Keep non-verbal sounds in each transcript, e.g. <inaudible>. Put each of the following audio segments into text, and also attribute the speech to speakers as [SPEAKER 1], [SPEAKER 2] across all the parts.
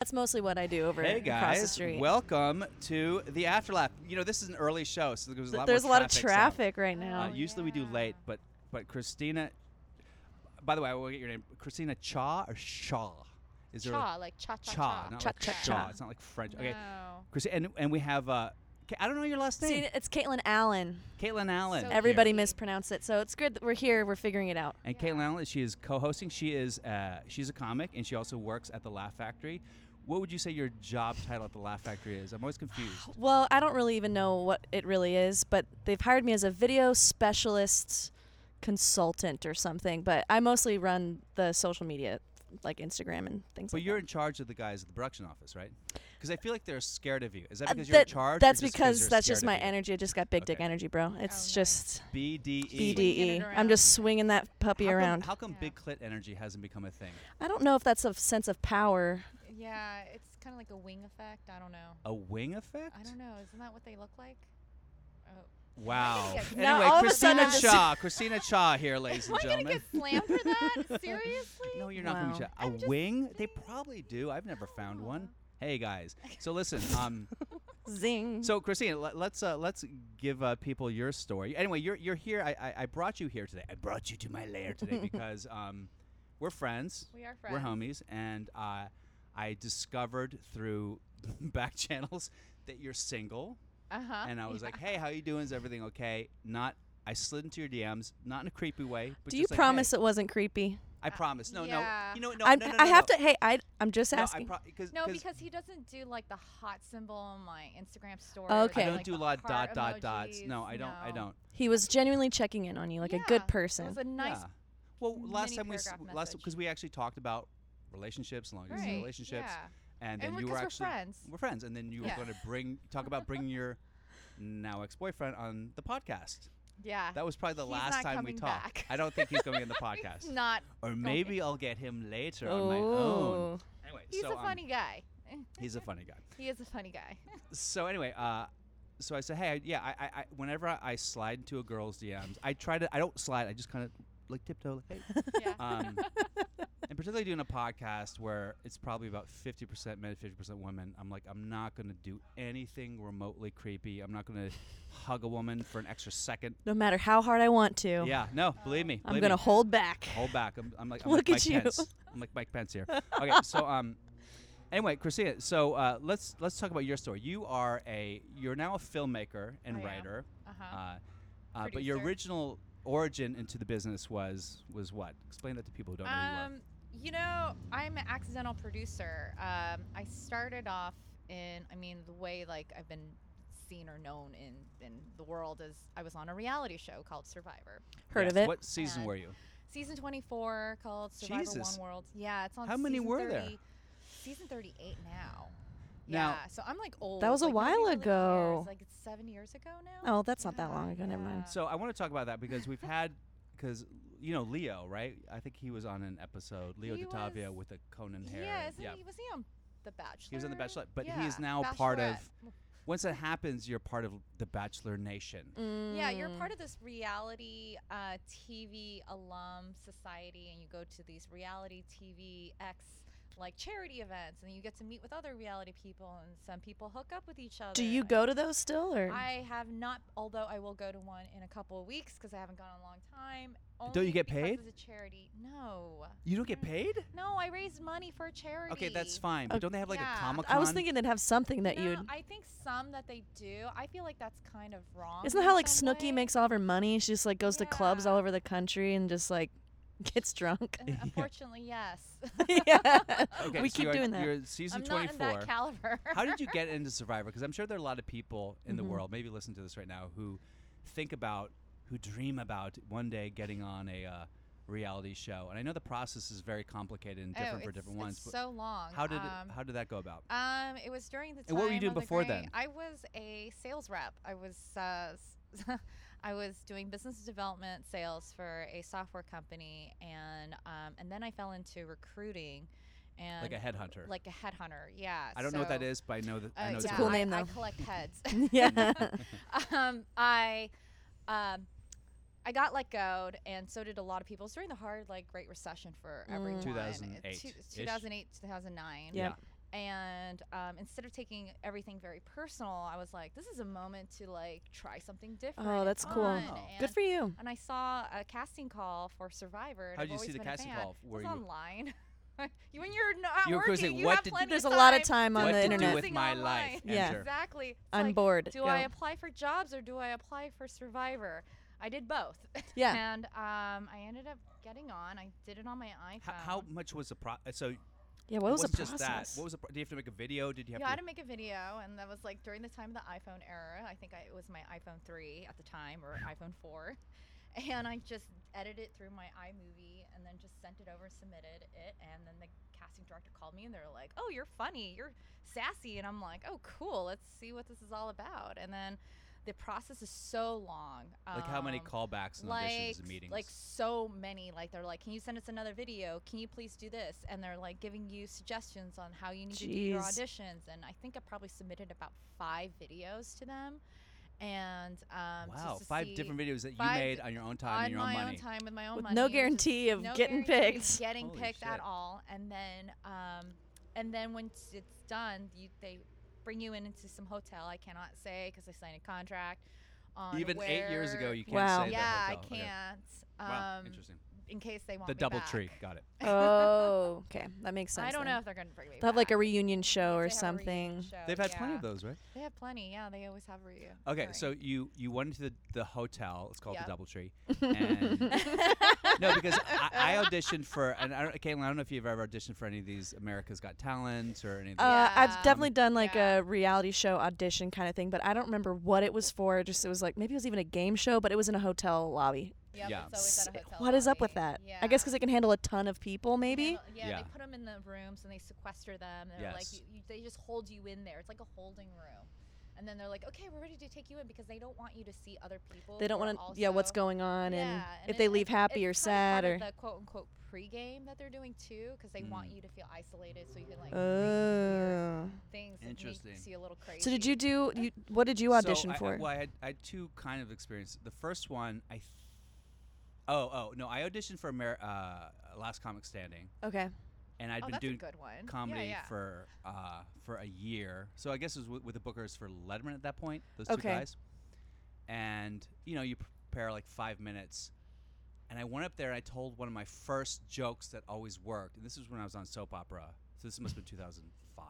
[SPEAKER 1] that's mostly what I do over
[SPEAKER 2] Hey
[SPEAKER 1] across the
[SPEAKER 2] guys,
[SPEAKER 1] street.
[SPEAKER 2] welcome to the afterlap. You know this is an early show, so there was a
[SPEAKER 1] Th-
[SPEAKER 2] lot.
[SPEAKER 1] there's a
[SPEAKER 2] more
[SPEAKER 1] lot of
[SPEAKER 2] so-
[SPEAKER 1] traffic right
[SPEAKER 2] Uh,
[SPEAKER 1] now.
[SPEAKER 2] usually we do late, but but Christina. By the way, I will get your name. Christina Cha or Shaw? Is there
[SPEAKER 3] Cha, like cha
[SPEAKER 2] a Cha?
[SPEAKER 3] cha cha.
[SPEAKER 2] Not like
[SPEAKER 1] Cha, cha,
[SPEAKER 2] Shaw.
[SPEAKER 1] cha.
[SPEAKER 2] It's not like French.
[SPEAKER 3] No.
[SPEAKER 2] Okay, Christina, and and we have. Uh, Ca- I don't know your last
[SPEAKER 1] See,
[SPEAKER 2] name.
[SPEAKER 1] it's Caitlin Allen.
[SPEAKER 2] Caitlin Allen.
[SPEAKER 3] So
[SPEAKER 2] here.
[SPEAKER 1] Everybody
[SPEAKER 3] Yeah.
[SPEAKER 1] mispronounced it, so it's good that we're here. We're figuring it out.
[SPEAKER 2] And Caitlin Allen, she is co-hosting. She is uh, she's a comic, and she also works at the Laugh Factory. What would you say your job title at the Laugh Factory is? I'm always confused.
[SPEAKER 1] Well, I don't really even know what it really is, but they've hired me as a video specialist consultant or something. But I mostly run the social media, like Instagram and things.
[SPEAKER 2] But
[SPEAKER 1] like
[SPEAKER 2] you're
[SPEAKER 1] that.
[SPEAKER 2] in charge of the guys at the production office, right? Because I feel like they're scared of you. Is that
[SPEAKER 1] Uh,
[SPEAKER 2] because you're in
[SPEAKER 1] that-
[SPEAKER 2] charge? or
[SPEAKER 1] That's
[SPEAKER 2] just
[SPEAKER 1] because
[SPEAKER 2] they're
[SPEAKER 1] that's just
[SPEAKER 2] scared
[SPEAKER 1] my
[SPEAKER 2] of you?
[SPEAKER 1] energy. I just got big dick
[SPEAKER 2] Okay.
[SPEAKER 1] energy, bro. It's
[SPEAKER 3] Oh, nice.
[SPEAKER 1] just
[SPEAKER 2] BDE.
[SPEAKER 3] Swinging
[SPEAKER 1] BDE.
[SPEAKER 3] it
[SPEAKER 1] I'm
[SPEAKER 3] around.
[SPEAKER 1] just swinging that puppy
[SPEAKER 2] E. How come-
[SPEAKER 1] around.
[SPEAKER 2] how come
[SPEAKER 3] Yeah.
[SPEAKER 2] big clit energy hasn't become a thing?
[SPEAKER 1] I don't know if that's a sense of power.
[SPEAKER 3] Yeah, it's kind of like a wing effect. I don't know.
[SPEAKER 2] A wing effect?
[SPEAKER 3] I don't know. Isn't that what they look like? Oh.
[SPEAKER 2] Wow.
[SPEAKER 3] Yeah,
[SPEAKER 1] Now
[SPEAKER 2] anyway,
[SPEAKER 1] all of a sudden I
[SPEAKER 2] Christina
[SPEAKER 1] just-
[SPEAKER 2] Chaw. Christina Chaw
[SPEAKER 3] <laughs>
[SPEAKER 2] here, ladies
[SPEAKER 3] Am
[SPEAKER 2] and
[SPEAKER 3] I gonna
[SPEAKER 2] gentlemen.
[SPEAKER 3] get slammed for
[SPEAKER 2] <laughs>
[SPEAKER 3] that? Seriously?
[SPEAKER 2] no, you're not going
[SPEAKER 1] Wow.
[SPEAKER 2] to get
[SPEAKER 3] I'm
[SPEAKER 2] A
[SPEAKER 3] just
[SPEAKER 2] wing? They probably do. I've never found one. Hey
[SPEAKER 3] <laughs>
[SPEAKER 2] guys. So listen, um
[SPEAKER 1] Zing.
[SPEAKER 3] Mm-hmm.
[SPEAKER 2] So, Christine, let, let's uh, let's give uh, people your story. Anyway, you're you're here. I, I I brought you here today. I brought you to my lair
[SPEAKER 3] <laughs>
[SPEAKER 2] today because um, we're friends.
[SPEAKER 3] We are friends.
[SPEAKER 2] We're homies, and uh, I discovered through <laughs> back channels that you're single,
[SPEAKER 3] Uh huh.
[SPEAKER 2] and I was
[SPEAKER 3] <laughs>
[SPEAKER 2] like, "Hey, how you doing? Is everything okay?" Not. I slid into your DMs, not in a creepy way. But
[SPEAKER 1] Do you
[SPEAKER 2] just like,
[SPEAKER 1] promise
[SPEAKER 2] "Hey."
[SPEAKER 1] it wasn't creepy?
[SPEAKER 2] I promise. No,
[SPEAKER 3] Yeah.
[SPEAKER 2] no. You know, no,
[SPEAKER 1] I'm,
[SPEAKER 2] no, no,
[SPEAKER 1] I
[SPEAKER 2] no,
[SPEAKER 1] have
[SPEAKER 2] no.
[SPEAKER 1] to. Hey, I, I'm just
[SPEAKER 2] No, I
[SPEAKER 1] asking.
[SPEAKER 2] pro- cause,
[SPEAKER 3] No,
[SPEAKER 2] 'cause
[SPEAKER 3] because he doesn't do like the hot symbol on my Instagram story.
[SPEAKER 1] Okay.
[SPEAKER 2] I don't
[SPEAKER 3] like,
[SPEAKER 2] do
[SPEAKER 3] the
[SPEAKER 2] a lot of dot
[SPEAKER 3] heart
[SPEAKER 2] dot dots.
[SPEAKER 3] emojis.
[SPEAKER 2] No, I don't. I
[SPEAKER 3] No.
[SPEAKER 2] don't.
[SPEAKER 1] he was genuinely checking in on you, like a
[SPEAKER 3] Yeah,
[SPEAKER 1] good person.
[SPEAKER 3] It was a nice.
[SPEAKER 2] Yeah. Well, last
[SPEAKER 3] mini
[SPEAKER 2] time we s-
[SPEAKER 3] paragraph
[SPEAKER 2] last
[SPEAKER 3] message.
[SPEAKER 2] because we actually talked about relationships, long distance
[SPEAKER 3] Right,
[SPEAKER 2] relationships,
[SPEAKER 3] Yeah.
[SPEAKER 2] and then
[SPEAKER 3] And
[SPEAKER 2] you were
[SPEAKER 3] because
[SPEAKER 2] actually
[SPEAKER 3] we're friends.
[SPEAKER 2] we're friends, and then you
[SPEAKER 3] Yeah.
[SPEAKER 2] were going to bring talk about bringing your now ex boyfriend on the podcast.
[SPEAKER 3] Yeah.
[SPEAKER 2] That was probably the
[SPEAKER 3] He's
[SPEAKER 2] last
[SPEAKER 3] not
[SPEAKER 2] time we
[SPEAKER 3] coming
[SPEAKER 2] talked.
[SPEAKER 3] back.
[SPEAKER 2] I don't think he's coming in the podcast,
[SPEAKER 3] <laughs> He's not.
[SPEAKER 2] or maybe I'll get him later on my own.
[SPEAKER 1] oh,
[SPEAKER 2] Anyway,
[SPEAKER 3] He's
[SPEAKER 2] so,
[SPEAKER 3] a
[SPEAKER 2] um,
[SPEAKER 3] funny guy.
[SPEAKER 2] he's a funny guy.
[SPEAKER 3] <laughs> He is a funny
[SPEAKER 2] <laughs>
[SPEAKER 3] guy.
[SPEAKER 2] So anyway, uh, so I said, hey, I, yeah, I, I, I, whenever I, I slide into a girl's DMs, I try to, I don't slide, I just kind of like tiptoe, like, hey,
[SPEAKER 3] yeah.
[SPEAKER 1] <laughs>
[SPEAKER 2] um, and particularly doing a podcast where it's probably about 50% men 50% women i'm like i'm not going to do anything remotely creepy i'm not going
[SPEAKER 1] <laughs>
[SPEAKER 2] to hug a woman for an extra second
[SPEAKER 1] no matter how hard I want to,
[SPEAKER 2] yeah no believe me
[SPEAKER 1] I'm
[SPEAKER 2] believe
[SPEAKER 1] gonna
[SPEAKER 2] me.
[SPEAKER 1] hold
[SPEAKER 2] <laughs>
[SPEAKER 1] back.
[SPEAKER 2] hold back i'm, I'm like I'm
[SPEAKER 1] Look
[SPEAKER 2] like
[SPEAKER 1] at
[SPEAKER 2] mike
[SPEAKER 1] you.
[SPEAKER 2] pence i'm like
[SPEAKER 1] <laughs>
[SPEAKER 2] mike pence here okay so um anyway christina so uh, let's let's talk about your story you are a you're now a filmmaker and
[SPEAKER 3] I am.
[SPEAKER 2] writer
[SPEAKER 3] Uh-huh.
[SPEAKER 2] uh, uh, but your
[SPEAKER 3] Producer.
[SPEAKER 2] original origin into the business was was what explain that to people who don't know who you are
[SPEAKER 3] Um, you know, I'm an accidental producer. Um, I started off in, I mean, the way like I've been seen or known in in the world is I was on a reality show called Survivor,
[SPEAKER 1] Heard
[SPEAKER 2] Yes.
[SPEAKER 1] of it?
[SPEAKER 2] What season
[SPEAKER 3] And
[SPEAKER 2] were you?
[SPEAKER 3] season 24 called Survivor
[SPEAKER 2] Jesus.
[SPEAKER 3] One World. Yeah, it's on.
[SPEAKER 2] How many
[SPEAKER 3] season
[SPEAKER 2] were there?
[SPEAKER 3] 30 Season 38 now.
[SPEAKER 2] Now-
[SPEAKER 3] yeah, so I'm like old.
[SPEAKER 1] was a
[SPEAKER 3] like, nobody
[SPEAKER 1] while
[SPEAKER 3] really cares.
[SPEAKER 1] ago.
[SPEAKER 3] Like it's seven years ago now.
[SPEAKER 1] Oh, that's not that
[SPEAKER 3] Yeah,
[SPEAKER 1] long ago. Never mind.
[SPEAKER 3] yeah.
[SPEAKER 2] So I want to talk about that because we've had because you know Leo, right? I think he was on an episode Leo
[SPEAKER 3] He
[SPEAKER 2] DiTavia
[SPEAKER 3] was-
[SPEAKER 2] with the Conan hair.
[SPEAKER 3] yeah,
[SPEAKER 2] and-
[SPEAKER 3] isn't he? Was he on The Bachelor?
[SPEAKER 2] He was on The Bachelor, but he is
[SPEAKER 3] Yeah,
[SPEAKER 2] now part of.
[SPEAKER 3] Bachelorette.
[SPEAKER 2] Once that happens, you're part of the Bachelor Nation.
[SPEAKER 1] Mm.
[SPEAKER 3] Yeah, you're part of this reality uh, TV alum society, and you go to these reality TV X like charity events, and you get to meet with other reality people, and some people hook up with each other.
[SPEAKER 1] Do you
[SPEAKER 3] and
[SPEAKER 1] go to those still, or
[SPEAKER 3] I have not, although I will go to one in a couple of weeks because I haven't gone in a long time.
[SPEAKER 2] Don't you
[SPEAKER 3] only
[SPEAKER 2] get
[SPEAKER 3] because
[SPEAKER 2] paid?
[SPEAKER 3] It's a charity. No,
[SPEAKER 2] You don't get paid?
[SPEAKER 3] no, I raised money for a charity.
[SPEAKER 2] Okay, that's fine. But
[SPEAKER 1] Okay.
[SPEAKER 2] don't they have like
[SPEAKER 3] Yeah.
[SPEAKER 2] a Comic Con?
[SPEAKER 1] I was thinking they'd have something that
[SPEAKER 3] no,
[SPEAKER 1] you'd.
[SPEAKER 3] I think some that they do. I feel like that's kind of wrong.
[SPEAKER 1] Isn't that
[SPEAKER 3] in
[SPEAKER 1] how like
[SPEAKER 3] some
[SPEAKER 1] Snooki
[SPEAKER 3] way.
[SPEAKER 1] makes all of her money? She just like goes to clubs all
[SPEAKER 3] Yeah.
[SPEAKER 1] over the country and just like <laughs> gets drunk.
[SPEAKER 3] <laughs>
[SPEAKER 1] <laughs>
[SPEAKER 3] Uh,
[SPEAKER 2] Yeah.
[SPEAKER 3] Unfortunately, yes.
[SPEAKER 2] <laughs>
[SPEAKER 1] yeah.
[SPEAKER 2] Okay,
[SPEAKER 1] we
[SPEAKER 2] so
[SPEAKER 1] keep
[SPEAKER 2] you're,
[SPEAKER 1] doing that.
[SPEAKER 2] You're season
[SPEAKER 3] I'm
[SPEAKER 2] 24.
[SPEAKER 3] not in that caliber.
[SPEAKER 2] <laughs> How
[SPEAKER 3] <laughs>
[SPEAKER 2] did you get into Survivor? Because I'm sure there are a lot of people in the
[SPEAKER 3] Mm-hmm.
[SPEAKER 1] Mhm.
[SPEAKER 2] world, maybe listen to this right now, who think about, who dream about one day getting on a uh, reality show. And I know the process is very complicated and different
[SPEAKER 3] oh,
[SPEAKER 2] for
[SPEAKER 3] it's-
[SPEAKER 2] different
[SPEAKER 3] it's
[SPEAKER 2] ones. But
[SPEAKER 3] so long.
[SPEAKER 2] how did
[SPEAKER 3] um,
[SPEAKER 2] it, how did that go about?
[SPEAKER 3] um, it was during the time.
[SPEAKER 2] And what were you doing
[SPEAKER 3] of the
[SPEAKER 2] before
[SPEAKER 3] great-
[SPEAKER 2] then?
[SPEAKER 3] I was a sales rep. I was uh, s- <laughs> I was doing business development sales for a software company, and um, and then I fell into recruiting, and
[SPEAKER 2] Like a headhunter.
[SPEAKER 3] um, like a headhunter. Yeah,
[SPEAKER 2] I don't know what that
[SPEAKER 3] so,
[SPEAKER 2] is, but I know that. I
[SPEAKER 3] uh,
[SPEAKER 2] know
[SPEAKER 1] It's a
[SPEAKER 3] yeah,
[SPEAKER 2] the
[SPEAKER 1] cool
[SPEAKER 2] word.
[SPEAKER 3] I-
[SPEAKER 1] name,
[SPEAKER 3] I
[SPEAKER 1] though.
[SPEAKER 3] collect heads.
[SPEAKER 1] <laughs> yeah.
[SPEAKER 3] <laughs> um, I, um, I got let go, and so did a lot of people. It was during the hard, like, Great Recession for
[SPEAKER 1] Mm.
[SPEAKER 3] everyone.
[SPEAKER 2] 2008 -ish.
[SPEAKER 3] 2008, 2009.
[SPEAKER 1] Yeah.
[SPEAKER 3] And and um, instead of taking everything very personal, I was like, this is a moment to like try something different.
[SPEAKER 1] Oh,
[SPEAKER 3] and
[SPEAKER 1] that's cool.
[SPEAKER 3] fun,"
[SPEAKER 2] Wow.
[SPEAKER 3] And,
[SPEAKER 1] Good for you.
[SPEAKER 3] and I saw a casting call for Survivor. and
[SPEAKER 2] How
[SPEAKER 3] I've
[SPEAKER 2] did you see the
[SPEAKER 3] always been a
[SPEAKER 2] casting
[SPEAKER 3] fan.
[SPEAKER 2] call?
[SPEAKER 3] It
[SPEAKER 2] Were
[SPEAKER 3] was
[SPEAKER 2] you-
[SPEAKER 3] online. <laughs> you when you're not
[SPEAKER 2] You were
[SPEAKER 3] uh, working,
[SPEAKER 2] saying,
[SPEAKER 3] you
[SPEAKER 2] what
[SPEAKER 3] have
[SPEAKER 2] did-
[SPEAKER 3] plenty
[SPEAKER 1] There's a
[SPEAKER 3] of
[SPEAKER 1] lot of
[SPEAKER 3] time.
[SPEAKER 1] time on
[SPEAKER 2] What
[SPEAKER 1] the
[SPEAKER 2] to do
[SPEAKER 1] internet.
[SPEAKER 2] with my
[SPEAKER 3] Online.
[SPEAKER 2] life,
[SPEAKER 1] Yeah.
[SPEAKER 2] enter.
[SPEAKER 3] Exactly. It's
[SPEAKER 1] I'm
[SPEAKER 3] like,
[SPEAKER 1] bored.
[SPEAKER 3] Do
[SPEAKER 1] Go.
[SPEAKER 3] I apply for jobs or do I apply for Survivor? I did both. <laughs>
[SPEAKER 1] Yeah.
[SPEAKER 3] and um, I ended up getting on. I did it on my iPhone.
[SPEAKER 2] How, how much was the pro? uh, So
[SPEAKER 1] yeah. What
[SPEAKER 2] it
[SPEAKER 1] was the
[SPEAKER 2] wasn't
[SPEAKER 1] process?
[SPEAKER 2] just that. What was the? Pro- did you have to make a video? Did you have
[SPEAKER 3] yeah, I had
[SPEAKER 2] to?
[SPEAKER 3] to make a video, and that was like during the time of the iPhone era. I think I, it was my iPhone 3 at the time or iPhone 4. <laughs> And I just edited it through my iMovie and then just sent it over and submitted it. And then the casting director called me and they're like, oh, you're funny, you're sassy. And I'm like, oh, cool, let's see what this is all about. And then the process is so long.
[SPEAKER 2] Like how many
[SPEAKER 3] Um,
[SPEAKER 2] callbacks and auditions and meetings?
[SPEAKER 3] like so many. Like they're like, can you send us another video? Can you please do this? And they're like giving you suggestions on how you need to do your
[SPEAKER 1] Jeez.
[SPEAKER 3] auditions. And I think I probably submitted about five videos to them. And um, just
[SPEAKER 2] wow,
[SPEAKER 3] to
[SPEAKER 2] five
[SPEAKER 3] see
[SPEAKER 2] different videos that you
[SPEAKER 3] five
[SPEAKER 2] made on your own time
[SPEAKER 3] on
[SPEAKER 2] and your own
[SPEAKER 3] my
[SPEAKER 2] money.
[SPEAKER 3] own time with my own
[SPEAKER 1] With
[SPEAKER 3] money.
[SPEAKER 1] no
[SPEAKER 3] It was just
[SPEAKER 1] guarantee of
[SPEAKER 3] no
[SPEAKER 1] getting
[SPEAKER 3] guarantee of
[SPEAKER 1] picked.
[SPEAKER 3] <laughs> getting
[SPEAKER 2] Holy
[SPEAKER 3] picked at
[SPEAKER 2] shit.
[SPEAKER 3] all. And then, um, and then when it's it's done, you they bring you in into some hotel. I cannot say because I signed a contract. On
[SPEAKER 2] Even eight years ago,
[SPEAKER 3] where-
[SPEAKER 2] you can't
[SPEAKER 1] Wow.
[SPEAKER 2] say
[SPEAKER 1] stayed
[SPEAKER 3] yeah,
[SPEAKER 2] that
[SPEAKER 3] I
[SPEAKER 2] hotel. Okay.
[SPEAKER 3] can't.
[SPEAKER 2] Wow,
[SPEAKER 3] Um,
[SPEAKER 2] interesting.
[SPEAKER 3] in case they want
[SPEAKER 2] The
[SPEAKER 3] me
[SPEAKER 2] double
[SPEAKER 3] back.
[SPEAKER 2] tree, got it.
[SPEAKER 1] oh, okay. That makes sense.
[SPEAKER 3] I don't
[SPEAKER 1] then.
[SPEAKER 3] know if they're gonna bring me.
[SPEAKER 1] They'll have like a
[SPEAKER 3] back.
[SPEAKER 1] reunion show or
[SPEAKER 3] If they have a reunion
[SPEAKER 1] <laughs> something.
[SPEAKER 3] show,
[SPEAKER 2] They've had plenty
[SPEAKER 3] yeah.
[SPEAKER 2] of those, right?
[SPEAKER 3] They have plenty. Yeah, they always have reunion.
[SPEAKER 2] Okay,
[SPEAKER 3] <laughs>
[SPEAKER 2] so you you went to the, the hotel. It's called
[SPEAKER 3] Yep.
[SPEAKER 2] the
[SPEAKER 3] <laughs>
[SPEAKER 2] DoubleTree. And
[SPEAKER 1] <laughs>
[SPEAKER 2] no, because I, I auditioned for, and I don't, Caitlin, I don't know if you've ever auditioned for any of these America's Got Talent or any of these.
[SPEAKER 1] Uh, I've
[SPEAKER 3] Yeah.
[SPEAKER 1] definitely done like
[SPEAKER 3] Yeah.
[SPEAKER 1] a reality show audition kind of thing, but I don't remember what it was for. Just it was like maybe it was even a game show, but it was in a hotel lobby.
[SPEAKER 3] Yep,
[SPEAKER 2] yeah.
[SPEAKER 3] It's always at a
[SPEAKER 1] S-
[SPEAKER 3] hotel
[SPEAKER 1] what is up with
[SPEAKER 3] lobby.
[SPEAKER 1] that? I guess
[SPEAKER 3] Yeah.
[SPEAKER 1] because it can handle a ton of people, maybe.
[SPEAKER 3] Handle- Yeah,
[SPEAKER 2] Yeah.
[SPEAKER 3] they put them in the rooms and they sequester them. They're like,
[SPEAKER 2] Yes.
[SPEAKER 3] you, you, they just hold you in there. It's like a holding room. And then they're like, okay, we're ready to take you in because they don't want you to see other people.
[SPEAKER 1] They don't
[SPEAKER 3] who are
[SPEAKER 1] want to. Yeah, what's
[SPEAKER 3] also-
[SPEAKER 1] going on, and
[SPEAKER 3] Yeah,
[SPEAKER 1] if
[SPEAKER 3] it-
[SPEAKER 1] they
[SPEAKER 3] it-
[SPEAKER 1] leave happy
[SPEAKER 3] it's
[SPEAKER 1] or sad
[SPEAKER 3] kind
[SPEAKER 1] or.
[SPEAKER 3] of part of the quote unquote pregame that they're doing too because they
[SPEAKER 2] Mm.
[SPEAKER 3] want you to feel isolated so you can like
[SPEAKER 1] Oh.
[SPEAKER 3] things that
[SPEAKER 2] Interesting.
[SPEAKER 3] makes you a little crazy.
[SPEAKER 1] Uh, So did you do? You what did you audition
[SPEAKER 2] so I-
[SPEAKER 1] for?
[SPEAKER 2] I, well, I had, I had two kind of experiences. The first one, I. Th- oh, oh no! I auditioned for Amer- uh, Last Comic Standing,
[SPEAKER 1] okay.
[SPEAKER 2] and i had
[SPEAKER 3] oh,
[SPEAKER 2] been
[SPEAKER 3] that's a
[SPEAKER 2] doing
[SPEAKER 3] good one.
[SPEAKER 2] comedy
[SPEAKER 3] yeah, yeah.
[SPEAKER 2] for uh, for a year. So I guess it was with, with the bookers for Letterman at that point. Those two
[SPEAKER 1] Okay.
[SPEAKER 2] guys, and you know you prepare like five minutes, and I went up there and I told one of my first jokes that always worked. And this is when I was on soap opera. So this must have been 2005,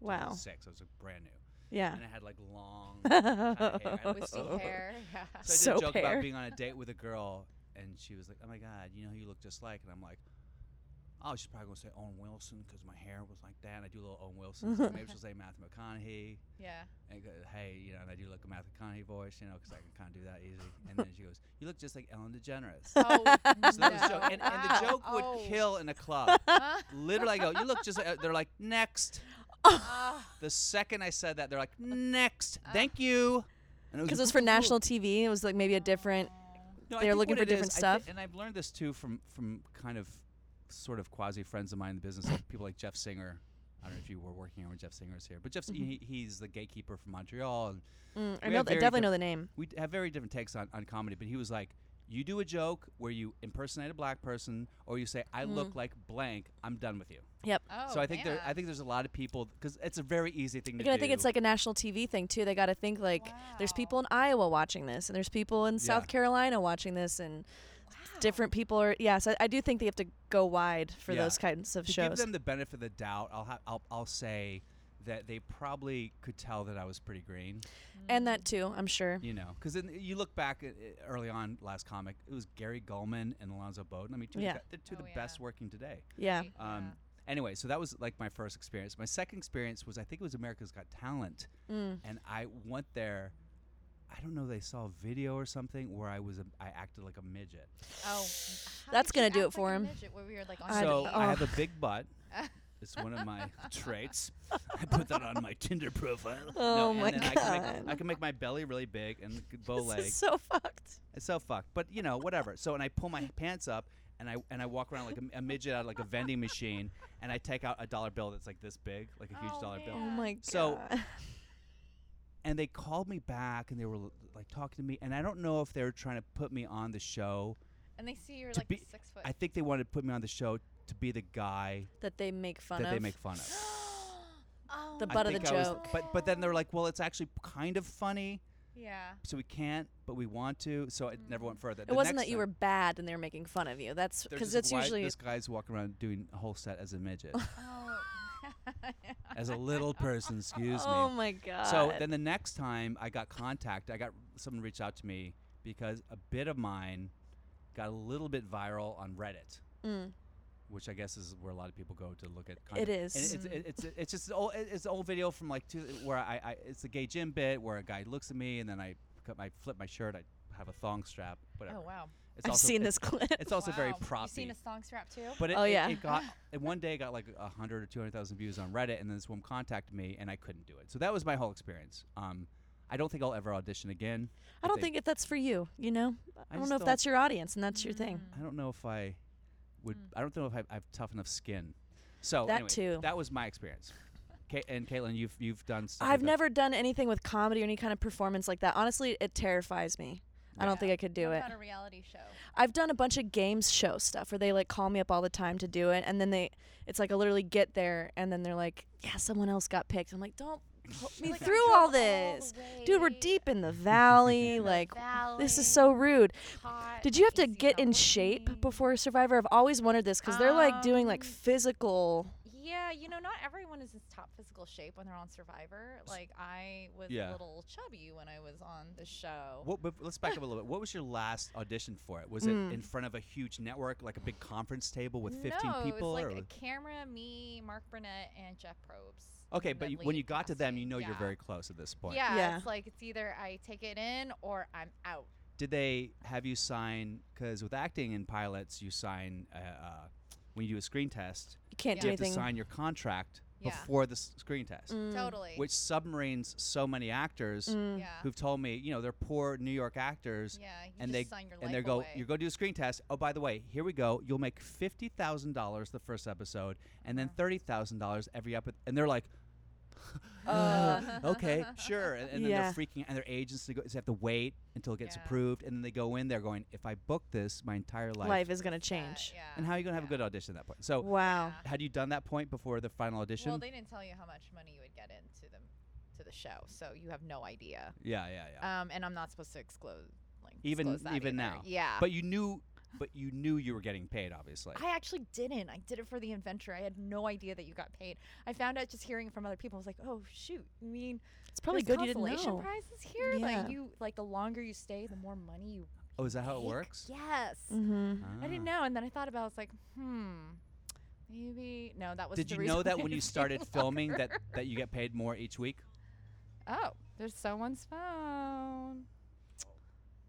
[SPEAKER 1] Wow.
[SPEAKER 2] 2006. I was like brand new,
[SPEAKER 1] Yeah.
[SPEAKER 2] and I had like
[SPEAKER 1] <laughs>
[SPEAKER 2] long kinda hair. I <laughs>
[SPEAKER 3] Wispy
[SPEAKER 2] looked-
[SPEAKER 3] hair. <laughs> Yeah.
[SPEAKER 2] So I did a
[SPEAKER 1] Soap
[SPEAKER 2] joke
[SPEAKER 1] hair.
[SPEAKER 2] about being on a date with a girl, and she was like, "Oh my God, you know who you look just like," and I'm like. Oh, she's probably gonna say Owen Wilson because my hair was like that, and I do a little Owen Wilson. So maybe she'll say Matthew McConaughey, <laughs>
[SPEAKER 3] yeah.
[SPEAKER 2] and go, hey, you know, and I do like a Matthew McConaughey voice, you know, because I can kind of do that easy. And then she goes, "You look just like Ellen
[SPEAKER 1] <laughs>
[SPEAKER 2] DeGeneres." So
[SPEAKER 3] Oh,
[SPEAKER 2] that was the
[SPEAKER 3] no.
[SPEAKER 2] joke, and, and the
[SPEAKER 3] Wow.
[SPEAKER 2] joke would
[SPEAKER 3] Oh. <laughs>
[SPEAKER 2] kill in a club.
[SPEAKER 3] Huh?
[SPEAKER 2] Literally, I go, "You look just," like, they're like,
[SPEAKER 1] <laughs>
[SPEAKER 2] "Next."
[SPEAKER 3] Ah.
[SPEAKER 2] The second I said that, they're like, "Next, thank you." And
[SPEAKER 1] Because it
[SPEAKER 2] <laughs>
[SPEAKER 1] was for national TV. It was like maybe a different.
[SPEAKER 2] No, I
[SPEAKER 1] They're
[SPEAKER 2] think
[SPEAKER 1] looking
[SPEAKER 2] what
[SPEAKER 1] for
[SPEAKER 2] it is-
[SPEAKER 1] different
[SPEAKER 2] I
[SPEAKER 1] stuff.
[SPEAKER 2] thi- and I've learned this too from from kind of sort of quasi friends of mine in the business, like people like Jeff Singer. I don't know if you were working here when Jeff Singer was here, but Jeff
[SPEAKER 1] Mm-hmm.
[SPEAKER 2] he, he's the gatekeeper from Montreal, and
[SPEAKER 1] Mm, I
[SPEAKER 2] We
[SPEAKER 1] know.
[SPEAKER 2] have
[SPEAKER 1] th- I
[SPEAKER 2] very
[SPEAKER 1] definitely
[SPEAKER 2] diff-
[SPEAKER 1] know the name.
[SPEAKER 2] we d- have very different takes on, on comedy. But he was like, "You do a joke where you impersonate a black person, or you say I look
[SPEAKER 1] Mm-hmm.
[SPEAKER 2] like blank. I'm done with you."
[SPEAKER 1] Yep.
[SPEAKER 3] Oh,
[SPEAKER 2] so I think there I
[SPEAKER 3] man.
[SPEAKER 2] think there's a lot of people because it's a very easy thing to
[SPEAKER 1] Again,
[SPEAKER 2] do.
[SPEAKER 1] I think it's like a national TV thing too. They got to think like there's people in Iowa watching this, and there's people in South
[SPEAKER 2] Yeah.
[SPEAKER 1] Carolina watching this, and different people are. Yeah, so I, I do think they have to go wide for
[SPEAKER 2] Yeah.
[SPEAKER 1] those kinds of
[SPEAKER 2] to give
[SPEAKER 1] shows.
[SPEAKER 2] them the benefit of the doubt. I'll ha- I'll I'll say that they probably could tell that I was pretty green.
[SPEAKER 1] and that too, I'm sure.
[SPEAKER 2] You know, because you look back at, uh, early on, last comic, it was Gary Gulman and Alonzo Bowden. I mean, two of the
[SPEAKER 1] Yeah.
[SPEAKER 2] be- they're two of
[SPEAKER 3] Oh,
[SPEAKER 2] the
[SPEAKER 3] yeah.
[SPEAKER 2] best working today.
[SPEAKER 1] Yeah.
[SPEAKER 2] Um, Anyway, so that was like my first experience. My second experience was I think it was America's Got Talent,
[SPEAKER 1] Mm.
[SPEAKER 2] and I went there. I don't know. They saw a video or something where I was a, I acted like a midget. <sighs>
[SPEAKER 3] Oh,
[SPEAKER 1] That's gonna do it for him. I
[SPEAKER 2] so
[SPEAKER 1] don't-
[SPEAKER 2] I
[SPEAKER 1] oh.
[SPEAKER 2] have a big butt.
[SPEAKER 1] <laughs>
[SPEAKER 2] It's one of my traits. I put that on my Tinder profile.
[SPEAKER 1] Oh my
[SPEAKER 2] and then I can,
[SPEAKER 1] God.
[SPEAKER 2] make, I can make my belly really big and the bow leg.
[SPEAKER 1] This is so fucked.
[SPEAKER 2] It's so fucked. But you know, whatever. So and I pull my pants up and I and I walk around like a, a midget out of like a vending machine and I take out a dollar bill that's like this big, like a huge
[SPEAKER 3] Oh,
[SPEAKER 2] dollar
[SPEAKER 1] Oh
[SPEAKER 2] bill.
[SPEAKER 3] man.
[SPEAKER 1] my god. <laughs>
[SPEAKER 2] So- And they called me back and they were like talking to me and I don't know if they were trying to put me on the show.
[SPEAKER 3] and they see you're
[SPEAKER 2] to
[SPEAKER 3] like
[SPEAKER 2] be-
[SPEAKER 3] six foot.
[SPEAKER 2] I
[SPEAKER 3] <gasps>
[SPEAKER 2] think they wanted to put me on the show to be the guy
[SPEAKER 1] that they make fun
[SPEAKER 2] that
[SPEAKER 1] of.
[SPEAKER 2] they make fun of.
[SPEAKER 3] Oh,
[SPEAKER 1] The
[SPEAKER 2] I
[SPEAKER 1] butt of the
[SPEAKER 2] think I was-
[SPEAKER 1] joke.
[SPEAKER 2] but but then they're like, well, it's actually kind of funny,
[SPEAKER 3] yeah.
[SPEAKER 2] so we can't, but we want to. So it never went further.
[SPEAKER 1] It wasn't that you were bad and they were making fun of you. That's because it's usually
[SPEAKER 2] this guy's walking around doing a whole set as a midget,
[SPEAKER 3] Oh. <laughs>
[SPEAKER 2] as
[SPEAKER 1] <laughs>
[SPEAKER 2] a little person. Excuse
[SPEAKER 1] oh
[SPEAKER 2] me.
[SPEAKER 1] my god.
[SPEAKER 2] So then the next time I got contact, I got someone reached out to me because a bit of mine got a little bit viral on Reddit.
[SPEAKER 1] Mm.
[SPEAKER 2] Which I guess is where a lot of people go to look at.
[SPEAKER 1] It
[SPEAKER 2] Content. And
[SPEAKER 1] is.
[SPEAKER 2] it's, it's, it's, it's just an old, it's an old video from like two, where I, I it's the gay gym bit where a guy looks at me and then I cut my flip my shirt. I have a thong strap. Whatever.
[SPEAKER 3] oh wow.
[SPEAKER 2] It's
[SPEAKER 1] I've
[SPEAKER 2] also,
[SPEAKER 1] seen this <laughs>
[SPEAKER 2] it's, <laughs>
[SPEAKER 1] clip.
[SPEAKER 2] It's also very
[SPEAKER 3] Wow.
[SPEAKER 2] proppy.
[SPEAKER 3] You seen a song strap too?
[SPEAKER 2] But it,
[SPEAKER 1] Oh,
[SPEAKER 2] it-
[SPEAKER 1] yeah. <laughs>
[SPEAKER 2] it got and one day it got like a hundred or two hundred thousand views on Reddit, and then this woman contacted me, and I couldn't do it. So that was my whole experience. Um, I don't think I'll ever audition again.
[SPEAKER 1] I don't
[SPEAKER 2] think-
[SPEAKER 1] think if that's for you. You know, I, don't
[SPEAKER 2] just
[SPEAKER 1] know if that's your audience and that's your thing.
[SPEAKER 3] Mm.
[SPEAKER 2] I don't know if I would. I don't know if I, I have tough enough skin. So
[SPEAKER 1] Hmm. That
[SPEAKER 2] anyway,
[SPEAKER 1] too.
[SPEAKER 2] That was my experience. Ka- and Caitlin, you've you've done stuff.
[SPEAKER 1] I've
[SPEAKER 2] like that.
[SPEAKER 1] never done anything with comedy or any kind of performance like that. Honestly, it terrifies me. I don't think I could do
[SPEAKER 3] what
[SPEAKER 1] it.
[SPEAKER 3] About a reality show.
[SPEAKER 1] I've done a bunch of games show stuff where they like call me up all the time to do it, and then they, it's like I literally get there and then they're like, yeah, someone else got picked. I'm like, don't put me
[SPEAKER 3] Like, I
[SPEAKER 1] through all
[SPEAKER 3] drove the
[SPEAKER 1] this, dude. We're
[SPEAKER 3] way
[SPEAKER 1] deep in the valley.
[SPEAKER 3] in the
[SPEAKER 1] like, this is
[SPEAKER 3] valley,
[SPEAKER 1] so rude.
[SPEAKER 3] hot,
[SPEAKER 1] Did you have to
[SPEAKER 3] AC
[SPEAKER 1] get in
[SPEAKER 3] not
[SPEAKER 1] shape
[SPEAKER 3] working.
[SPEAKER 1] before Survivor? I've always wondered this because they're like doing like
[SPEAKER 3] Um,
[SPEAKER 1] physical.
[SPEAKER 3] Yeah, you know, not everyone is in top physical shape when they're on Survivor. Like I was
[SPEAKER 2] Yeah.
[SPEAKER 3] a little chubby when I was on the show.
[SPEAKER 2] What, but let's back up a little bit. What was your last audition for it? Was
[SPEAKER 1] Mm.
[SPEAKER 2] it in front of a huge network, like a big conference table with 15
[SPEAKER 3] no,
[SPEAKER 2] people?
[SPEAKER 3] it was
[SPEAKER 2] or
[SPEAKER 3] like
[SPEAKER 2] was-
[SPEAKER 3] a camera, me, Mark Burnett, and Jeff Probst.
[SPEAKER 2] okay,
[SPEAKER 3] and
[SPEAKER 2] but
[SPEAKER 3] the
[SPEAKER 2] you, when
[SPEAKER 3] lead
[SPEAKER 2] you got to them,
[SPEAKER 3] castmate.
[SPEAKER 2] you know you're
[SPEAKER 3] Yeah.
[SPEAKER 2] very close at this point.
[SPEAKER 3] Yeah,
[SPEAKER 1] Yeah.
[SPEAKER 3] it's like it's either I take it in or I'm out.
[SPEAKER 2] Did they have you sign? Because with acting in pilots, you sign uh, uh, when you do a screen test.
[SPEAKER 1] You can't
[SPEAKER 3] Yeah.
[SPEAKER 1] do
[SPEAKER 2] you have to
[SPEAKER 1] anything.
[SPEAKER 2] sign your contract
[SPEAKER 3] Yeah.
[SPEAKER 2] before the s- screen test,
[SPEAKER 1] Mm.
[SPEAKER 3] Totally.
[SPEAKER 2] which submarines so many actors
[SPEAKER 1] Mm.
[SPEAKER 3] yeah.
[SPEAKER 2] who've told me, you know, they're poor New York actors.
[SPEAKER 3] yeah, you
[SPEAKER 2] and
[SPEAKER 3] just
[SPEAKER 2] they-
[SPEAKER 3] sign your
[SPEAKER 2] And they
[SPEAKER 3] life
[SPEAKER 2] go,
[SPEAKER 3] away.
[SPEAKER 2] you go do a screen test. Oh, by the way, here we go. You'll make fifty thousand dollars the first episode, and then thirty thousand dollars every up. And they're like,
[SPEAKER 3] Oh,
[SPEAKER 1] Uh.
[SPEAKER 2] <laughs>
[SPEAKER 1] <laughs>
[SPEAKER 2] okay, sure. And, and then
[SPEAKER 1] Yeah.
[SPEAKER 2] they're freaking, and their agents they go, they have to wait until it gets
[SPEAKER 3] Yeah.
[SPEAKER 2] approved, and then they go in there going, if I book this, my entire life. Oh.
[SPEAKER 1] life. is gonna
[SPEAKER 3] Yeah,
[SPEAKER 1] change.
[SPEAKER 3] yeah,
[SPEAKER 2] and how are you gonna have a
[SPEAKER 3] yeah.
[SPEAKER 2] good audition at that point? So,
[SPEAKER 1] Wow.
[SPEAKER 3] Yeah.
[SPEAKER 2] had you done that point before the final audition?
[SPEAKER 3] Well, they didn't tell you how much money you would get into the to the show, so you have no idea.
[SPEAKER 2] yeah, yeah, yeah.
[SPEAKER 3] Um, and I'm not supposed to disclose like
[SPEAKER 2] Even-
[SPEAKER 3] disclose that
[SPEAKER 2] even
[SPEAKER 3] either.
[SPEAKER 2] now.
[SPEAKER 3] Yeah,
[SPEAKER 2] but you knew, but you knew you were getting paid, obviously.
[SPEAKER 3] Uh, I actually didn't. I did it for the adventure. I had no idea that you got paid. I found out just hearing it from other people. I was like, oh shoot. I mean,
[SPEAKER 1] It's probably
[SPEAKER 3] there's
[SPEAKER 1] good you didn't
[SPEAKER 3] consolation
[SPEAKER 1] know.
[SPEAKER 3] prizes here.
[SPEAKER 1] Yeah.
[SPEAKER 3] Like you, like the longer you stay, the more money you.
[SPEAKER 2] oh, is that how it
[SPEAKER 3] make.
[SPEAKER 2] works?
[SPEAKER 3] Yes.
[SPEAKER 1] Mm-hmm.
[SPEAKER 3] I didn't
[SPEAKER 2] Ah.
[SPEAKER 3] know, and then I thought about. it. I was like, hmm, maybe no. That was.
[SPEAKER 2] Did
[SPEAKER 3] the
[SPEAKER 2] you
[SPEAKER 3] reason
[SPEAKER 2] know that
[SPEAKER 3] why
[SPEAKER 2] when
[SPEAKER 3] I
[SPEAKER 2] you
[SPEAKER 3] didn't
[SPEAKER 2] started
[SPEAKER 3] <laughs> longer.
[SPEAKER 2] filming that that you get paid more each week?
[SPEAKER 3] Oh, there's someone's phone.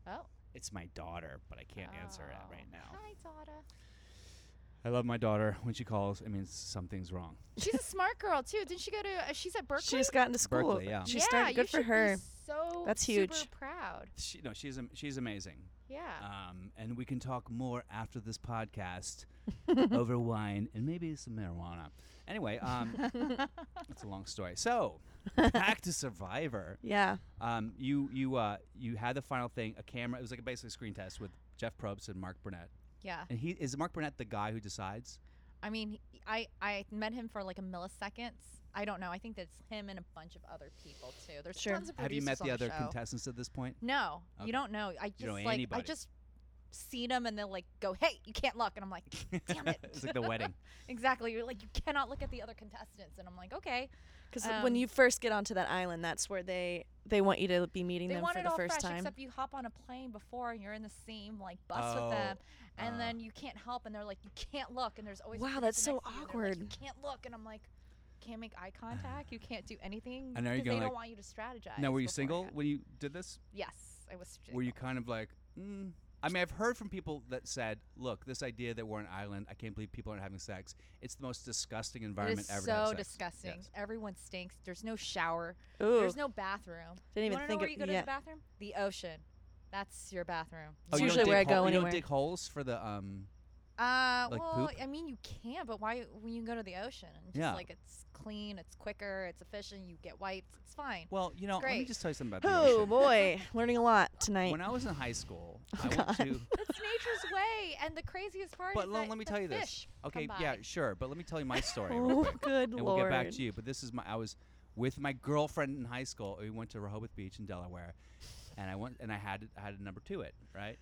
[SPEAKER 3] Oh.
[SPEAKER 2] It's my daughter, but I can't answer it right
[SPEAKER 3] Oh.
[SPEAKER 2] now.
[SPEAKER 3] Hi, daughter.
[SPEAKER 2] I love my daughter. When she calls, it means something's wrong.
[SPEAKER 3] She's a smart girl too. Didn't she go to? Uh, she's at Berkeley.
[SPEAKER 1] She just got into school.
[SPEAKER 2] Berkeley, yeah.
[SPEAKER 1] She
[SPEAKER 3] yeah,
[SPEAKER 1] started.
[SPEAKER 3] you
[SPEAKER 1] Good for
[SPEAKER 3] should be
[SPEAKER 1] her.
[SPEAKER 3] so
[SPEAKER 1] That's huge.
[SPEAKER 3] Super proud.
[SPEAKER 2] She, no, she's am- she's amazing.
[SPEAKER 3] Yeah.
[SPEAKER 2] Um, and we can talk more after this
[SPEAKER 3] <laughs>
[SPEAKER 2] podcast over wine and maybe some marijuana. Anyway,
[SPEAKER 3] <laughs>
[SPEAKER 2] um, it's a long story. So back to Survivor.
[SPEAKER 1] <laughs> Yeah.
[SPEAKER 2] Um, you you uh, you had the final thing, a camera. It was like a basically screen test with Jeff Probst and Mark Burnett.
[SPEAKER 3] yeah.
[SPEAKER 2] And he is Mark Burnett the guy who decides.
[SPEAKER 3] I mean, he- I I met him for like a milliseconds. I don't know. I think that's him and a bunch of other people too. There's
[SPEAKER 1] Sure.
[SPEAKER 3] tons of
[SPEAKER 2] Have you met
[SPEAKER 3] producers
[SPEAKER 2] the
[SPEAKER 3] Oh, on
[SPEAKER 2] other
[SPEAKER 3] show.
[SPEAKER 2] contestants at this point?
[SPEAKER 3] No,
[SPEAKER 2] Okay.
[SPEAKER 3] you don't know. I just
[SPEAKER 2] don't know
[SPEAKER 3] like
[SPEAKER 2] anybody.
[SPEAKER 3] I just seen them and they'll like go, "Hey, you can't look," and I'm like, <laughs> "Damn it!"
[SPEAKER 2] <laughs> it's like the
[SPEAKER 3] <laughs>
[SPEAKER 2] wedding.
[SPEAKER 3] exactly. You're like, you cannot look at the other contestants, and I'm like, okay.
[SPEAKER 1] Because when
[SPEAKER 3] Um,
[SPEAKER 1] you first get onto that island, that's where they they want you to be meeting
[SPEAKER 3] They
[SPEAKER 1] them
[SPEAKER 3] want
[SPEAKER 1] for
[SPEAKER 3] it
[SPEAKER 1] the
[SPEAKER 3] all
[SPEAKER 1] first
[SPEAKER 3] fresh,
[SPEAKER 1] time.
[SPEAKER 3] except you hop on a plane before and you're in the same like bus
[SPEAKER 2] Oh.
[SPEAKER 3] with them, and
[SPEAKER 2] uh.
[SPEAKER 3] then you can't help, and they're like, you can't look, and there's always a
[SPEAKER 1] Wow, that's so
[SPEAKER 3] person next to you, and they're like,
[SPEAKER 1] awkward.
[SPEAKER 3] you can't look, and I'm like, can't make eye contact. You can't do anything.
[SPEAKER 2] And are you
[SPEAKER 3] 'cause they
[SPEAKER 2] gonna,
[SPEAKER 3] don't
[SPEAKER 2] like-
[SPEAKER 3] want you to strategize.
[SPEAKER 2] Now, were you single
[SPEAKER 3] beforehand.
[SPEAKER 2] when you did this?
[SPEAKER 3] Yes, I was.
[SPEAKER 2] Were you
[SPEAKER 3] single.
[SPEAKER 2] kind of like, mm. I mean, I've heard from people that said, look, this idea that we're an island, I can't believe people aren't having sex. It's the most disgusting
[SPEAKER 3] It
[SPEAKER 2] environment
[SPEAKER 3] is
[SPEAKER 2] ever. to have
[SPEAKER 3] so
[SPEAKER 2] sex."
[SPEAKER 3] disgusting.
[SPEAKER 2] Yes.
[SPEAKER 3] Everyone stinks. There's no shower.
[SPEAKER 1] Ooh,
[SPEAKER 3] There's no bathroom.
[SPEAKER 1] didn't
[SPEAKER 3] You
[SPEAKER 1] even
[SPEAKER 3] want to know
[SPEAKER 1] think
[SPEAKER 3] where
[SPEAKER 1] of
[SPEAKER 3] you go to
[SPEAKER 1] yeah.
[SPEAKER 3] the bathroom? The ocean. That's your bathroom.
[SPEAKER 1] It's
[SPEAKER 2] Oh, you don't
[SPEAKER 1] usually where
[SPEAKER 2] dig
[SPEAKER 1] I go
[SPEAKER 2] hole- You
[SPEAKER 1] anywhere.
[SPEAKER 2] don't dig holes for the um,
[SPEAKER 3] Uh,
[SPEAKER 2] Like
[SPEAKER 3] well,
[SPEAKER 2] poop?
[SPEAKER 3] I mean, you can, but why? When you go to the ocean and just
[SPEAKER 2] Yeah.
[SPEAKER 3] like it's clean, it's quicker, it's efficient. You get wipes, it's fine.
[SPEAKER 2] Well, you know, let me
[SPEAKER 3] great.
[SPEAKER 2] just tell you something about the
[SPEAKER 1] Oh
[SPEAKER 2] ocean.
[SPEAKER 1] boy, learning a lot tonight.
[SPEAKER 2] When I was in
[SPEAKER 1] <laughs>
[SPEAKER 2] high school, I
[SPEAKER 1] Oh, God.
[SPEAKER 2] went to.
[SPEAKER 3] it's <laughs> nature's way, and the craziest part
[SPEAKER 2] But
[SPEAKER 3] is
[SPEAKER 2] Lon,
[SPEAKER 3] that
[SPEAKER 2] let me
[SPEAKER 3] the
[SPEAKER 2] tell you this.
[SPEAKER 3] fish come
[SPEAKER 2] Okay,
[SPEAKER 3] by.
[SPEAKER 2] yeah, sure. But let me tell
[SPEAKER 1] <laughs>
[SPEAKER 2] you my story real
[SPEAKER 1] oh,
[SPEAKER 2] quick,
[SPEAKER 1] good
[SPEAKER 2] and
[SPEAKER 1] lord.
[SPEAKER 2] we'll get back to you. But this is my. I was with my girlfriend in high school. We went to Rehoboth Beach in Delaware, and I went and I had I had a number two it right.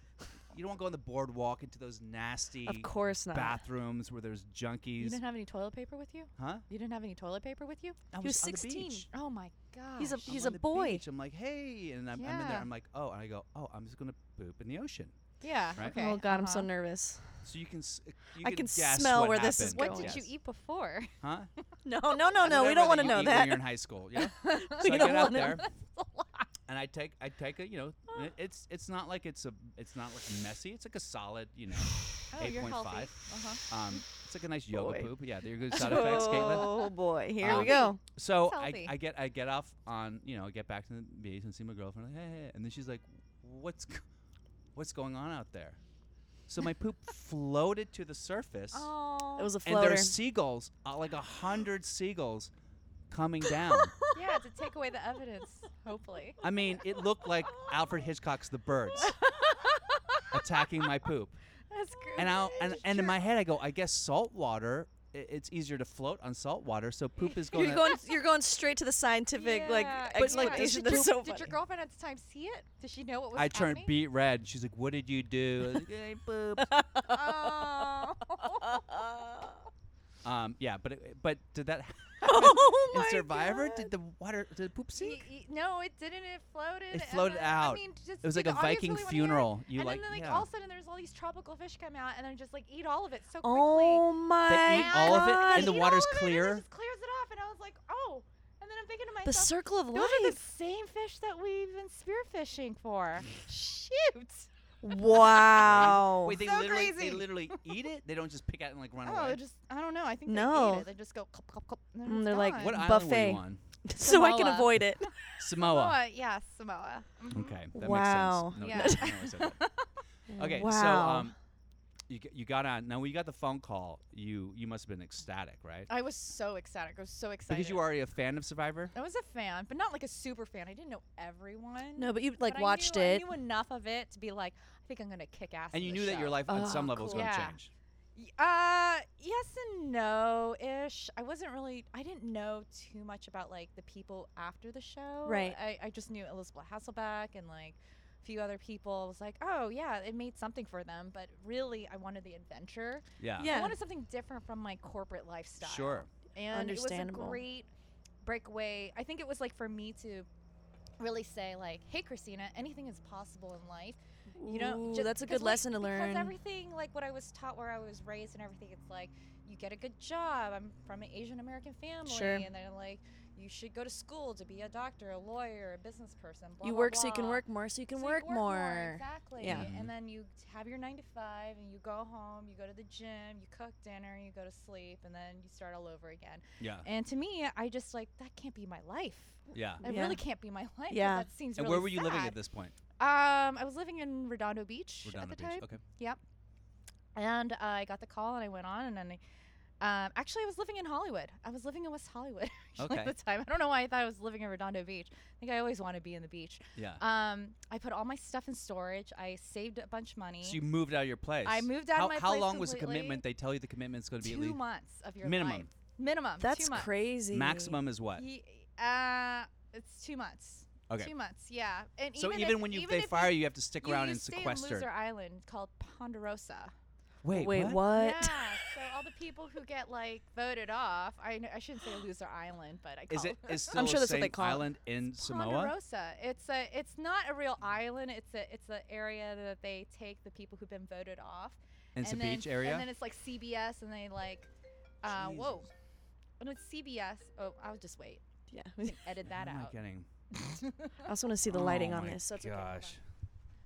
[SPEAKER 2] You don't want to go on the boardwalk into those nasty
[SPEAKER 1] Of course not.
[SPEAKER 2] bathrooms where there's
[SPEAKER 3] You
[SPEAKER 2] junkies,
[SPEAKER 3] didn't have any toilet paper with you?
[SPEAKER 2] huh?
[SPEAKER 3] You didn't have any toilet paper with you?
[SPEAKER 2] I
[SPEAKER 1] He was
[SPEAKER 2] on the
[SPEAKER 1] 16.
[SPEAKER 2] beach.
[SPEAKER 3] Oh my god.
[SPEAKER 1] He's a-
[SPEAKER 2] I'm
[SPEAKER 1] he's a
[SPEAKER 2] on the
[SPEAKER 1] boy.
[SPEAKER 2] beach. I'm like, hey, and I'm, I'm in there.
[SPEAKER 3] Yeah.
[SPEAKER 2] I'm like, oh, and I go, oh, I'm just gonna poop in the ocean.
[SPEAKER 3] yeah.
[SPEAKER 2] Right?
[SPEAKER 3] Okay.
[SPEAKER 1] Oh god, I'm so
[SPEAKER 3] uh-huh.
[SPEAKER 1] nervous.
[SPEAKER 2] So you can, s- uh, you
[SPEAKER 1] I
[SPEAKER 2] can
[SPEAKER 1] can
[SPEAKER 2] guess
[SPEAKER 1] smell
[SPEAKER 2] what
[SPEAKER 1] where this is
[SPEAKER 2] happened.
[SPEAKER 1] going.
[SPEAKER 3] What did you
[SPEAKER 2] Yes.
[SPEAKER 3] eat before? <laughs>
[SPEAKER 2] Huh?
[SPEAKER 1] No, no, no, no. We
[SPEAKER 2] Whatever
[SPEAKER 1] don't want
[SPEAKER 2] they
[SPEAKER 1] to know
[SPEAKER 2] eat when
[SPEAKER 1] that. <laughs>
[SPEAKER 2] You're in high school, yeah.
[SPEAKER 1] We
[SPEAKER 2] so I
[SPEAKER 1] don't
[SPEAKER 2] get out
[SPEAKER 1] wanna-
[SPEAKER 2] there
[SPEAKER 3] That's a lot.
[SPEAKER 2] and I take, I take a,
[SPEAKER 1] <laughs>
[SPEAKER 2] you know, and it- it's, it's not like it's a, it's not like messy. It's like a solid, you know,
[SPEAKER 3] Oh, you're healthy.
[SPEAKER 2] 8.5.
[SPEAKER 3] Uh-huh.
[SPEAKER 2] um, it's like a nice yoga
[SPEAKER 1] Boy.
[SPEAKER 2] poop. Yeah, there
[SPEAKER 1] <laughs>
[SPEAKER 2] you go. Side effects, Caitlin.
[SPEAKER 1] Oh boy, here
[SPEAKER 2] Um,
[SPEAKER 1] we go.
[SPEAKER 2] So
[SPEAKER 3] It's
[SPEAKER 2] I,
[SPEAKER 3] healthy.
[SPEAKER 2] I get, I get off on, you know, I get back to the beach and see my girlfriend. Like, hey, hey, hey," and then she's like, what's, g- what's going on out there? So my poop floated to the surface.
[SPEAKER 3] Oh.
[SPEAKER 1] It was a
[SPEAKER 2] and there
[SPEAKER 1] floater.
[SPEAKER 2] are seagulls, uh, like a hundred seagulls, coming down.
[SPEAKER 3] yeah, to take away the evidence, hopefully.
[SPEAKER 2] I mean, it looked like Alfred Hitchcock's The Birds attacking my poop.
[SPEAKER 3] <laughs> That's great.
[SPEAKER 2] And I and, and in my head, I go, I guess salt water. i- It's easier to float on salt water, so poop is going.
[SPEAKER 1] You're going you're going straight to the scientific like
[SPEAKER 2] But, like,
[SPEAKER 1] explanation.
[SPEAKER 2] did
[SPEAKER 1] That's so
[SPEAKER 3] Did your
[SPEAKER 1] funny.
[SPEAKER 3] girlfriend at the time see it? Did she know what was
[SPEAKER 2] I turned
[SPEAKER 3] happening?
[SPEAKER 2] beet red. She's like, "What did you do?" I was like, "I pooped."
[SPEAKER 3] <laughs>
[SPEAKER 1] <laughs>
[SPEAKER 3] Oh.
[SPEAKER 2] um, yeah, but it, but did
[SPEAKER 3] <laughs>
[SPEAKER 2] that happen
[SPEAKER 1] <laughs> oh
[SPEAKER 2] in
[SPEAKER 1] my
[SPEAKER 2] Survivor?
[SPEAKER 1] God.
[SPEAKER 2] Did the water did the poop sink?
[SPEAKER 3] Y- y- no, it didn't. It floated.
[SPEAKER 2] It
[SPEAKER 3] and
[SPEAKER 2] floated
[SPEAKER 3] then- I
[SPEAKER 2] out.
[SPEAKER 3] mean, just
[SPEAKER 2] It was
[SPEAKER 3] did
[SPEAKER 2] like a
[SPEAKER 3] the audience
[SPEAKER 2] Viking
[SPEAKER 3] really wanna hear it?
[SPEAKER 2] funeral. You
[SPEAKER 3] and
[SPEAKER 2] like,
[SPEAKER 3] then, like
[SPEAKER 2] yeah.
[SPEAKER 3] all of a sudden, there's all these tropical fish come out, and they're just like eat all of it so <laughs> quickly.
[SPEAKER 1] Oh my
[SPEAKER 2] They eat all of it,
[SPEAKER 1] God.
[SPEAKER 2] and the
[SPEAKER 3] Eat all
[SPEAKER 2] water's
[SPEAKER 3] of it, and it
[SPEAKER 2] clear?
[SPEAKER 3] just clears it off, and I was like, oh. And then I'm thinking to
[SPEAKER 1] the
[SPEAKER 3] myself,
[SPEAKER 1] circle of
[SPEAKER 3] those are <laughs> the
[SPEAKER 1] life.
[SPEAKER 3] same fish that we've been spearfishing
[SPEAKER 2] <laughs>
[SPEAKER 3] for. Shoot.
[SPEAKER 1] Wow.
[SPEAKER 2] Wait, they
[SPEAKER 3] "Oh, So
[SPEAKER 2] literally they
[SPEAKER 3] crazy.
[SPEAKER 2] literally eat it. They don't just pick out and like run
[SPEAKER 3] Oh,
[SPEAKER 2] away.
[SPEAKER 3] they just I don't know. I think they
[SPEAKER 1] No.
[SPEAKER 3] eat it. They just go. Cup, cup, cup, and
[SPEAKER 1] Mm,
[SPEAKER 3] it's
[SPEAKER 1] they're like,
[SPEAKER 3] gone.
[SPEAKER 2] What
[SPEAKER 1] Um,
[SPEAKER 2] island were
[SPEAKER 1] buffet.
[SPEAKER 2] you on?
[SPEAKER 1] <laughs> so I can
[SPEAKER 3] Samoa.
[SPEAKER 1] avoid it.
[SPEAKER 2] Samoa.
[SPEAKER 3] Samoa, yeah, Samoa. Mhm.
[SPEAKER 2] Okay, that
[SPEAKER 1] Wow.
[SPEAKER 2] makes sense. No,
[SPEAKER 3] Yeah.
[SPEAKER 2] no, no, I said
[SPEAKER 3] <laughs>
[SPEAKER 2] that. <laughs> okay,
[SPEAKER 1] wow.
[SPEAKER 2] so um, you g- you got on. Now when you got the phone call, you you must have been ecstatic, right?
[SPEAKER 3] I was so ecstatic. I was so excited.
[SPEAKER 2] Because you were already a fan of Survivor.
[SPEAKER 3] I was a fan, but not like a super fan. I didn't know everyone.
[SPEAKER 1] no, but you
[SPEAKER 3] but
[SPEAKER 1] like
[SPEAKER 3] I knew-
[SPEAKER 1] watched it.
[SPEAKER 3] I knew enough of it to be like, I think I'm gonna kick ass.
[SPEAKER 2] And
[SPEAKER 3] in
[SPEAKER 2] you
[SPEAKER 3] this
[SPEAKER 2] knew that your
[SPEAKER 3] show.
[SPEAKER 2] life on some
[SPEAKER 1] Oh,
[SPEAKER 2] level was
[SPEAKER 1] cool.
[SPEAKER 2] going to
[SPEAKER 3] Yeah.
[SPEAKER 2] change.
[SPEAKER 3] Y- Uh, yes and no ish. I wasn't really. I didn't know too much about like the people after the show.
[SPEAKER 1] Right.
[SPEAKER 3] I, I just knew Elizabeth Hasselbeck and like a few other people. I was like, oh yeah, it made something for them. But really, I wanted the adventure.
[SPEAKER 2] Yeah.
[SPEAKER 1] Yeah.
[SPEAKER 3] I wanted something different from my corporate lifestyle.
[SPEAKER 2] Sure.
[SPEAKER 3] And it
[SPEAKER 1] Understandable.
[SPEAKER 3] was a great breakaway. I think it was like for me to really say like, hey Christina, anything is possible in life. You know,
[SPEAKER 1] Ooh,
[SPEAKER 3] ju-
[SPEAKER 1] that's a
[SPEAKER 3] because
[SPEAKER 1] good
[SPEAKER 3] we-
[SPEAKER 1] lesson to learn.
[SPEAKER 3] Because everything like what I was taught where I was raised and everything, it's like you get a good job. I'm from an Asian American family
[SPEAKER 1] Sure.
[SPEAKER 3] and they're like you should go to school to be a doctor, a lawyer, a business person. Blah,
[SPEAKER 1] you
[SPEAKER 3] blah,
[SPEAKER 1] work so you can
[SPEAKER 3] blah.
[SPEAKER 1] work more, so you can
[SPEAKER 3] So you
[SPEAKER 1] work, more.
[SPEAKER 3] Exactly.
[SPEAKER 1] Yeah.
[SPEAKER 2] Mhm.
[SPEAKER 3] And then you t- have your nine to five, and you go home, you go to the gym, you cook dinner, you go to sleep, and then you start all over again.
[SPEAKER 2] Yeah.
[SPEAKER 3] And to me, I just like that can't be my life.
[SPEAKER 2] Yeah.
[SPEAKER 3] That
[SPEAKER 1] Yeah.
[SPEAKER 3] really can't be my life. 'cause
[SPEAKER 1] Yeah.
[SPEAKER 3] That seems.
[SPEAKER 2] And
[SPEAKER 3] really
[SPEAKER 2] where were you living
[SPEAKER 3] sad.
[SPEAKER 2] at this point?
[SPEAKER 3] Um, I was living in Redondo Beach at
[SPEAKER 2] Redondo
[SPEAKER 3] the
[SPEAKER 2] Beach.
[SPEAKER 3] time,
[SPEAKER 2] Okay.
[SPEAKER 3] and uh, I got the call, and I went on, and then. I, um, actually, I was living in Hollywood. I was living in West Hollywood <laughs> actually,
[SPEAKER 2] Okay.
[SPEAKER 3] at the time. I don't know why I thought I was living in Redondo Beach. I think I always want to be in the beach.
[SPEAKER 2] Yeah.
[SPEAKER 3] Um, I put all my stuff in storage. I saved a bunch of money.
[SPEAKER 2] So you moved out of your place.
[SPEAKER 3] I moved out
[SPEAKER 2] how,
[SPEAKER 3] of my
[SPEAKER 2] How
[SPEAKER 3] place
[SPEAKER 2] long was the
[SPEAKER 3] completely.
[SPEAKER 2] commitment? They tell you the commitment's going to be
[SPEAKER 3] two
[SPEAKER 2] at least
[SPEAKER 3] months of your
[SPEAKER 2] Minimum.
[SPEAKER 3] life. Minimum.
[SPEAKER 1] That's
[SPEAKER 3] two months.
[SPEAKER 1] crazy.
[SPEAKER 2] Um, maximum is what?
[SPEAKER 3] Ye- uh, it's two months.
[SPEAKER 2] Okay.
[SPEAKER 3] Two months. Yeah. And
[SPEAKER 2] So
[SPEAKER 3] even,
[SPEAKER 2] even,
[SPEAKER 3] if,
[SPEAKER 2] when you
[SPEAKER 3] even
[SPEAKER 2] they
[SPEAKER 3] if
[SPEAKER 2] fire
[SPEAKER 3] you,
[SPEAKER 2] you, you have to stick
[SPEAKER 3] you-
[SPEAKER 2] around
[SPEAKER 3] you
[SPEAKER 2] and
[SPEAKER 3] stay
[SPEAKER 2] sequester.
[SPEAKER 3] On loser island called Ponderosa.
[SPEAKER 2] Wait,
[SPEAKER 1] Wait,
[SPEAKER 2] what?
[SPEAKER 1] what?
[SPEAKER 3] Yeah. so all the people who get like voted off. I kn- I shouldn't say loser island, but I call
[SPEAKER 2] Is
[SPEAKER 3] <laughs>
[SPEAKER 2] it is still
[SPEAKER 1] I'm sure
[SPEAKER 2] the
[SPEAKER 1] that's what
[SPEAKER 2] same
[SPEAKER 1] they call it.
[SPEAKER 2] island in Samoa?
[SPEAKER 3] Ponderosa. It's a. It's not a real island. It's a. It's an area that they take the people who've been voted off.
[SPEAKER 2] It's a
[SPEAKER 3] and then-
[SPEAKER 2] beach area.
[SPEAKER 3] And then it's like CBS, and they like, uh, whoa. And it's CBS. Oh, I'll just wait.
[SPEAKER 1] <laughs> Yeah.
[SPEAKER 3] You can edit that
[SPEAKER 2] What am I
[SPEAKER 3] out.
[SPEAKER 2] getting?
[SPEAKER 1] I also want to see the lighting
[SPEAKER 2] Oh
[SPEAKER 1] on
[SPEAKER 2] my
[SPEAKER 1] this. That's okay.
[SPEAKER 2] gosh.
[SPEAKER 3] <laughs>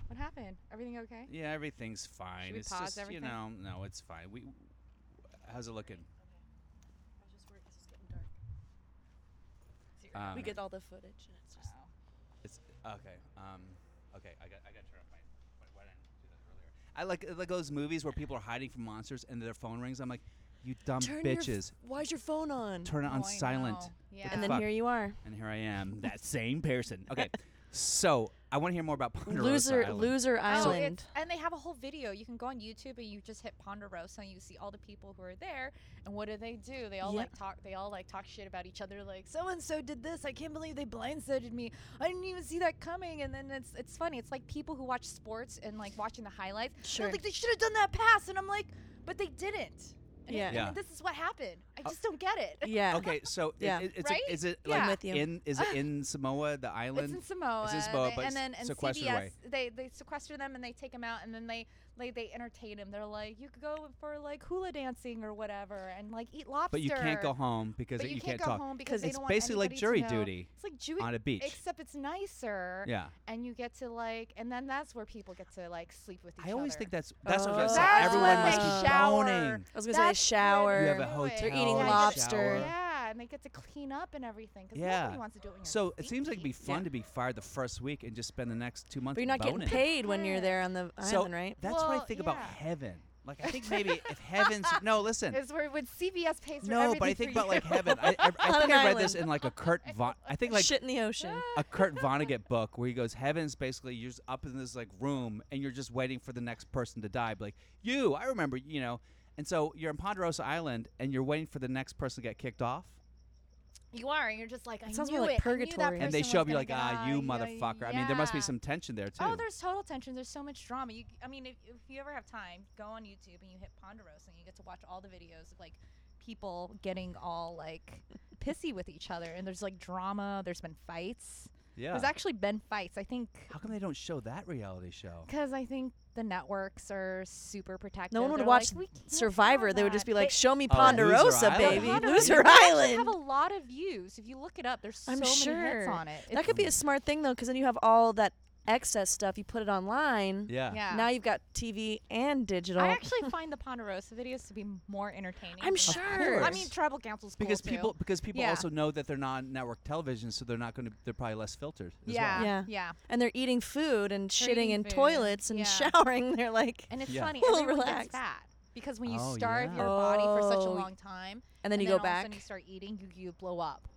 [SPEAKER 3] What happened? Everything okay?
[SPEAKER 2] Yeah, everything's fine.
[SPEAKER 3] we
[SPEAKER 2] it's
[SPEAKER 3] pause
[SPEAKER 2] just
[SPEAKER 3] everything?
[SPEAKER 2] you know, no, it's fine. We, how's it looking? Um,
[SPEAKER 1] we get all the footage, and it's just
[SPEAKER 2] It's okay. Um, okay, I got I got to turn off my. Why, why didn't I do that earlier? I like like those movies where people are hiding from monsters and their phone rings. I'm like, you dumb
[SPEAKER 1] Turn your f-
[SPEAKER 2] Um, bitches,
[SPEAKER 1] Why's your phone on?
[SPEAKER 2] turn it on
[SPEAKER 3] Oh, I
[SPEAKER 2] silent.
[SPEAKER 3] know. Yeah.
[SPEAKER 1] and then
[SPEAKER 2] fuck?
[SPEAKER 1] here you are.
[SPEAKER 2] And here I am, that same person. Okay, so I want to hear more about Ponderosa
[SPEAKER 1] Loser
[SPEAKER 2] Island.
[SPEAKER 1] Loser
[SPEAKER 3] Oh,
[SPEAKER 1] Island.
[SPEAKER 3] it's, and they have a whole video. You can go on YouTube and you just hit Ponderosa and you see all the people who are there. And what do they do? They all
[SPEAKER 1] Yeah.
[SPEAKER 3] like talk. They all like talk shit about each other. Like so and so did this. I can't believe they blindsided me. I didn't even see that coming. And then it's it's funny. It's like people who watch sports and like watching the highlights. They're
[SPEAKER 1] Sure.
[SPEAKER 3] like they should have done that pass. And I'm like, but they didn't. And
[SPEAKER 1] Yeah. Oh.
[SPEAKER 3] it-
[SPEAKER 2] Yeah.
[SPEAKER 3] And this is what happened. I just don't get it.
[SPEAKER 1] <laughs> yeah.
[SPEAKER 2] Okay, so it-
[SPEAKER 1] Yeah.
[SPEAKER 2] it, it's
[SPEAKER 3] Right?
[SPEAKER 2] a, is it
[SPEAKER 3] Yeah.
[SPEAKER 2] like
[SPEAKER 3] I'm
[SPEAKER 1] with you.
[SPEAKER 2] in is it in Samoa the
[SPEAKER 3] It's
[SPEAKER 2] island?
[SPEAKER 3] in Samoa.
[SPEAKER 2] It's in Samoa,
[SPEAKER 3] they-
[SPEAKER 2] but
[SPEAKER 3] and then
[SPEAKER 2] it's
[SPEAKER 3] and
[SPEAKER 2] sequestered
[SPEAKER 3] CBS,
[SPEAKER 2] away.
[SPEAKER 3] they they sequester them and they take them out and then they like they entertain them. They're like, you could go for like hula dancing or whatever and like eat lobster.
[SPEAKER 2] but you can't go home because
[SPEAKER 3] But
[SPEAKER 2] it-
[SPEAKER 3] you, can't, go
[SPEAKER 2] talk.
[SPEAKER 3] home because they
[SPEAKER 1] It's
[SPEAKER 3] don't want
[SPEAKER 2] Basically, like
[SPEAKER 3] anybody to
[SPEAKER 2] jury
[SPEAKER 3] know.
[SPEAKER 2] duty
[SPEAKER 3] It's like Jewish,
[SPEAKER 2] on a beach.
[SPEAKER 3] except it's nicer.
[SPEAKER 2] yeah,
[SPEAKER 3] And you get to like, and then that's where people get to like sleep with each other.
[SPEAKER 2] I always think that's that's what I was
[SPEAKER 1] Oh.
[SPEAKER 2] gonna say.
[SPEAKER 1] That's
[SPEAKER 2] Everyone
[SPEAKER 1] when
[SPEAKER 2] must
[SPEAKER 1] they
[SPEAKER 2] be
[SPEAKER 3] shower.
[SPEAKER 2] boning.
[SPEAKER 1] I was gonna say shower.
[SPEAKER 2] You have a hotel,
[SPEAKER 1] They're eating
[SPEAKER 2] shower.
[SPEAKER 1] lobster.
[SPEAKER 3] Yeah, and they get to clean up and everything because
[SPEAKER 2] Yeah.
[SPEAKER 3] nobody wants to do it. When you're
[SPEAKER 2] So it seems like it'd be
[SPEAKER 3] sleepy.
[SPEAKER 2] fun
[SPEAKER 1] Yeah.
[SPEAKER 2] to be fired the first week and just spend the next two months.
[SPEAKER 1] but you're not
[SPEAKER 2] boning.
[SPEAKER 1] getting paid when you're there on the
[SPEAKER 2] So
[SPEAKER 1] island, right?
[SPEAKER 2] that's what I
[SPEAKER 3] Well,
[SPEAKER 2] think about
[SPEAKER 3] yeah.
[SPEAKER 2] heaven. Like I think maybe
[SPEAKER 3] <laughs>
[SPEAKER 2] if heaven's no, listen,
[SPEAKER 3] Is where when CBS pays for
[SPEAKER 2] no,
[SPEAKER 3] everything
[SPEAKER 2] but I
[SPEAKER 3] for
[SPEAKER 2] think
[SPEAKER 3] you.
[SPEAKER 2] about like heaven. I, I,
[SPEAKER 1] <laughs>
[SPEAKER 2] I
[SPEAKER 1] On an
[SPEAKER 2] think I read this
[SPEAKER 1] island.
[SPEAKER 2] in like a
[SPEAKER 3] <laughs>
[SPEAKER 2] Kurt Von. I think like
[SPEAKER 1] Shit in the ocean.
[SPEAKER 2] a Kurt Vonnegut book where he goes, Heaven's basically you're just up in this like room and you're just waiting for the next person to die. Be Like, you, I remember, you know. And so you're in Ponderosa Island and you're waiting for the next person to get kicked off.
[SPEAKER 3] You are, and you're just like, I
[SPEAKER 1] sounds
[SPEAKER 3] knew
[SPEAKER 1] more like
[SPEAKER 3] it. I knew that
[SPEAKER 1] purgatory.
[SPEAKER 2] and they
[SPEAKER 3] person
[SPEAKER 2] show
[SPEAKER 3] was
[SPEAKER 2] up, you're like,
[SPEAKER 3] gonna
[SPEAKER 2] ah,
[SPEAKER 3] die.
[SPEAKER 2] you
[SPEAKER 3] Yeah,
[SPEAKER 2] motherfucker. I mean, there must be
[SPEAKER 3] yeah.
[SPEAKER 2] some tension there, too.
[SPEAKER 3] Oh, there's total tension. There's so much drama. You, I mean, if, if you ever have time, go on YouTube and you hit Ponderosa, and you get to watch all the videos of like people getting all
[SPEAKER 1] <laughs>
[SPEAKER 3] like pissy with each other, and there's like drama. There's been fights.
[SPEAKER 2] yeah.
[SPEAKER 3] There's actually been fights. I think
[SPEAKER 2] How come they don't show that reality
[SPEAKER 3] <laughs>
[SPEAKER 2] show?
[SPEAKER 3] because I think the networks are super protective.
[SPEAKER 1] No one would
[SPEAKER 3] They're
[SPEAKER 1] watch
[SPEAKER 3] like, "We can't
[SPEAKER 1] Survivor.
[SPEAKER 3] have
[SPEAKER 1] They would just
[SPEAKER 3] that."
[SPEAKER 1] be like,
[SPEAKER 3] They-
[SPEAKER 1] "Show me
[SPEAKER 2] Oh, Loser
[SPEAKER 1] Ponderosa,
[SPEAKER 2] Island.
[SPEAKER 1] baby,
[SPEAKER 3] Ponderosa-
[SPEAKER 1] Loser
[SPEAKER 3] they actually have
[SPEAKER 1] Island."
[SPEAKER 3] a lot of views. If you look it up, there's so
[SPEAKER 1] I'm
[SPEAKER 3] many hits
[SPEAKER 1] sure.
[SPEAKER 3] on it.
[SPEAKER 1] That could be a smart thing though, because then you have all that excess stuff. You put it online.
[SPEAKER 2] Yeah.
[SPEAKER 3] yeah.
[SPEAKER 1] Now you've got TV and digital. <laughs>
[SPEAKER 3] I actually find the Ponderosa videos to be more entertaining.
[SPEAKER 1] I'm
[SPEAKER 3] than-
[SPEAKER 1] sure.
[SPEAKER 3] I mean, tribal council's cool
[SPEAKER 2] Because
[SPEAKER 3] too.
[SPEAKER 2] people because people
[SPEAKER 3] Yeah.
[SPEAKER 2] also know that they're not network television, so they're not going to. They're probably less filtered. As
[SPEAKER 3] Yeah,
[SPEAKER 2] Well.
[SPEAKER 1] Yeah.
[SPEAKER 3] yeah,
[SPEAKER 1] and they're eating food and shitting
[SPEAKER 3] eating
[SPEAKER 1] in
[SPEAKER 3] food.
[SPEAKER 1] toilets and
[SPEAKER 3] Yeah.
[SPEAKER 1] showering. <laughs> They're like,
[SPEAKER 3] And it's
[SPEAKER 2] Yeah.
[SPEAKER 3] funny.
[SPEAKER 1] Well,
[SPEAKER 3] everyone
[SPEAKER 1] relax.
[SPEAKER 3] gets fat because when you
[SPEAKER 2] Oh,
[SPEAKER 3] starve
[SPEAKER 2] yeah.
[SPEAKER 3] your body for such a
[SPEAKER 1] Oh.
[SPEAKER 3] long time,
[SPEAKER 1] and then you
[SPEAKER 3] all
[SPEAKER 1] go
[SPEAKER 3] of a sudden
[SPEAKER 1] back.
[SPEAKER 3] you start eating, you you blow up.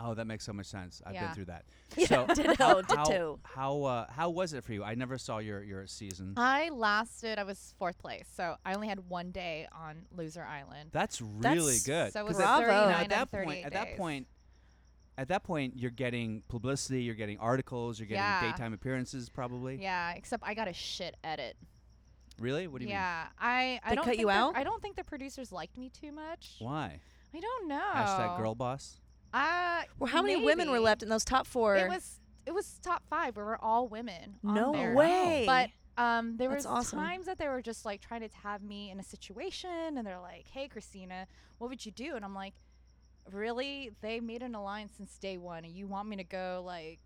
[SPEAKER 2] Oh, that makes so much sense. I've been
[SPEAKER 3] <laughs> Yeah.
[SPEAKER 2] through that.
[SPEAKER 1] Yeah,
[SPEAKER 2] So
[SPEAKER 1] ditto,
[SPEAKER 2] how,
[SPEAKER 1] ditto.
[SPEAKER 2] How how, uh, how was it for you? I never saw your your season.
[SPEAKER 3] I lasted. I was fourth place, so I only had one day on Loser Island.
[SPEAKER 2] That's really
[SPEAKER 1] That's
[SPEAKER 2] good.
[SPEAKER 3] so it
[SPEAKER 2] 'Cause
[SPEAKER 3] was
[SPEAKER 2] that's-
[SPEAKER 1] Bravo.
[SPEAKER 2] now,
[SPEAKER 3] 39
[SPEAKER 2] at that
[SPEAKER 3] and 38
[SPEAKER 2] point, at that
[SPEAKER 3] days.
[SPEAKER 2] point, at that point, you're getting publicity, you're getting articles, you're getting
[SPEAKER 3] Yeah.
[SPEAKER 2] daytime appearances, probably.
[SPEAKER 3] Yeah, except I got a shit edit.
[SPEAKER 2] Really? What do you
[SPEAKER 3] yeah, I I
[SPEAKER 1] They
[SPEAKER 3] don't
[SPEAKER 1] cut
[SPEAKER 3] think
[SPEAKER 1] you
[SPEAKER 3] the-
[SPEAKER 1] out?
[SPEAKER 3] I don't think the producers liked me too much.
[SPEAKER 2] mean? Why?
[SPEAKER 3] I don't know.
[SPEAKER 2] Hashtag girl boss.
[SPEAKER 3] Uh,
[SPEAKER 1] Well, how many women were
[SPEAKER 3] maybe.
[SPEAKER 1] left in those top four?
[SPEAKER 3] It was it was top five. We were all women. on
[SPEAKER 1] no
[SPEAKER 3] there.
[SPEAKER 1] way.
[SPEAKER 3] But um, there
[SPEAKER 1] That's
[SPEAKER 3] was
[SPEAKER 1] awesome.
[SPEAKER 3] times that they were just like trying to have me in a situation, and they're like, "Hey, Christina, what would you do?" And I'm like, "Really? They made an alliance since day one, and you want me to go like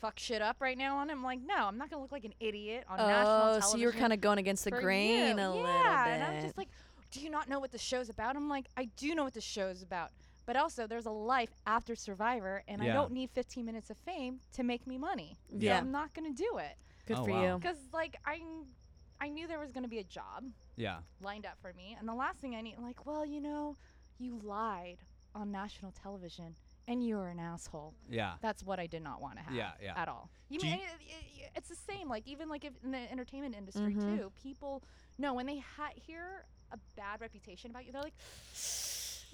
[SPEAKER 3] fuck shit up right now?" And I'm like, "No, I'm not gonna look like an idiot on
[SPEAKER 1] oh,
[SPEAKER 3] national
[SPEAKER 1] so
[SPEAKER 3] television."
[SPEAKER 1] you were kind of going against the
[SPEAKER 3] for
[SPEAKER 1] grain
[SPEAKER 3] you.
[SPEAKER 1] a little bit.
[SPEAKER 3] yeah, and I'm just like, do you not know what the show's about? I'm like, I do know what the show's about. But also, there's a life after Survivor, and
[SPEAKER 2] Yeah.
[SPEAKER 3] I don't need 15 minutes of fame to make me money. So
[SPEAKER 1] Yeah.
[SPEAKER 3] I'm not going to do it.
[SPEAKER 1] Good
[SPEAKER 2] Oh,
[SPEAKER 1] for
[SPEAKER 2] wow.
[SPEAKER 1] you.
[SPEAKER 3] Because, like, I, I knew there was going to be a job
[SPEAKER 2] Yeah.
[SPEAKER 3] lined up for me. And the last thing I need, like, well, you know, you lied on national television, and you're an asshole.
[SPEAKER 2] Yeah.
[SPEAKER 3] That's what I did not want to have
[SPEAKER 2] Yeah, yeah.
[SPEAKER 3] at all. You
[SPEAKER 2] Do
[SPEAKER 3] mean
[SPEAKER 2] you-
[SPEAKER 3] it- it- eh, it's the same? Like even like if in the entertainment industry
[SPEAKER 1] Mhm.
[SPEAKER 3] too, people no when they ha- hear a bad reputation about you, they're like,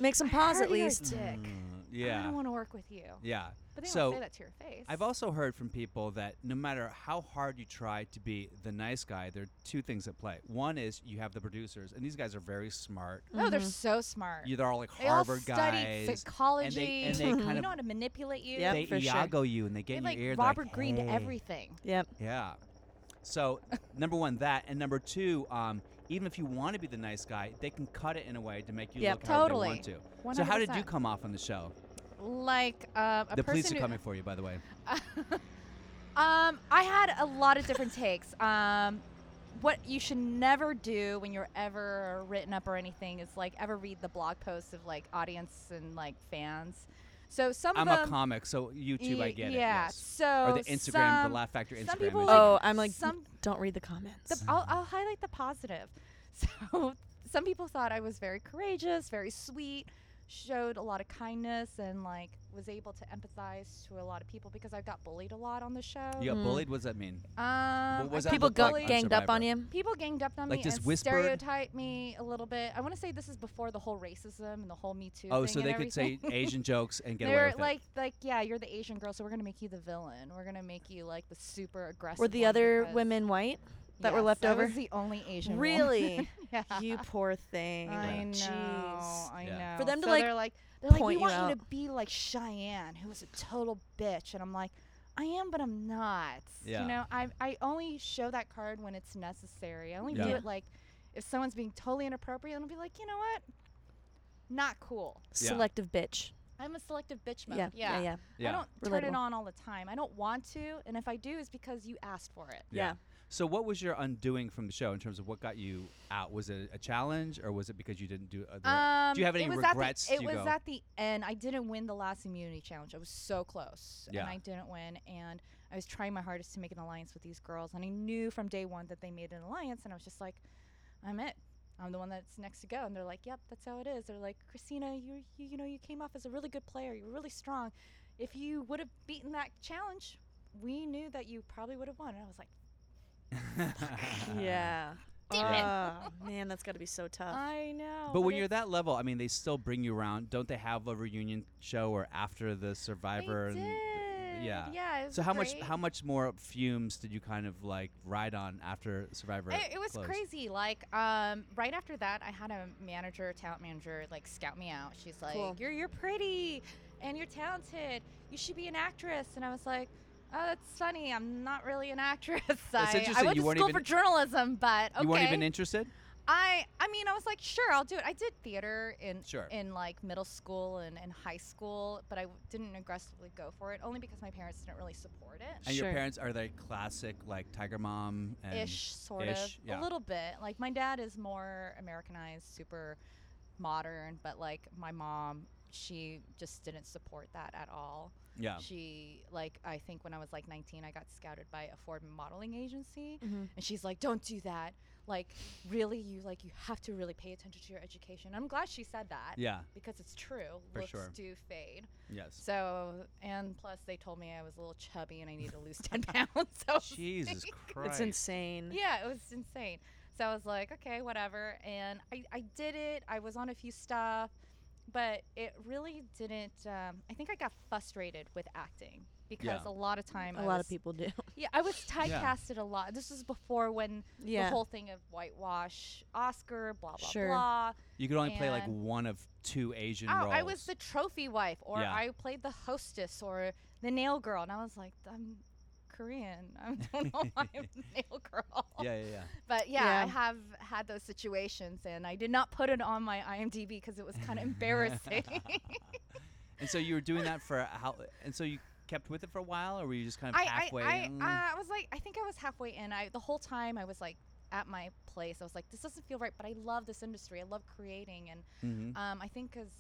[SPEAKER 1] Make some
[SPEAKER 3] "I heard
[SPEAKER 1] pause at
[SPEAKER 3] you're a <laughs>
[SPEAKER 1] least.
[SPEAKER 3] dick.
[SPEAKER 2] Mm,
[SPEAKER 3] I don't
[SPEAKER 2] yeah.
[SPEAKER 3] want to work with you.
[SPEAKER 2] Yeah.
[SPEAKER 3] But they
[SPEAKER 2] So,
[SPEAKER 3] don't say that to your face.
[SPEAKER 2] I've also heard from people that no matter how hard you try to be the nice guy, there are two things at play. One is you have the producers, and these guys are very smart.
[SPEAKER 3] no, Oh, they're
[SPEAKER 1] Mm-hmm.
[SPEAKER 3] so smart.
[SPEAKER 2] You- They're all like
[SPEAKER 3] they
[SPEAKER 2] Harvard
[SPEAKER 3] all
[SPEAKER 2] guys.
[SPEAKER 3] studied psychology.
[SPEAKER 2] and they kind
[SPEAKER 3] <laughs> you
[SPEAKER 2] of-
[SPEAKER 3] know how to manipulate you.
[SPEAKER 1] Yep,
[SPEAKER 2] they
[SPEAKER 1] for sure.
[SPEAKER 2] Iago you, and they get
[SPEAKER 3] They
[SPEAKER 2] in
[SPEAKER 3] like
[SPEAKER 2] your ear. they're
[SPEAKER 3] Robert
[SPEAKER 2] like,
[SPEAKER 3] Greene to
[SPEAKER 2] "Hey."
[SPEAKER 3] everything.
[SPEAKER 1] Yep.
[SPEAKER 2] Yeah. So, <laughs> number one, that, and number two, um, even if you want to be the nice guy, they can cut it in a way to make you
[SPEAKER 1] Yep,
[SPEAKER 2] look how
[SPEAKER 3] totally.
[SPEAKER 2] they want to. So, how did you
[SPEAKER 3] 100%.
[SPEAKER 2] come off on the show?
[SPEAKER 3] Like um, a
[SPEAKER 2] the
[SPEAKER 3] person
[SPEAKER 2] police are
[SPEAKER 3] who,
[SPEAKER 2] coming for you, by the way.
[SPEAKER 3] <laughs> um, I had a lot of different takes. Um, what you should never do when you're ever written up or anything is like ever read the blog posts of like audience and like fans. So some
[SPEAKER 2] I'm
[SPEAKER 3] of
[SPEAKER 2] a
[SPEAKER 3] them,
[SPEAKER 2] comic, so YouTube, I get it.
[SPEAKER 3] yeah,
[SPEAKER 2] yes.
[SPEAKER 3] So
[SPEAKER 2] or the Instagram,
[SPEAKER 3] some-
[SPEAKER 2] the Laugh Factor
[SPEAKER 3] some
[SPEAKER 2] Instagram.
[SPEAKER 3] people
[SPEAKER 2] is
[SPEAKER 3] like-
[SPEAKER 1] oh,
[SPEAKER 2] huge.
[SPEAKER 1] I'm like,
[SPEAKER 3] some
[SPEAKER 1] don't read the comments.
[SPEAKER 2] <laughs>
[SPEAKER 3] the, I'll, I'll highlight the positive. <laughs> So some people thought I was very courageous, very sweet, showed a lot of kindness, and like was able to empathize to a lot of people because I got bullied a lot on the show.
[SPEAKER 2] you got
[SPEAKER 1] Mm.
[SPEAKER 2] bullied. What does that mean?
[SPEAKER 3] Um,
[SPEAKER 2] What was that
[SPEAKER 3] I
[SPEAKER 1] People
[SPEAKER 2] look
[SPEAKER 1] got
[SPEAKER 2] like on
[SPEAKER 1] ganged up on
[SPEAKER 2] Survivor?
[SPEAKER 1] you.
[SPEAKER 3] people ganged up on
[SPEAKER 2] Like,
[SPEAKER 3] me
[SPEAKER 2] just
[SPEAKER 3] and
[SPEAKER 2] whispered?
[SPEAKER 3] stereotyped me a little bit. I want to say this is before the whole racism and the whole Me Too.
[SPEAKER 2] Oh,
[SPEAKER 3] thing
[SPEAKER 2] so
[SPEAKER 3] and
[SPEAKER 2] they could say
[SPEAKER 3] everything. <laughs>
[SPEAKER 2] Asian jokes and get
[SPEAKER 3] They're
[SPEAKER 2] away with
[SPEAKER 3] like, like, yeah, you're the Asian girl, so we're gonna make you the villain. We're gonna make you like the super aggressive.
[SPEAKER 1] Were the
[SPEAKER 3] one
[SPEAKER 1] other
[SPEAKER 3] because-
[SPEAKER 1] women white? that were left
[SPEAKER 3] I
[SPEAKER 1] over?
[SPEAKER 3] was the only Asian. woman.
[SPEAKER 1] Really?
[SPEAKER 3] <laughs> yeah.
[SPEAKER 1] You poor thing.
[SPEAKER 3] I know.
[SPEAKER 1] Jeez.
[SPEAKER 3] I
[SPEAKER 2] Yeah.
[SPEAKER 3] know.
[SPEAKER 1] For them to,
[SPEAKER 3] So
[SPEAKER 1] like,
[SPEAKER 3] they're like, they're like, we
[SPEAKER 1] point you
[SPEAKER 3] want you to
[SPEAKER 1] out.
[SPEAKER 3] be like Cheyenne, who is a total bitch, and I'm like, I am, but I'm not.
[SPEAKER 2] Yeah.
[SPEAKER 3] You know, I I only show that card when it's necessary. I only do
[SPEAKER 2] Yeah.
[SPEAKER 3] it like if someone's being totally inappropriate, and I'll be like, you know what? Not cool.
[SPEAKER 2] Yeah.
[SPEAKER 1] Selective bitch.
[SPEAKER 3] I'm a selective bitch mode.
[SPEAKER 1] Yeah, yeah, yeah, yeah.
[SPEAKER 2] it. Yeah.
[SPEAKER 3] I don't turn it
[SPEAKER 1] Relatable.
[SPEAKER 3] on all the time. I don't want to, and if I do, it's because you asked for it.
[SPEAKER 2] Yeah. So what was your undoing from the show in terms of what got you out? Was it a challenge or was it because you didn't do? Uh, the right-
[SPEAKER 3] Um,
[SPEAKER 2] do you have any
[SPEAKER 3] it was
[SPEAKER 2] regrets? Do
[SPEAKER 3] At the, it
[SPEAKER 2] you
[SPEAKER 3] was
[SPEAKER 2] go-
[SPEAKER 3] at the end. I didn't win the last immunity challenge. I was so close,
[SPEAKER 2] Yeah.
[SPEAKER 3] and I didn't win. And I was trying my hardest to make an alliance with these girls, and I knew from day one that they made an alliance, and I was just like, I'm it. I'm the one that's next to go, and they're like, "Yep, that's how it is." They're like, "Christina, you you, you know you came off as a really good player. You're really strong. If you would have beaten that challenge, we knew that you probably would have won." And I was like, <laughs>
[SPEAKER 2] <laughs>
[SPEAKER 1] Yeah.
[SPEAKER 3] Damn it.
[SPEAKER 1] Oh, man, that's got to be so tough.
[SPEAKER 3] "I know."
[SPEAKER 2] But when you're
[SPEAKER 3] it's-
[SPEAKER 2] that level, I mean, they still bring you around. Don't they have a reunion show or after the
[SPEAKER 3] they
[SPEAKER 2] Survivor?
[SPEAKER 3] did.
[SPEAKER 2] And uh, yeah.
[SPEAKER 3] yeah. it was
[SPEAKER 2] So how
[SPEAKER 3] great.
[SPEAKER 2] much how much more fumes did you kind of like ride on after Survivor?
[SPEAKER 3] I- it was
[SPEAKER 2] closed?
[SPEAKER 3] crazy. Like, um, right after that, I had a manager, talent manager, like scout me out. She's like,
[SPEAKER 1] Cool.
[SPEAKER 3] "You're you're pretty, and you're talented. You should be an actress." And I was like, "Oh, that's funny. I'm not really an <laughs> actress. I, I
[SPEAKER 2] interesting.
[SPEAKER 3] went
[SPEAKER 2] You
[SPEAKER 3] to
[SPEAKER 2] weren't
[SPEAKER 3] school
[SPEAKER 2] even-
[SPEAKER 3] for journalism, but okay."
[SPEAKER 2] You weren't even interested.
[SPEAKER 3] I I mean, I was like, "Sure, I'll do it." I did theater in
[SPEAKER 2] Sure.
[SPEAKER 3] in like middle school and, and high school, but I w- didn't aggressively go for it only because my parents didn't really support it.
[SPEAKER 2] And your
[SPEAKER 1] Sure.
[SPEAKER 2] parents are they classic like Tiger Mom and
[SPEAKER 3] ish sort
[SPEAKER 2] ish,
[SPEAKER 3] of
[SPEAKER 2] yeah.
[SPEAKER 3] a little bit like my dad is more americanized super modern but like my mom she just didn't support that at all
[SPEAKER 2] yeah.
[SPEAKER 3] she like i think when i was like 19 i got scouted by a ford modeling agency
[SPEAKER 1] Mhm.
[SPEAKER 3] and she's like don't do that like really you like you have to really pay attention to your education i'm glad she said that
[SPEAKER 2] Yeah.
[SPEAKER 3] because it's true
[SPEAKER 2] For
[SPEAKER 3] looks
[SPEAKER 2] sure.
[SPEAKER 3] do fade
[SPEAKER 2] Yes.
[SPEAKER 3] so and plus they told me i was a little chubby and i need to lose 10 <laughs> pounds so
[SPEAKER 2] Jesus Christ.
[SPEAKER 1] It's insane.
[SPEAKER 3] yeah, it was insane. So I was like, okay, whatever. And I, I did it. I was on a few stuff, but it really didn't. Um, I think I got frustrated with acting because
[SPEAKER 2] Yeah.
[SPEAKER 3] a lot of time,
[SPEAKER 1] A
[SPEAKER 3] I
[SPEAKER 1] lot
[SPEAKER 3] was-
[SPEAKER 1] of people
[SPEAKER 3] <laughs>
[SPEAKER 1] do.
[SPEAKER 3] Yeah,
[SPEAKER 1] <sighs>
[SPEAKER 3] I was typecasted a lot. This was before when
[SPEAKER 1] Yeah.
[SPEAKER 3] the whole thing of whitewash Oscar, blah blah
[SPEAKER 1] Sure.
[SPEAKER 3] blah.
[SPEAKER 2] You could only play like
[SPEAKER 3] And-
[SPEAKER 2] one of two Asian
[SPEAKER 3] Oh,
[SPEAKER 2] roles.
[SPEAKER 3] I was the trophy wife, or
[SPEAKER 2] Yeah.
[SPEAKER 3] I played the hostess, or the nail girl, and I was like, I'm Korean. I don't know why I'm the nail girl.
[SPEAKER 2] yeah, yeah,
[SPEAKER 3] <laughs>
[SPEAKER 2] yeah.
[SPEAKER 3] But yeah, I
[SPEAKER 1] Yeah.
[SPEAKER 3] have had those situations, and I did not put it on my IMDb because it was kind of embarrassing.
[SPEAKER 2] <laughs> And so you were doing that for how? And so you kept with it for a while, or were you just kind of
[SPEAKER 3] <laughs> I, I,
[SPEAKER 2] halfway?
[SPEAKER 3] I,
[SPEAKER 2] in?
[SPEAKER 3] uh, I was like, I think I was halfway in. I the whole time I was like at my place. I was like, this doesn't feel right, but I love this industry. I love creating, and
[SPEAKER 2] Mhm.
[SPEAKER 3] um, I think because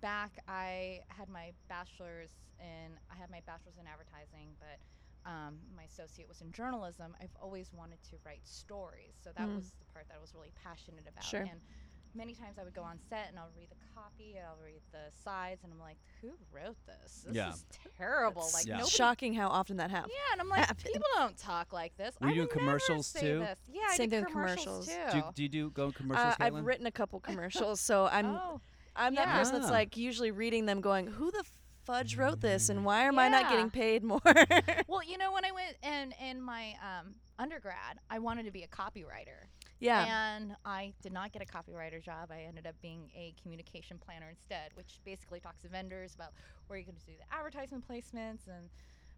[SPEAKER 3] back I had my bachelor's in I had my bachelor's in advertising, but um, my associate was in journalism. I've always wanted to write stories, so that
[SPEAKER 1] Mm.
[SPEAKER 3] was the part that I was really passionate about.
[SPEAKER 1] Sure.
[SPEAKER 3] And many times I would go on set and I'll read the copy and I'll read the sides, and I'm like, who wrote this? This
[SPEAKER 2] Yeah.
[SPEAKER 3] is terrible.
[SPEAKER 1] It's
[SPEAKER 3] Like
[SPEAKER 2] Yeah.
[SPEAKER 3] nobody.
[SPEAKER 1] Shocking how often that happens.
[SPEAKER 3] yeah, and I'm like,
[SPEAKER 1] happened.
[SPEAKER 3] people don't talk like this.
[SPEAKER 2] Were
[SPEAKER 3] I
[SPEAKER 2] you doing
[SPEAKER 3] would never
[SPEAKER 2] commercials
[SPEAKER 3] say
[SPEAKER 2] too?
[SPEAKER 3] This. Yeah,
[SPEAKER 1] Same
[SPEAKER 3] I did
[SPEAKER 1] thing with
[SPEAKER 3] commercials,
[SPEAKER 1] commercials.
[SPEAKER 3] too.
[SPEAKER 2] Do you, do you do go commercials?
[SPEAKER 1] Uh, I've
[SPEAKER 2] Caitlin?
[SPEAKER 1] written a couple commercials, so I'm
[SPEAKER 3] oh,
[SPEAKER 1] I'm that
[SPEAKER 3] Yeah.
[SPEAKER 1] person
[SPEAKER 2] Ah.
[SPEAKER 1] that's like usually reading them, going, "Who the fudge wrote this, and why am I
[SPEAKER 3] Yeah.
[SPEAKER 1] not getting paid
[SPEAKER 3] <laughs>
[SPEAKER 1] more?"
[SPEAKER 3] Well, you know, when I went and in my um, undergrad, I wanted to be a copywriter,
[SPEAKER 1] yeah,
[SPEAKER 3] and I did not get a copywriter job. I ended up being a communication planner instead, which basically talks to vendors about where you're going to do the advertisement placements and.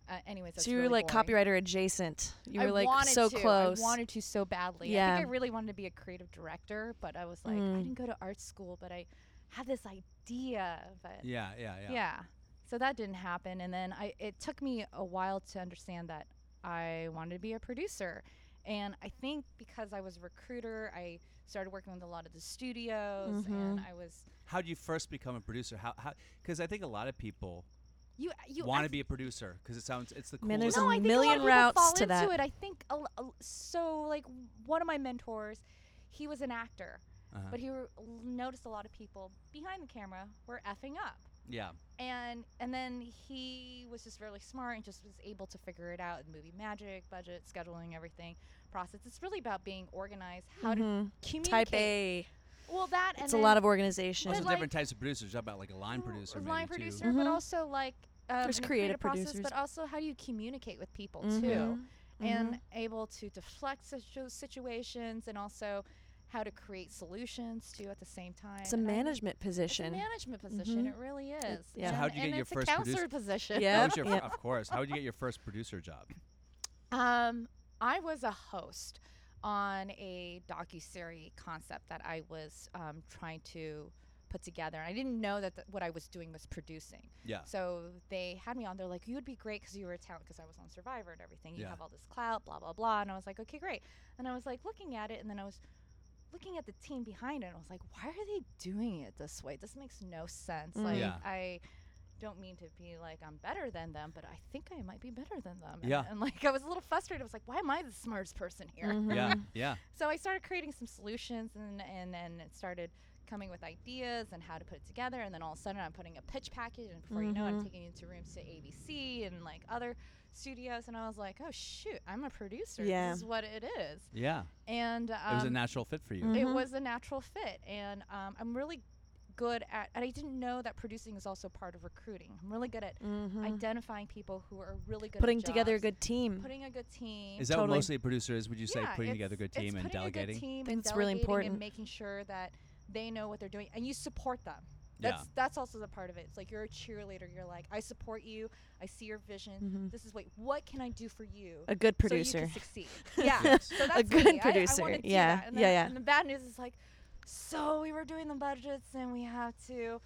[SPEAKER 3] Uh, anyways, that's
[SPEAKER 1] so you were
[SPEAKER 3] really
[SPEAKER 1] like
[SPEAKER 3] boring.
[SPEAKER 1] copywriter adjacent. You
[SPEAKER 3] I
[SPEAKER 1] were like
[SPEAKER 3] wanted
[SPEAKER 1] so
[SPEAKER 3] to.
[SPEAKER 1] close.
[SPEAKER 3] I wanted to so badly. I
[SPEAKER 1] Yeah.
[SPEAKER 3] think I really wanted to be a creative director, but I was like, I
[SPEAKER 1] Mm.
[SPEAKER 3] didn't go to art school, but I had this idea. But
[SPEAKER 2] Yeah, yeah, yeah.
[SPEAKER 3] yeah. So that didn't happen. And then I it took me a while to understand that I wanted to be a producer. And I think because I was a recruiter, I started working with a lot of the studios, and I was
[SPEAKER 2] How do you first become a producer? How? Because I think a lot of people
[SPEAKER 3] you you
[SPEAKER 2] want
[SPEAKER 3] I
[SPEAKER 2] to be a producer because it sounds it's the coolest.
[SPEAKER 1] Man, there's a
[SPEAKER 3] no, I think a lot
[SPEAKER 1] million
[SPEAKER 3] of people
[SPEAKER 1] routes
[SPEAKER 3] fall
[SPEAKER 1] to
[SPEAKER 3] into
[SPEAKER 1] that.
[SPEAKER 3] It. I think a, l- a l- so. Like one of my mentors, he was an actor,
[SPEAKER 2] Uh-huh.
[SPEAKER 3] but he re- noticed a lot of people behind the camera were effing up,
[SPEAKER 2] yeah,
[SPEAKER 3] and and then he was just really smart and just was able to figure it out. Movie magic, budget, scheduling, everything, process. It's really about being organized. How
[SPEAKER 1] Mhm.
[SPEAKER 3] to communicate.
[SPEAKER 1] Type A.
[SPEAKER 3] Well, that and
[SPEAKER 1] It's a
[SPEAKER 3] then
[SPEAKER 1] lot of organization.
[SPEAKER 3] But
[SPEAKER 2] also
[SPEAKER 3] like-
[SPEAKER 2] different types of producers. How about like a line producer, maybe
[SPEAKER 3] line
[SPEAKER 2] too?
[SPEAKER 3] producer,
[SPEAKER 1] Mhm.
[SPEAKER 3] but also like. Um,
[SPEAKER 1] There's
[SPEAKER 3] in the
[SPEAKER 1] creative
[SPEAKER 3] process,
[SPEAKER 1] producers.
[SPEAKER 3] but also how do you communicate with people
[SPEAKER 1] Mhm.
[SPEAKER 3] too?
[SPEAKER 1] Mhm.
[SPEAKER 3] and able to deflect situ- situations and also how to create solutions too at the same time.
[SPEAKER 1] it's a
[SPEAKER 3] And I think
[SPEAKER 1] management
[SPEAKER 3] It's a
[SPEAKER 1] position.
[SPEAKER 3] management position.
[SPEAKER 1] Mhm.
[SPEAKER 3] It really is.
[SPEAKER 1] yeah. So
[SPEAKER 3] And,
[SPEAKER 2] how'd you get
[SPEAKER 3] and
[SPEAKER 2] your
[SPEAKER 3] it's
[SPEAKER 2] first
[SPEAKER 3] a
[SPEAKER 2] produce-
[SPEAKER 3] counselor position?
[SPEAKER 1] Yeah.
[SPEAKER 2] How was your,
[SPEAKER 1] Yep.
[SPEAKER 2] Of course. How would you get your first producer job?
[SPEAKER 3] <laughs> Um, I was a host on a docuseries concept that I was um, trying to put together. And I didn't know that th- what I was doing was producing.
[SPEAKER 2] Yeah.
[SPEAKER 3] So they had me on. They're like, "You would be great because you were a talent because I was on Survivor and everything. You
[SPEAKER 2] Yeah.
[SPEAKER 3] have all this clout, blah blah blah." And I was like, "Okay, great." And I was like looking at it, and then I was looking at the team behind it, and I was like, "Why are they doing it this way? This makes no sense."
[SPEAKER 1] Mm.
[SPEAKER 3] Like,
[SPEAKER 2] Yeah.
[SPEAKER 3] I don't mean to be like I'm better than them, but I think I might be better than them. And-
[SPEAKER 2] Yeah.
[SPEAKER 3] And, like I was a little frustrated. I was like, "Why am I the smartest person here?"
[SPEAKER 2] Yeah.
[SPEAKER 1] Mhm.
[SPEAKER 2] Yeah.
[SPEAKER 3] So <laughs> I started creating some solutions and and and it started coming with ideas and how to put it together. And then all of a sudden, I'm putting a pitch package, and before you know it, I'm
[SPEAKER 1] Mhm.
[SPEAKER 3] taking it to rooms to ABC and like other studios. And I was like, oh shoot, I'm a producer.
[SPEAKER 1] Yeah.
[SPEAKER 3] This is what it is.
[SPEAKER 2] Yeah.
[SPEAKER 3] And um,
[SPEAKER 2] it was a natural fit for you.
[SPEAKER 1] Mm.
[SPEAKER 3] it
[SPEAKER 1] Mhm.
[SPEAKER 3] was a natural fit. And um, I'm really good at, and I didn't know that producing is also part of recruiting. I'm really good at
[SPEAKER 1] Mhm.
[SPEAKER 3] identifying people who are really good
[SPEAKER 1] Putting
[SPEAKER 3] at
[SPEAKER 1] together a
[SPEAKER 3] jobs,
[SPEAKER 1] good team.
[SPEAKER 3] putting a good team
[SPEAKER 2] Is that what
[SPEAKER 1] Totally.
[SPEAKER 2] mostly a producer is? Would you say
[SPEAKER 3] yeah,
[SPEAKER 2] putting
[SPEAKER 3] it's-
[SPEAKER 2] together a good
[SPEAKER 3] it's
[SPEAKER 2] team and
[SPEAKER 3] putting a good
[SPEAKER 2] delegating?
[SPEAKER 3] team <laughs>
[SPEAKER 1] think
[SPEAKER 3] and
[SPEAKER 1] it's really
[SPEAKER 3] delegating
[SPEAKER 1] important.
[SPEAKER 3] and making sure that they know what they're doing and you support them.
[SPEAKER 2] Yeah.
[SPEAKER 3] That's that's also the part of it. It's like you're a cheerleader. You're like, I support you. I see your vision.
[SPEAKER 1] Mhm.
[SPEAKER 3] This is what what can I do for you?
[SPEAKER 1] A good
[SPEAKER 3] So you
[SPEAKER 1] producer. <laughs>
[SPEAKER 3] can succeed. Yeah.
[SPEAKER 2] Yes.
[SPEAKER 3] so that's
[SPEAKER 1] good
[SPEAKER 3] me. I- I,
[SPEAKER 1] producer.
[SPEAKER 3] wanna do
[SPEAKER 1] Yeah,
[SPEAKER 3] that. And
[SPEAKER 1] yeah,
[SPEAKER 3] then-
[SPEAKER 1] yeah.
[SPEAKER 3] And the bad news is like, so we were doing the budgets and we have to.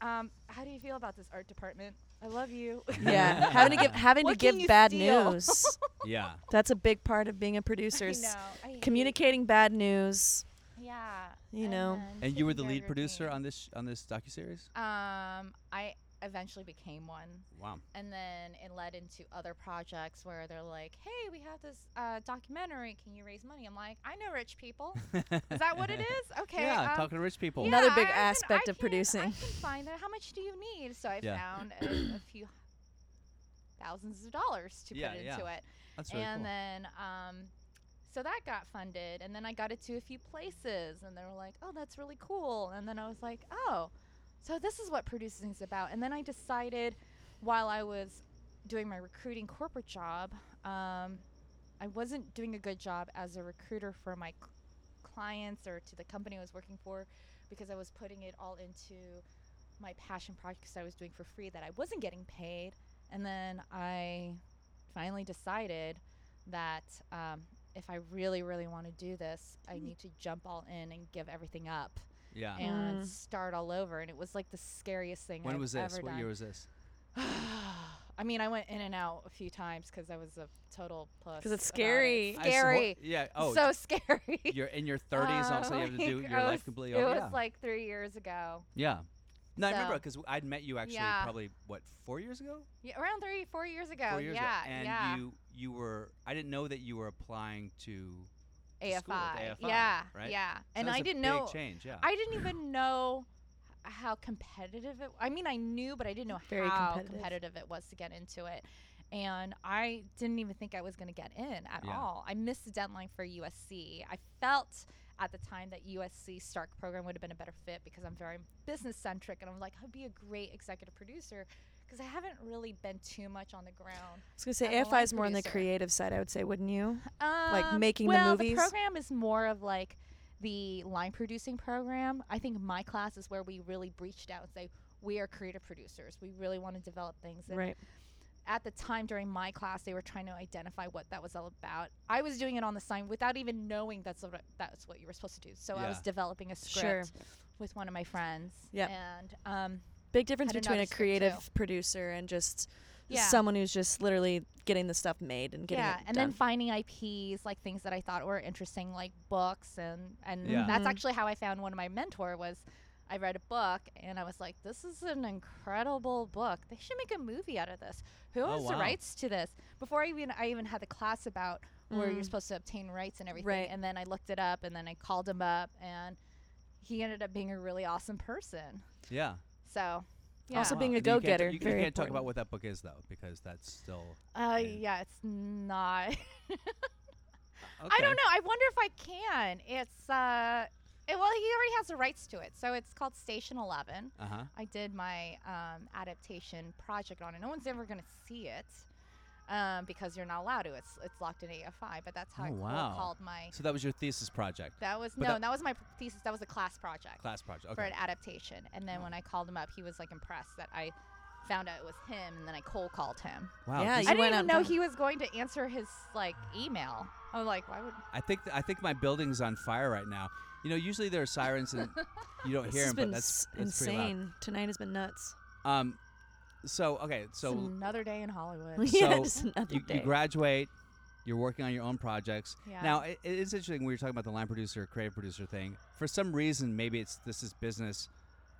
[SPEAKER 3] Um, how do you feel about this art department? I love you.
[SPEAKER 1] yeah. <laughs>
[SPEAKER 2] <laughs>
[SPEAKER 1] having to give having
[SPEAKER 3] What
[SPEAKER 1] to
[SPEAKER 3] can
[SPEAKER 1] give
[SPEAKER 3] you
[SPEAKER 1] bad
[SPEAKER 3] steal?
[SPEAKER 1] news.
[SPEAKER 2] Yeah.
[SPEAKER 1] That's a big part of being a
[SPEAKER 3] <laughs> I
[SPEAKER 1] producer.
[SPEAKER 3] know.
[SPEAKER 1] is
[SPEAKER 3] I hate-
[SPEAKER 1] Communicating bad news.
[SPEAKER 3] Yeah.
[SPEAKER 1] you
[SPEAKER 3] and
[SPEAKER 1] know.
[SPEAKER 3] then
[SPEAKER 2] And you were
[SPEAKER 3] taking
[SPEAKER 2] the
[SPEAKER 3] care of
[SPEAKER 2] lead
[SPEAKER 3] your
[SPEAKER 2] producer
[SPEAKER 3] team.
[SPEAKER 2] on this on this docuseries.
[SPEAKER 3] Um, I eventually became one,
[SPEAKER 2] Wow.
[SPEAKER 3] and then it led into other projects where they're like, "Hey, we have this uh, documentary. Can you raise money?" I'm like, "I know rich people. <laughs> Is that what
[SPEAKER 2] <laughs>
[SPEAKER 3] it is? Okay.
[SPEAKER 2] yeah,
[SPEAKER 3] um,
[SPEAKER 2] talking to rich people.
[SPEAKER 1] Another
[SPEAKER 3] yeah,
[SPEAKER 1] big
[SPEAKER 3] I can-
[SPEAKER 1] aspect
[SPEAKER 3] I
[SPEAKER 1] of
[SPEAKER 3] can-
[SPEAKER 1] producing.
[SPEAKER 3] I can find that. How much do you need? So I
[SPEAKER 2] Yeah.
[SPEAKER 3] found
[SPEAKER 2] <clears throat>
[SPEAKER 3] a, a few thousands of dollars to
[SPEAKER 2] Yeah,
[SPEAKER 3] put into
[SPEAKER 2] yeah.
[SPEAKER 3] it
[SPEAKER 2] That's really
[SPEAKER 3] and
[SPEAKER 2] cool.
[SPEAKER 3] then um, so that got funded and then i got it to a few places and they were like oh that's really cool and then i was like oh so this is what producing is about and then i decided while i was doing my recruiting corporate job um, i wasn't doing a good job as a recruiter for my c- clients or to the company i was working for because i was putting it all into my passion projects i was doing for free that i wasn't getting paid and then i finally decided that um, if I really, really want to do this, I
[SPEAKER 2] Hmm.
[SPEAKER 3] need to jump all in and give everything up
[SPEAKER 2] yeah.
[SPEAKER 3] and
[SPEAKER 1] Mm.
[SPEAKER 3] start all over. And it was like the scariest thing
[SPEAKER 2] Ah. when
[SPEAKER 3] I've
[SPEAKER 2] was
[SPEAKER 3] ever
[SPEAKER 2] this? What
[SPEAKER 3] done.
[SPEAKER 2] year was this?
[SPEAKER 3] <sighs> I mean, I went in and out a few times because I was a total puss.
[SPEAKER 1] 'Cause it's
[SPEAKER 3] about it.
[SPEAKER 1] scary.
[SPEAKER 2] I saw-
[SPEAKER 3] Scary.
[SPEAKER 2] yeah. Oh,
[SPEAKER 3] so scary.
[SPEAKER 2] <laughs> you're in your 30s. all of a sudden, you
[SPEAKER 3] <laughs>
[SPEAKER 2] have to do your life completely
[SPEAKER 3] It
[SPEAKER 2] over.
[SPEAKER 3] was
[SPEAKER 2] Yeah.
[SPEAKER 3] like three years ago.
[SPEAKER 2] yeah. No, I remember
[SPEAKER 3] So-
[SPEAKER 2] because I'd met you actually
[SPEAKER 3] Yeah.
[SPEAKER 2] probably what four years ago.
[SPEAKER 3] Yeah, around three, four years ago.
[SPEAKER 2] four years
[SPEAKER 3] yeah,
[SPEAKER 2] ago, and
[SPEAKER 3] yeah.
[SPEAKER 2] you you were. I didn't know that you were applying to. to
[SPEAKER 3] AFI.
[SPEAKER 2] school at AFI,
[SPEAKER 3] Yeah,
[SPEAKER 2] right?
[SPEAKER 3] yeah.
[SPEAKER 2] So
[SPEAKER 3] and
[SPEAKER 2] that's
[SPEAKER 3] I
[SPEAKER 2] a
[SPEAKER 3] didn't
[SPEAKER 2] big
[SPEAKER 3] know.
[SPEAKER 2] Change. Yeah.
[SPEAKER 3] I didn't even know h- how competitive it. I mean, I knew, but I didn't know
[SPEAKER 1] Very
[SPEAKER 3] how
[SPEAKER 1] competitive.
[SPEAKER 3] competitive. it was to get into it. And I didn't even think I was going to get in at
[SPEAKER 2] Yeah.
[SPEAKER 3] all. I missed the deadline for USC. I felt at the time that USC Stark program would have been a better fit because I'm very business centric, and I'm like, I'd be a great executive producer because I haven't really been too much on the ground.
[SPEAKER 1] I was gonna say
[SPEAKER 3] I'm a
[SPEAKER 1] AFI
[SPEAKER 3] line
[SPEAKER 1] is more on the
[SPEAKER 3] producer.
[SPEAKER 1] creative side, I would say, wouldn't you?
[SPEAKER 3] Um,
[SPEAKER 1] making the
[SPEAKER 3] well,
[SPEAKER 1] movies?
[SPEAKER 3] The program is more of like the line producing program. I think my class is where we really breached out and say we are creative producers. We really want to develop things. And
[SPEAKER 1] Right.
[SPEAKER 3] At the time during my class, they were trying to identify what that was all about. I was doing it on the sign without even knowing that's what that's what you were supposed to do. So I was
[SPEAKER 2] Yeah.
[SPEAKER 3] developing a
[SPEAKER 1] Sure.
[SPEAKER 3] script with one of my friends.
[SPEAKER 1] Yep.
[SPEAKER 3] And um,
[SPEAKER 1] Big difference
[SPEAKER 3] Had
[SPEAKER 1] between
[SPEAKER 3] another
[SPEAKER 1] a
[SPEAKER 3] script, too.
[SPEAKER 1] creative producer and just
[SPEAKER 3] Yeah.
[SPEAKER 1] someone who's just literally getting the stuff made and getting
[SPEAKER 3] yeah,
[SPEAKER 1] it
[SPEAKER 3] and
[SPEAKER 1] done.
[SPEAKER 3] then finding IPs like things that I thought were interesting, like books, and and
[SPEAKER 2] Yeah.
[SPEAKER 3] that's
[SPEAKER 1] Mhm.
[SPEAKER 3] actually how I found one of my mentor was. I read a book and I was like, "This is an incredible book. They should make a movie out of this. Who
[SPEAKER 2] Oh,
[SPEAKER 3] owns the
[SPEAKER 2] wow.
[SPEAKER 3] rights to this?" Before I even I even had the class about where you're
[SPEAKER 1] Mm.
[SPEAKER 3] supposed to obtain rights and everything,
[SPEAKER 1] Right.
[SPEAKER 3] and then I looked it up and then I called him up and he ended up being a really awesome person.
[SPEAKER 2] Yeah.
[SPEAKER 3] So, yeah,
[SPEAKER 1] Also being
[SPEAKER 2] Wow.
[SPEAKER 1] a
[SPEAKER 2] And you can't t-
[SPEAKER 1] go-getter,
[SPEAKER 2] You can't,
[SPEAKER 1] very
[SPEAKER 2] can't talk about
[SPEAKER 1] important.
[SPEAKER 2] what that book is though, because that's still.
[SPEAKER 3] uh,
[SPEAKER 2] Yeah.
[SPEAKER 3] yeah, it's not.
[SPEAKER 2] Okay.
[SPEAKER 3] I don't know. I wonder if I can. It's uh, it, well, he already has the rights to it, so it's called Station Eleven.
[SPEAKER 2] Uh huh.
[SPEAKER 3] I did my um, adaptation project on it. No one's ever going to see it um, because you're not allowed to. It's it's locked in AFI. But that's how
[SPEAKER 2] Oh,
[SPEAKER 3] I cold
[SPEAKER 2] wow.
[SPEAKER 3] called my.
[SPEAKER 2] So that was your thesis project,
[SPEAKER 3] That was
[SPEAKER 2] But
[SPEAKER 3] no,
[SPEAKER 2] that-
[SPEAKER 3] that, was my p- thesis. That was a class project
[SPEAKER 2] class project.
[SPEAKER 3] for
[SPEAKER 2] Okay. Oh.
[SPEAKER 3] an adaptation. And then when I called him up, he was like impressed that I found out it was him, and then I cold called him.
[SPEAKER 2] Wow.
[SPEAKER 1] Yeah,
[SPEAKER 2] this-
[SPEAKER 1] you
[SPEAKER 3] I didn't
[SPEAKER 1] went
[SPEAKER 3] even
[SPEAKER 1] out
[SPEAKER 3] know
[SPEAKER 1] and-
[SPEAKER 3] he was going to answer his like email. I was like, why would?
[SPEAKER 2] I think th- I think my building's on fire right now. You know, usually there are sirens
[SPEAKER 3] <laughs>
[SPEAKER 2] and you don't
[SPEAKER 1] This
[SPEAKER 2] hear
[SPEAKER 1] has
[SPEAKER 2] them,
[SPEAKER 1] been
[SPEAKER 2] but that's,
[SPEAKER 1] s-
[SPEAKER 2] that's pretty loud.
[SPEAKER 1] insane. Tonight has been <laughs> nuts.
[SPEAKER 2] Um, so okay, so
[SPEAKER 3] it's another day
[SPEAKER 2] <laughs>
[SPEAKER 3] in Hollywood.
[SPEAKER 1] yeah,
[SPEAKER 2] So,
[SPEAKER 1] just another
[SPEAKER 2] you,
[SPEAKER 1] day.
[SPEAKER 2] you graduate, you're working on your own projects.
[SPEAKER 3] Yeah.
[SPEAKER 2] Now it, it is interesting. We were talking about the line producer, creative producer thing. For some reason, maybe it's this is business.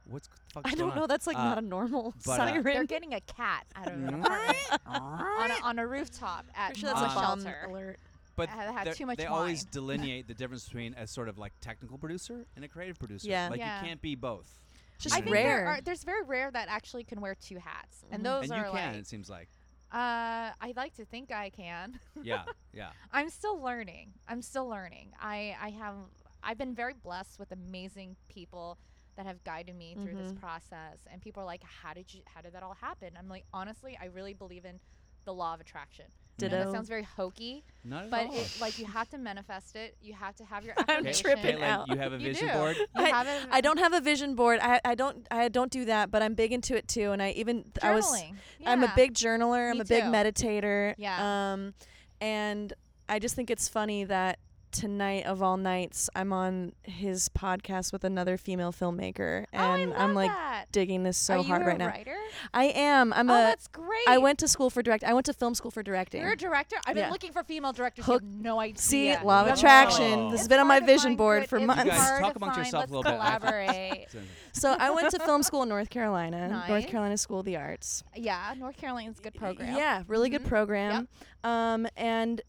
[SPEAKER 2] What's the fuck's
[SPEAKER 1] I
[SPEAKER 2] going
[SPEAKER 1] don't
[SPEAKER 2] on?
[SPEAKER 1] know. That's like
[SPEAKER 2] Uh,
[SPEAKER 1] not a normal
[SPEAKER 2] but, uh,
[SPEAKER 1] siren.
[SPEAKER 3] They're getting a cat out of an apartment on a, on a rooftop at
[SPEAKER 1] Pretty sure that's
[SPEAKER 2] a
[SPEAKER 1] a
[SPEAKER 3] a
[SPEAKER 2] Um,
[SPEAKER 1] bomb
[SPEAKER 3] shelter.
[SPEAKER 1] alert.
[SPEAKER 2] But
[SPEAKER 3] I had- I had
[SPEAKER 2] they're-
[SPEAKER 3] too much
[SPEAKER 2] they
[SPEAKER 3] <laughs>
[SPEAKER 2] always
[SPEAKER 3] wine.
[SPEAKER 2] delineate the difference between a sort of like technical producer and a creative producer.
[SPEAKER 1] Yeah.
[SPEAKER 2] Like
[SPEAKER 3] Yeah.
[SPEAKER 2] you can't be both.
[SPEAKER 1] Just
[SPEAKER 3] I think
[SPEAKER 1] rare.
[SPEAKER 3] There are, there's very rare that actually can wear two hats,
[SPEAKER 1] Mhm.
[SPEAKER 3] and those
[SPEAKER 2] and you
[SPEAKER 3] are
[SPEAKER 2] can,
[SPEAKER 3] like.
[SPEAKER 2] it seems like.
[SPEAKER 3] Uh, I like to think I can. <laughs>
[SPEAKER 2] Yeah. Yeah.
[SPEAKER 3] I'm still learning. I'm still learning. I I have I've been very blessed with amazing people that have guided me through this
[SPEAKER 1] Mm-hmm.
[SPEAKER 3] process. And people are like, "How did you? How did that all happen?" I'm like, honestly, I really believe in the law of attraction. I know
[SPEAKER 1] Ditto.
[SPEAKER 3] that sounds very hokey,
[SPEAKER 2] Not at
[SPEAKER 3] but
[SPEAKER 2] all.
[SPEAKER 3] it, like you have to manifest it. You have to have your
[SPEAKER 1] <laughs> I'm
[SPEAKER 3] affirmation.
[SPEAKER 1] tripping
[SPEAKER 2] Caitlin,
[SPEAKER 1] out.
[SPEAKER 2] you have a
[SPEAKER 3] You
[SPEAKER 2] vision
[SPEAKER 3] do. <laughs>
[SPEAKER 2] board.
[SPEAKER 3] You
[SPEAKER 1] I-
[SPEAKER 3] have it-
[SPEAKER 1] I don't have a vision board. I, I don't I don't do that, but I'm big into it too. And I even I was
[SPEAKER 3] Journaling.
[SPEAKER 1] I'm a
[SPEAKER 3] Yeah.
[SPEAKER 1] big journaler. I'm
[SPEAKER 3] Me
[SPEAKER 1] a big
[SPEAKER 3] too.
[SPEAKER 1] meditator.
[SPEAKER 3] Yeah.
[SPEAKER 1] Um, and I just think it's funny that tonight of all nights I'm on his podcast with another female filmmaker,
[SPEAKER 3] Oh, I
[SPEAKER 1] and
[SPEAKER 3] love
[SPEAKER 1] I'm like
[SPEAKER 3] that.
[SPEAKER 1] digging this so
[SPEAKER 3] Are
[SPEAKER 1] hard
[SPEAKER 3] you
[SPEAKER 1] right
[SPEAKER 3] a
[SPEAKER 1] now.
[SPEAKER 3] Writer?
[SPEAKER 1] I am. I'm
[SPEAKER 3] oh,
[SPEAKER 1] a.
[SPEAKER 3] that's great.
[SPEAKER 1] I went to school for direct. I went to film school for directing.
[SPEAKER 3] You're a director. I've been
[SPEAKER 1] Yeah.
[SPEAKER 3] looking for female directors.
[SPEAKER 1] Hook-
[SPEAKER 3] You have no idea.
[SPEAKER 1] See,
[SPEAKER 3] Yeah.
[SPEAKER 1] law of
[SPEAKER 2] Oh.
[SPEAKER 1] attraction.
[SPEAKER 2] Oh.
[SPEAKER 1] This has
[SPEAKER 3] It's
[SPEAKER 1] been on my
[SPEAKER 3] hard to
[SPEAKER 1] vision
[SPEAKER 3] find
[SPEAKER 1] board
[SPEAKER 3] good-
[SPEAKER 1] for
[SPEAKER 3] it's
[SPEAKER 1] months.
[SPEAKER 2] You guys
[SPEAKER 3] hard
[SPEAKER 2] talk
[SPEAKER 3] to
[SPEAKER 2] amongst
[SPEAKER 3] find.
[SPEAKER 2] yourself a
[SPEAKER 3] Let's
[SPEAKER 2] little bit. <laughs> I-
[SPEAKER 3] Collaborate.
[SPEAKER 1] So I went to film school in North Carolina, North
[SPEAKER 3] <laughs> Nice.
[SPEAKER 1] Carolina School of the Arts.
[SPEAKER 3] yeah, North Carolina's a good program. Mm-hmm.
[SPEAKER 1] Yeah, really good program. Um, and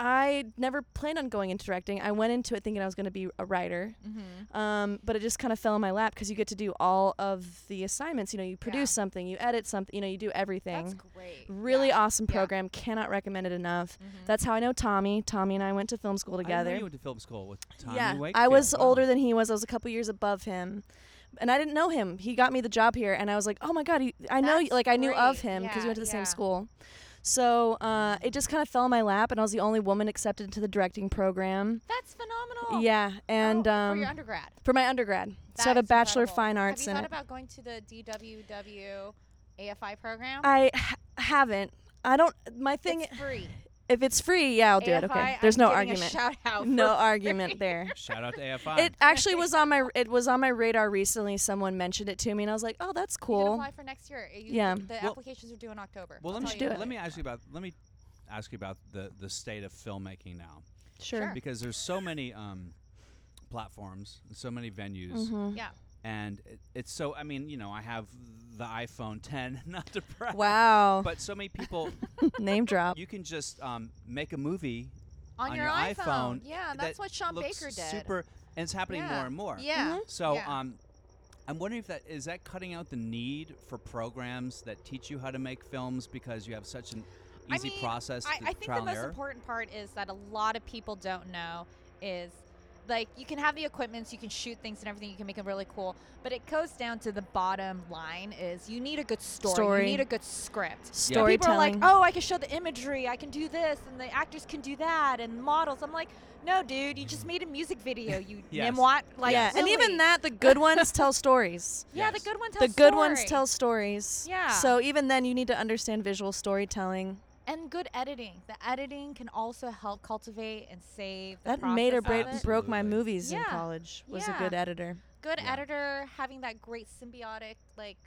[SPEAKER 1] I never planned on going into directing. I went into it thinking I was going to be a writer,
[SPEAKER 3] Mm-hmm.
[SPEAKER 1] um, but it just kind of fell in my lap because you get to do all of the assignments. You know, you produce something, you edit something, you know, you do everything.
[SPEAKER 3] That's great.
[SPEAKER 1] Really
[SPEAKER 3] yeah.
[SPEAKER 1] awesome
[SPEAKER 3] yeah. Mm-hmm.
[SPEAKER 1] program. Cannot recommend it enough. That's how I know Tommy. Tommy and I went to film school
[SPEAKER 2] I
[SPEAKER 1] together.
[SPEAKER 2] knew you went to film school with Tommy
[SPEAKER 1] yeah,
[SPEAKER 2] Wakefield.
[SPEAKER 1] I was
[SPEAKER 2] Wow.
[SPEAKER 1] older than he was. I was a couple years above him, and I didn't know him. He got me the job here, and I was like, "Oh my god!" He, I know, you
[SPEAKER 3] That's
[SPEAKER 1] like I knew of
[SPEAKER 3] great.
[SPEAKER 1] him because we
[SPEAKER 3] Yeah,
[SPEAKER 1] went to the
[SPEAKER 3] yeah.
[SPEAKER 1] same school. So uh, it just kind of fell in my lap, and I was the only woman accepted into the directing program.
[SPEAKER 3] That's phenomenal.
[SPEAKER 1] Yeah, and
[SPEAKER 3] oh,
[SPEAKER 1] um,
[SPEAKER 3] for your undergrad.
[SPEAKER 1] for my undergrad, so I have a
[SPEAKER 3] That's
[SPEAKER 1] bachelor of
[SPEAKER 3] incredible.
[SPEAKER 1] fine arts
[SPEAKER 3] Have you
[SPEAKER 1] in
[SPEAKER 3] thought
[SPEAKER 1] it.
[SPEAKER 3] about going to the DWW AFI program?
[SPEAKER 1] I ha- haven't. I don't. My thing,
[SPEAKER 3] it's free.
[SPEAKER 1] if it's free, yeah, I'll do it. Okay,
[SPEAKER 3] AFI,
[SPEAKER 1] there's
[SPEAKER 3] I'm
[SPEAKER 1] no
[SPEAKER 3] getting a
[SPEAKER 1] argument.
[SPEAKER 3] shout
[SPEAKER 1] <laughs>
[SPEAKER 3] out.
[SPEAKER 1] No
[SPEAKER 3] for free. <laughs>
[SPEAKER 1] argument there.
[SPEAKER 2] Shout out to AFI.
[SPEAKER 1] It actually was on my it was on my radar recently. Someone mentioned it to me, and I was like, "Oh, that's
[SPEAKER 3] You can
[SPEAKER 1] cool."
[SPEAKER 3] apply for next year. You-
[SPEAKER 1] Yeah.
[SPEAKER 3] The
[SPEAKER 2] Well-
[SPEAKER 3] applications are due in October.
[SPEAKER 2] well,
[SPEAKER 3] I'll
[SPEAKER 2] let me
[SPEAKER 3] tell
[SPEAKER 1] do
[SPEAKER 3] you
[SPEAKER 1] it.
[SPEAKER 2] let me ask you about let me ask you about the the state of filmmaking now
[SPEAKER 1] Sure.
[SPEAKER 3] Sure.
[SPEAKER 2] because there's so many um platforms, and so many venues.
[SPEAKER 1] Mm-hmm.
[SPEAKER 3] Yeah.
[SPEAKER 2] and it, it's so i mean you know i have the iphone 10 <laughs> not to brag
[SPEAKER 1] Wow.
[SPEAKER 3] <laughs>
[SPEAKER 2] but so many people
[SPEAKER 1] Name drop.
[SPEAKER 2] you can just um, make a movie
[SPEAKER 3] On,
[SPEAKER 2] on
[SPEAKER 3] your,
[SPEAKER 2] iphone,
[SPEAKER 3] Yeah, that's
[SPEAKER 2] that
[SPEAKER 3] what Sean
[SPEAKER 2] looks
[SPEAKER 3] Baker did.
[SPEAKER 2] super and it's happening
[SPEAKER 3] Yeah.
[SPEAKER 2] more and more
[SPEAKER 1] Mm-hmm.
[SPEAKER 3] Yeah.
[SPEAKER 2] so
[SPEAKER 3] yeah.
[SPEAKER 2] um i'm wondering if that is that cutting out the need for programs that teach you how to make films because you have such an
[SPEAKER 3] I
[SPEAKER 2] easy
[SPEAKER 3] mean,
[SPEAKER 2] process
[SPEAKER 3] I,
[SPEAKER 2] through
[SPEAKER 3] I think
[SPEAKER 2] trial
[SPEAKER 3] the most
[SPEAKER 2] and error
[SPEAKER 3] important part is that a lot of people don't know is like you can have the equipments, you can shoot things and everything, you can make them really cool, but it goes down to the bottom line is you need a good story,
[SPEAKER 1] Story.
[SPEAKER 3] you need a good script.
[SPEAKER 2] Yeah.
[SPEAKER 1] Storytelling.
[SPEAKER 3] People are like, oh, I can show the imagery, I can do this, and the actors can do that, and models. I'm like, no, dude, you just made a music video, you
[SPEAKER 2] <laughs> Yes.
[SPEAKER 3] nimwat. Like,
[SPEAKER 1] yeah, and even
[SPEAKER 3] really.
[SPEAKER 1] that, the
[SPEAKER 3] <laughs>
[SPEAKER 1] good ones tell stories.
[SPEAKER 3] Yeah,
[SPEAKER 2] Yes.
[SPEAKER 3] the good one tells
[SPEAKER 1] The good ones
[SPEAKER 3] story.
[SPEAKER 1] tell stories.
[SPEAKER 3] Yeah.
[SPEAKER 1] So even then, you need to understand visual storytelling.
[SPEAKER 3] and good editing. The editing can also help cultivate and save. The
[SPEAKER 1] That made or break,
[SPEAKER 3] process of it.
[SPEAKER 2] Absolutely.
[SPEAKER 1] broke my movies in
[SPEAKER 3] Yeah.
[SPEAKER 1] college. Was a
[SPEAKER 3] Yeah.
[SPEAKER 1] good editor.
[SPEAKER 3] good
[SPEAKER 2] Yeah.
[SPEAKER 3] editor having that great symbiotic like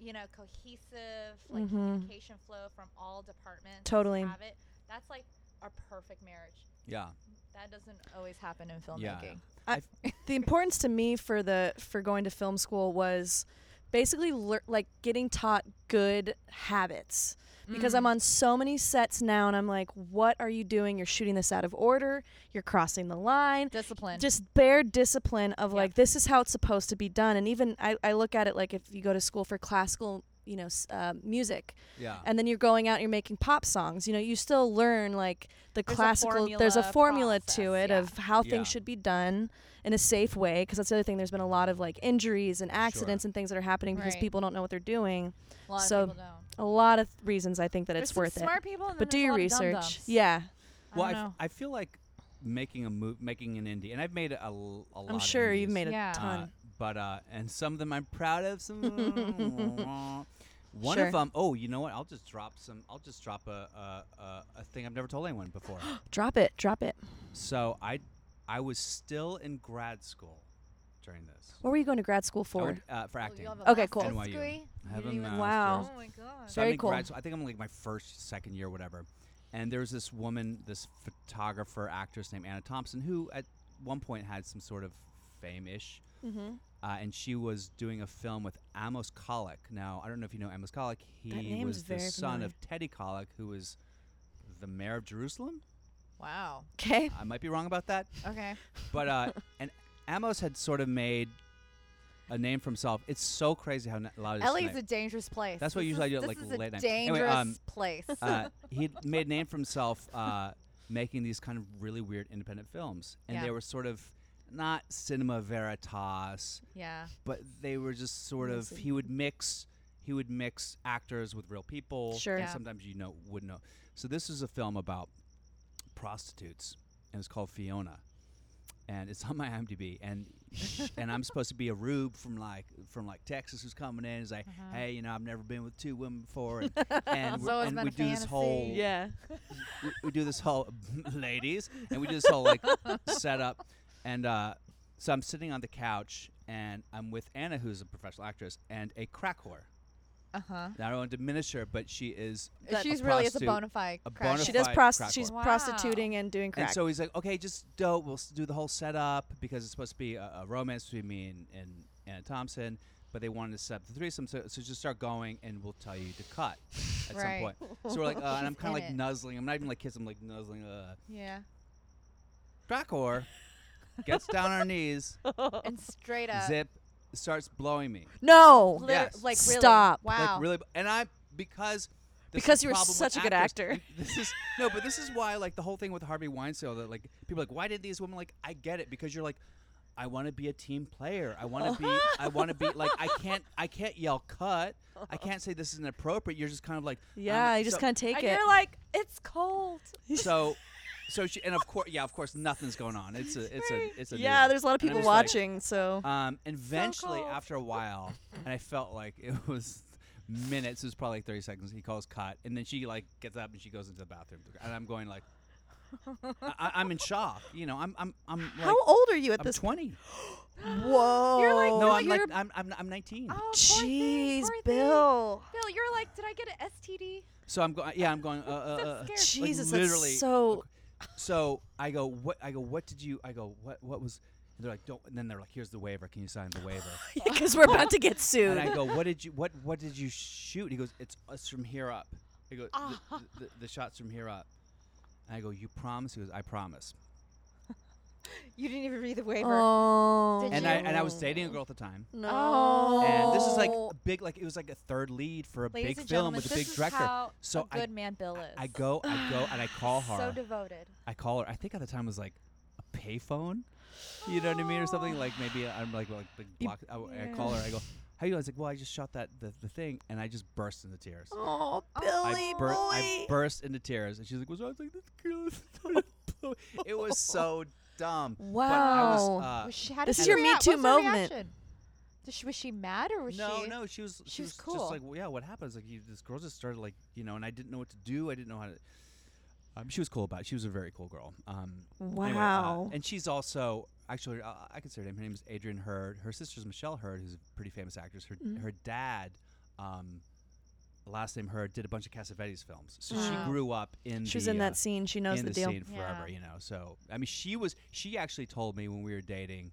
[SPEAKER 3] you know, cohesive like
[SPEAKER 1] Mhm.
[SPEAKER 3] communication flow from all departments.
[SPEAKER 1] Totally.
[SPEAKER 3] Have it. That's like a perfect marriage.
[SPEAKER 2] Yeah.
[SPEAKER 3] That doesn't always happen in filmmaking.
[SPEAKER 2] Yeah.
[SPEAKER 1] the importance to me for the for going to film school was basically lear- like getting taught good habits because
[SPEAKER 2] Mm.
[SPEAKER 3] Mm.
[SPEAKER 1] I'm on so many sets now and I'm like what are you doing you're shooting this out of order you're crossing the line
[SPEAKER 3] Discipline.
[SPEAKER 1] just bare discipline of
[SPEAKER 3] Yeah.
[SPEAKER 1] like this is how it's supposed to be done and even I, I look at it like if you go to school for classical you know s- uh, music
[SPEAKER 2] Yeah.
[SPEAKER 1] and then you're going out and you're making pop songs you know you still learn like the
[SPEAKER 3] There's a
[SPEAKER 1] classical there's a formula
[SPEAKER 3] formula
[SPEAKER 1] to
[SPEAKER 3] process,
[SPEAKER 1] it
[SPEAKER 3] yeah.
[SPEAKER 1] of how
[SPEAKER 2] Yeah.
[SPEAKER 1] things should be done in a safe way because that's the other thing there's been a lot of like injuries and accidents and things that are happening because
[SPEAKER 3] Right.
[SPEAKER 1] people don't know what they're doing
[SPEAKER 3] a lot
[SPEAKER 1] so
[SPEAKER 3] of people don't.
[SPEAKER 1] a lot of reasons i think that
[SPEAKER 3] There's
[SPEAKER 1] it's
[SPEAKER 3] some
[SPEAKER 1] worth it
[SPEAKER 3] smart people. And then
[SPEAKER 1] but do
[SPEAKER 3] there's a
[SPEAKER 1] your
[SPEAKER 3] lot of
[SPEAKER 1] research
[SPEAKER 3] dum-dums.
[SPEAKER 1] yeah
[SPEAKER 2] well,
[SPEAKER 3] I
[SPEAKER 2] I,
[SPEAKER 3] don't
[SPEAKER 2] f-
[SPEAKER 3] know.
[SPEAKER 2] I feel like making a move, making an indie, and I've made a, l- a lot.
[SPEAKER 1] i'm sure
[SPEAKER 2] of
[SPEAKER 1] you've
[SPEAKER 2] indies,
[SPEAKER 1] made a
[SPEAKER 3] Yeah.
[SPEAKER 2] uh,
[SPEAKER 1] ton
[SPEAKER 2] but uh, and some of them I'm proud
[SPEAKER 1] <laughs>
[SPEAKER 2] of. Some. One
[SPEAKER 1] Sure.
[SPEAKER 2] of them. Oh, you know what? I'll just drop some. I'll just drop a a, a, a thing I've never told anyone
[SPEAKER 1] <gasps>
[SPEAKER 2] before.
[SPEAKER 1] drop it drop it
[SPEAKER 2] so I, I was still in grad school during this.
[SPEAKER 1] what were you going to grad school
[SPEAKER 2] I
[SPEAKER 1] for
[SPEAKER 2] went, uh, for
[SPEAKER 3] Oh, you
[SPEAKER 2] acting.
[SPEAKER 3] have a
[SPEAKER 1] Okay, cool.
[SPEAKER 3] master's
[SPEAKER 2] NYU.
[SPEAKER 3] degree?
[SPEAKER 2] I have
[SPEAKER 3] You
[SPEAKER 2] a
[SPEAKER 3] didn't even-
[SPEAKER 1] Wow.
[SPEAKER 2] master's.
[SPEAKER 3] Oh my god.
[SPEAKER 2] So I'm
[SPEAKER 1] Very
[SPEAKER 2] in
[SPEAKER 1] cool.
[SPEAKER 2] grad school. I think I'm like my first, second year, whatever. And there's this woman, this photographer, actress named Anna Thompson, who at one point had some sort of fame-ish,
[SPEAKER 1] mm-hmm.
[SPEAKER 2] uh, and she was doing a film with Amos Kollek. Now I don't know if you know Amos Kollek. He
[SPEAKER 1] name's
[SPEAKER 2] was the
[SPEAKER 1] very
[SPEAKER 2] son of Teddy Kollek, who was the mayor of Jerusalem.
[SPEAKER 3] Wow.
[SPEAKER 1] okay
[SPEAKER 2] I might be wrong about that,
[SPEAKER 3] Okay.
[SPEAKER 2] but uh, and Amos had sort of made a name for himself. It's so crazy how n- a lot of this
[SPEAKER 3] LA's
[SPEAKER 2] tonight-
[SPEAKER 3] a dangerous place.
[SPEAKER 2] That's what
[SPEAKER 3] This
[SPEAKER 2] usually I
[SPEAKER 3] is-
[SPEAKER 2] do at,
[SPEAKER 3] this
[SPEAKER 2] like,
[SPEAKER 3] is
[SPEAKER 2] late
[SPEAKER 3] a
[SPEAKER 2] night. Anyway,
[SPEAKER 3] dangerous
[SPEAKER 2] um, <laughs>
[SPEAKER 3] place.
[SPEAKER 2] uh, he made a name for himself uh, making these kind of really weird independent films, and
[SPEAKER 3] Yeah.
[SPEAKER 2] they were sort of not cinema veritas,
[SPEAKER 3] yeah.
[SPEAKER 2] but they were just sort of
[SPEAKER 1] Messy.
[SPEAKER 2] he would mix he would mix actors with real people.
[SPEAKER 1] Sure.
[SPEAKER 2] and
[SPEAKER 3] Yeah.
[SPEAKER 2] sometimes you know wouldn't know. So this is a film about prostitutes, and it's called Fiona. And it's on my <laughs> IMDb, and and I'm supposed to be a rube from like from like Texas who's coming in. Is like,
[SPEAKER 3] Uh-huh.
[SPEAKER 2] hey, you know, I've never been with two women before,
[SPEAKER 3] <laughs>
[SPEAKER 2] and and,
[SPEAKER 3] It's
[SPEAKER 2] we're-
[SPEAKER 3] always
[SPEAKER 2] and
[SPEAKER 3] been
[SPEAKER 2] we
[SPEAKER 3] a
[SPEAKER 2] do this whole
[SPEAKER 3] fantasy.
[SPEAKER 1] yeah
[SPEAKER 2] we, we do this whole <laughs> ladies and we do this whole like setup and uh, so i'm sitting on the couch and i'm with anna who's a professional actress and a crack whore
[SPEAKER 3] Uh huh.
[SPEAKER 2] now i don't want to diminish her but she is
[SPEAKER 1] That-
[SPEAKER 3] She's
[SPEAKER 2] a
[SPEAKER 3] really it's a
[SPEAKER 2] prostitute-
[SPEAKER 3] bona fide.
[SPEAKER 2] a
[SPEAKER 3] crash.
[SPEAKER 2] bona
[SPEAKER 1] she does
[SPEAKER 2] Crack
[SPEAKER 1] prost
[SPEAKER 2] whore.
[SPEAKER 1] she's
[SPEAKER 3] Wow.
[SPEAKER 1] prostituting and doing crack
[SPEAKER 2] and so he's like okay just dope we'll s- do the whole setup because it's supposed to be a, a romance between me and, and anna thompson but they wanted to set up the threesome, so, so just start going, and we'll tell you to cut at some
[SPEAKER 3] Right.
[SPEAKER 2] point. So we're like, uh, and I'm
[SPEAKER 3] <laughs> She's
[SPEAKER 2] kind of
[SPEAKER 3] in
[SPEAKER 2] like
[SPEAKER 3] it.
[SPEAKER 2] nuzzling. I'm not even like kissing. I'm like nuzzling. Uh,
[SPEAKER 1] <laughs>
[SPEAKER 3] Yeah.
[SPEAKER 2] Dracor gets down on
[SPEAKER 1] <laughs>
[SPEAKER 2] her knees,
[SPEAKER 3] And straight up.
[SPEAKER 2] zip, starts blowing me.
[SPEAKER 1] no
[SPEAKER 3] Liter-
[SPEAKER 2] Yes.
[SPEAKER 3] Like really.
[SPEAKER 1] Stop.
[SPEAKER 3] Wow.
[SPEAKER 2] Like really, and I because this
[SPEAKER 1] Because
[SPEAKER 2] is the
[SPEAKER 1] you were
[SPEAKER 2] problem with
[SPEAKER 1] such a good
[SPEAKER 2] actors.
[SPEAKER 1] actor.
[SPEAKER 2] <laughs> This is no, but this is why like the whole thing with Harvey Weinstein that like people are like why did these women like I get it because you're like I want to be a team player. I
[SPEAKER 1] <laughs>
[SPEAKER 2] want to be I want to be like I can't I can't yell cut. I can't say this isn't appropriate. You're just kind of like I'm
[SPEAKER 1] yeah
[SPEAKER 2] like-
[SPEAKER 1] you just
[SPEAKER 2] so-
[SPEAKER 1] <laughs> kind of take
[SPEAKER 3] and
[SPEAKER 1] it
[SPEAKER 3] you're like, it's cold.
[SPEAKER 2] so so she and of course yeah of course nothing's going on. It's a it's a it's a
[SPEAKER 1] yeah
[SPEAKER 2] nudie.
[SPEAKER 1] there's a lot of
[SPEAKER 2] And I'm
[SPEAKER 1] people
[SPEAKER 2] just like-
[SPEAKER 1] watching so
[SPEAKER 2] Um, and eventually,
[SPEAKER 3] cold.
[SPEAKER 2] after a while, and I felt like it <laughs> was minutes. It was probably like thirty seconds. He calls cut, and then she like gets up and she goes into the bathroom, and I'm going
[SPEAKER 1] <laughs>
[SPEAKER 2] like, I- I, I'm in shock. You know, I'm I'm I'm like
[SPEAKER 1] how old are you at
[SPEAKER 2] I'm
[SPEAKER 1] this
[SPEAKER 2] 20.
[SPEAKER 1] Whoa.
[SPEAKER 3] You're like-
[SPEAKER 2] No,
[SPEAKER 3] Oh,
[SPEAKER 2] I'm like
[SPEAKER 3] you're-
[SPEAKER 2] I'm I'm I'm 19.
[SPEAKER 3] Oh, poor thing,
[SPEAKER 1] Jeez,
[SPEAKER 3] poor thing.
[SPEAKER 1] Bill.
[SPEAKER 3] Bill, you're like, did I get an STD?
[SPEAKER 2] So I'm going. Yeah, I'm going. Uh, uh, uh,
[SPEAKER 3] scared.
[SPEAKER 2] like,
[SPEAKER 1] Jesus,
[SPEAKER 2] literally.
[SPEAKER 1] that's <laughs> so.
[SPEAKER 2] So I go, what? I go, what did you? I go, what? What was? And they're like, don't. And then they're like, here's the waiver. Can you sign the waiver?
[SPEAKER 1] Because we're about to get
[SPEAKER 2] <laughs> and
[SPEAKER 1] sued.
[SPEAKER 2] I go, "What did you what What did you shoot?" He goes, "It's us from here up." He goes,
[SPEAKER 3] Ah.
[SPEAKER 2] the, the, "The shots from here up." And I go, "You promise?" He goes, "I promise."
[SPEAKER 3] You didn't even read the waiver.
[SPEAKER 1] oh.
[SPEAKER 3] Did
[SPEAKER 2] And
[SPEAKER 3] you-
[SPEAKER 2] I and I was dating a girl at the time,
[SPEAKER 1] No.
[SPEAKER 2] and this is like
[SPEAKER 1] Oh.
[SPEAKER 2] a big like it was like a third lead for a
[SPEAKER 3] Ladies
[SPEAKER 2] big film
[SPEAKER 3] and gentlemen,
[SPEAKER 2] with a
[SPEAKER 3] this
[SPEAKER 2] big
[SPEAKER 3] is
[SPEAKER 2] director.
[SPEAKER 3] how
[SPEAKER 2] So
[SPEAKER 3] a
[SPEAKER 2] I-
[SPEAKER 3] good man Bill is.
[SPEAKER 2] I go, I go,
[SPEAKER 3] <sighs>
[SPEAKER 2] and I call her.
[SPEAKER 3] So devoted.
[SPEAKER 2] I call her. I think at the time it was like a payphone, you know what I mean, or something like maybe I'm like like, like block. I, I
[SPEAKER 1] yeah.
[SPEAKER 2] call her. I go, "How you?" I was like, "Well, I just shot that the, the thing," and I just burst into tears.
[SPEAKER 1] Oh,
[SPEAKER 2] I,
[SPEAKER 1] Billy
[SPEAKER 2] bur- I
[SPEAKER 1] boy.
[SPEAKER 2] burst into tears, and she's like, "What's wrong?" I was like, "This girl is so dumb." <laughs> It
[SPEAKER 1] <laughs>
[SPEAKER 2] was so dumb. But I
[SPEAKER 1] Wow.
[SPEAKER 2] was, uh,
[SPEAKER 3] Was she- how did
[SPEAKER 1] This
[SPEAKER 3] she
[SPEAKER 1] is your Me
[SPEAKER 3] react?
[SPEAKER 1] Too
[SPEAKER 3] What was her
[SPEAKER 1] moment.
[SPEAKER 3] reaction? Did she, was she mad or was
[SPEAKER 2] no,
[SPEAKER 3] she?
[SPEAKER 2] no, she was. She,
[SPEAKER 3] she was
[SPEAKER 2] was,
[SPEAKER 3] cool.
[SPEAKER 2] just like, well, yeah, what happened? It's Like, you, this girl just started like, you know, and I didn't know what to do. I didn't know how to. Um, she was cool about it. She was a very cool girl. Um, anyway, uh,
[SPEAKER 1] Wow.
[SPEAKER 2] and she's also actually, uh, I consider her name. Her name is Adrian Hurd. Her sister's Michelle Hurd, who's a pretty famous actress. Her
[SPEAKER 1] Mhm.
[SPEAKER 2] her dad um, last name heard did a bunch of Cassavetes films. So
[SPEAKER 1] Wow.
[SPEAKER 2] she grew up in.
[SPEAKER 1] She was
[SPEAKER 2] the,
[SPEAKER 1] in
[SPEAKER 2] uh,
[SPEAKER 1] that scene. She knows
[SPEAKER 2] in
[SPEAKER 1] the,
[SPEAKER 2] the,
[SPEAKER 1] deal.
[SPEAKER 2] scene forever,
[SPEAKER 3] Yeah.
[SPEAKER 2] you know. So I mean, she was. She actually told me when we were dating.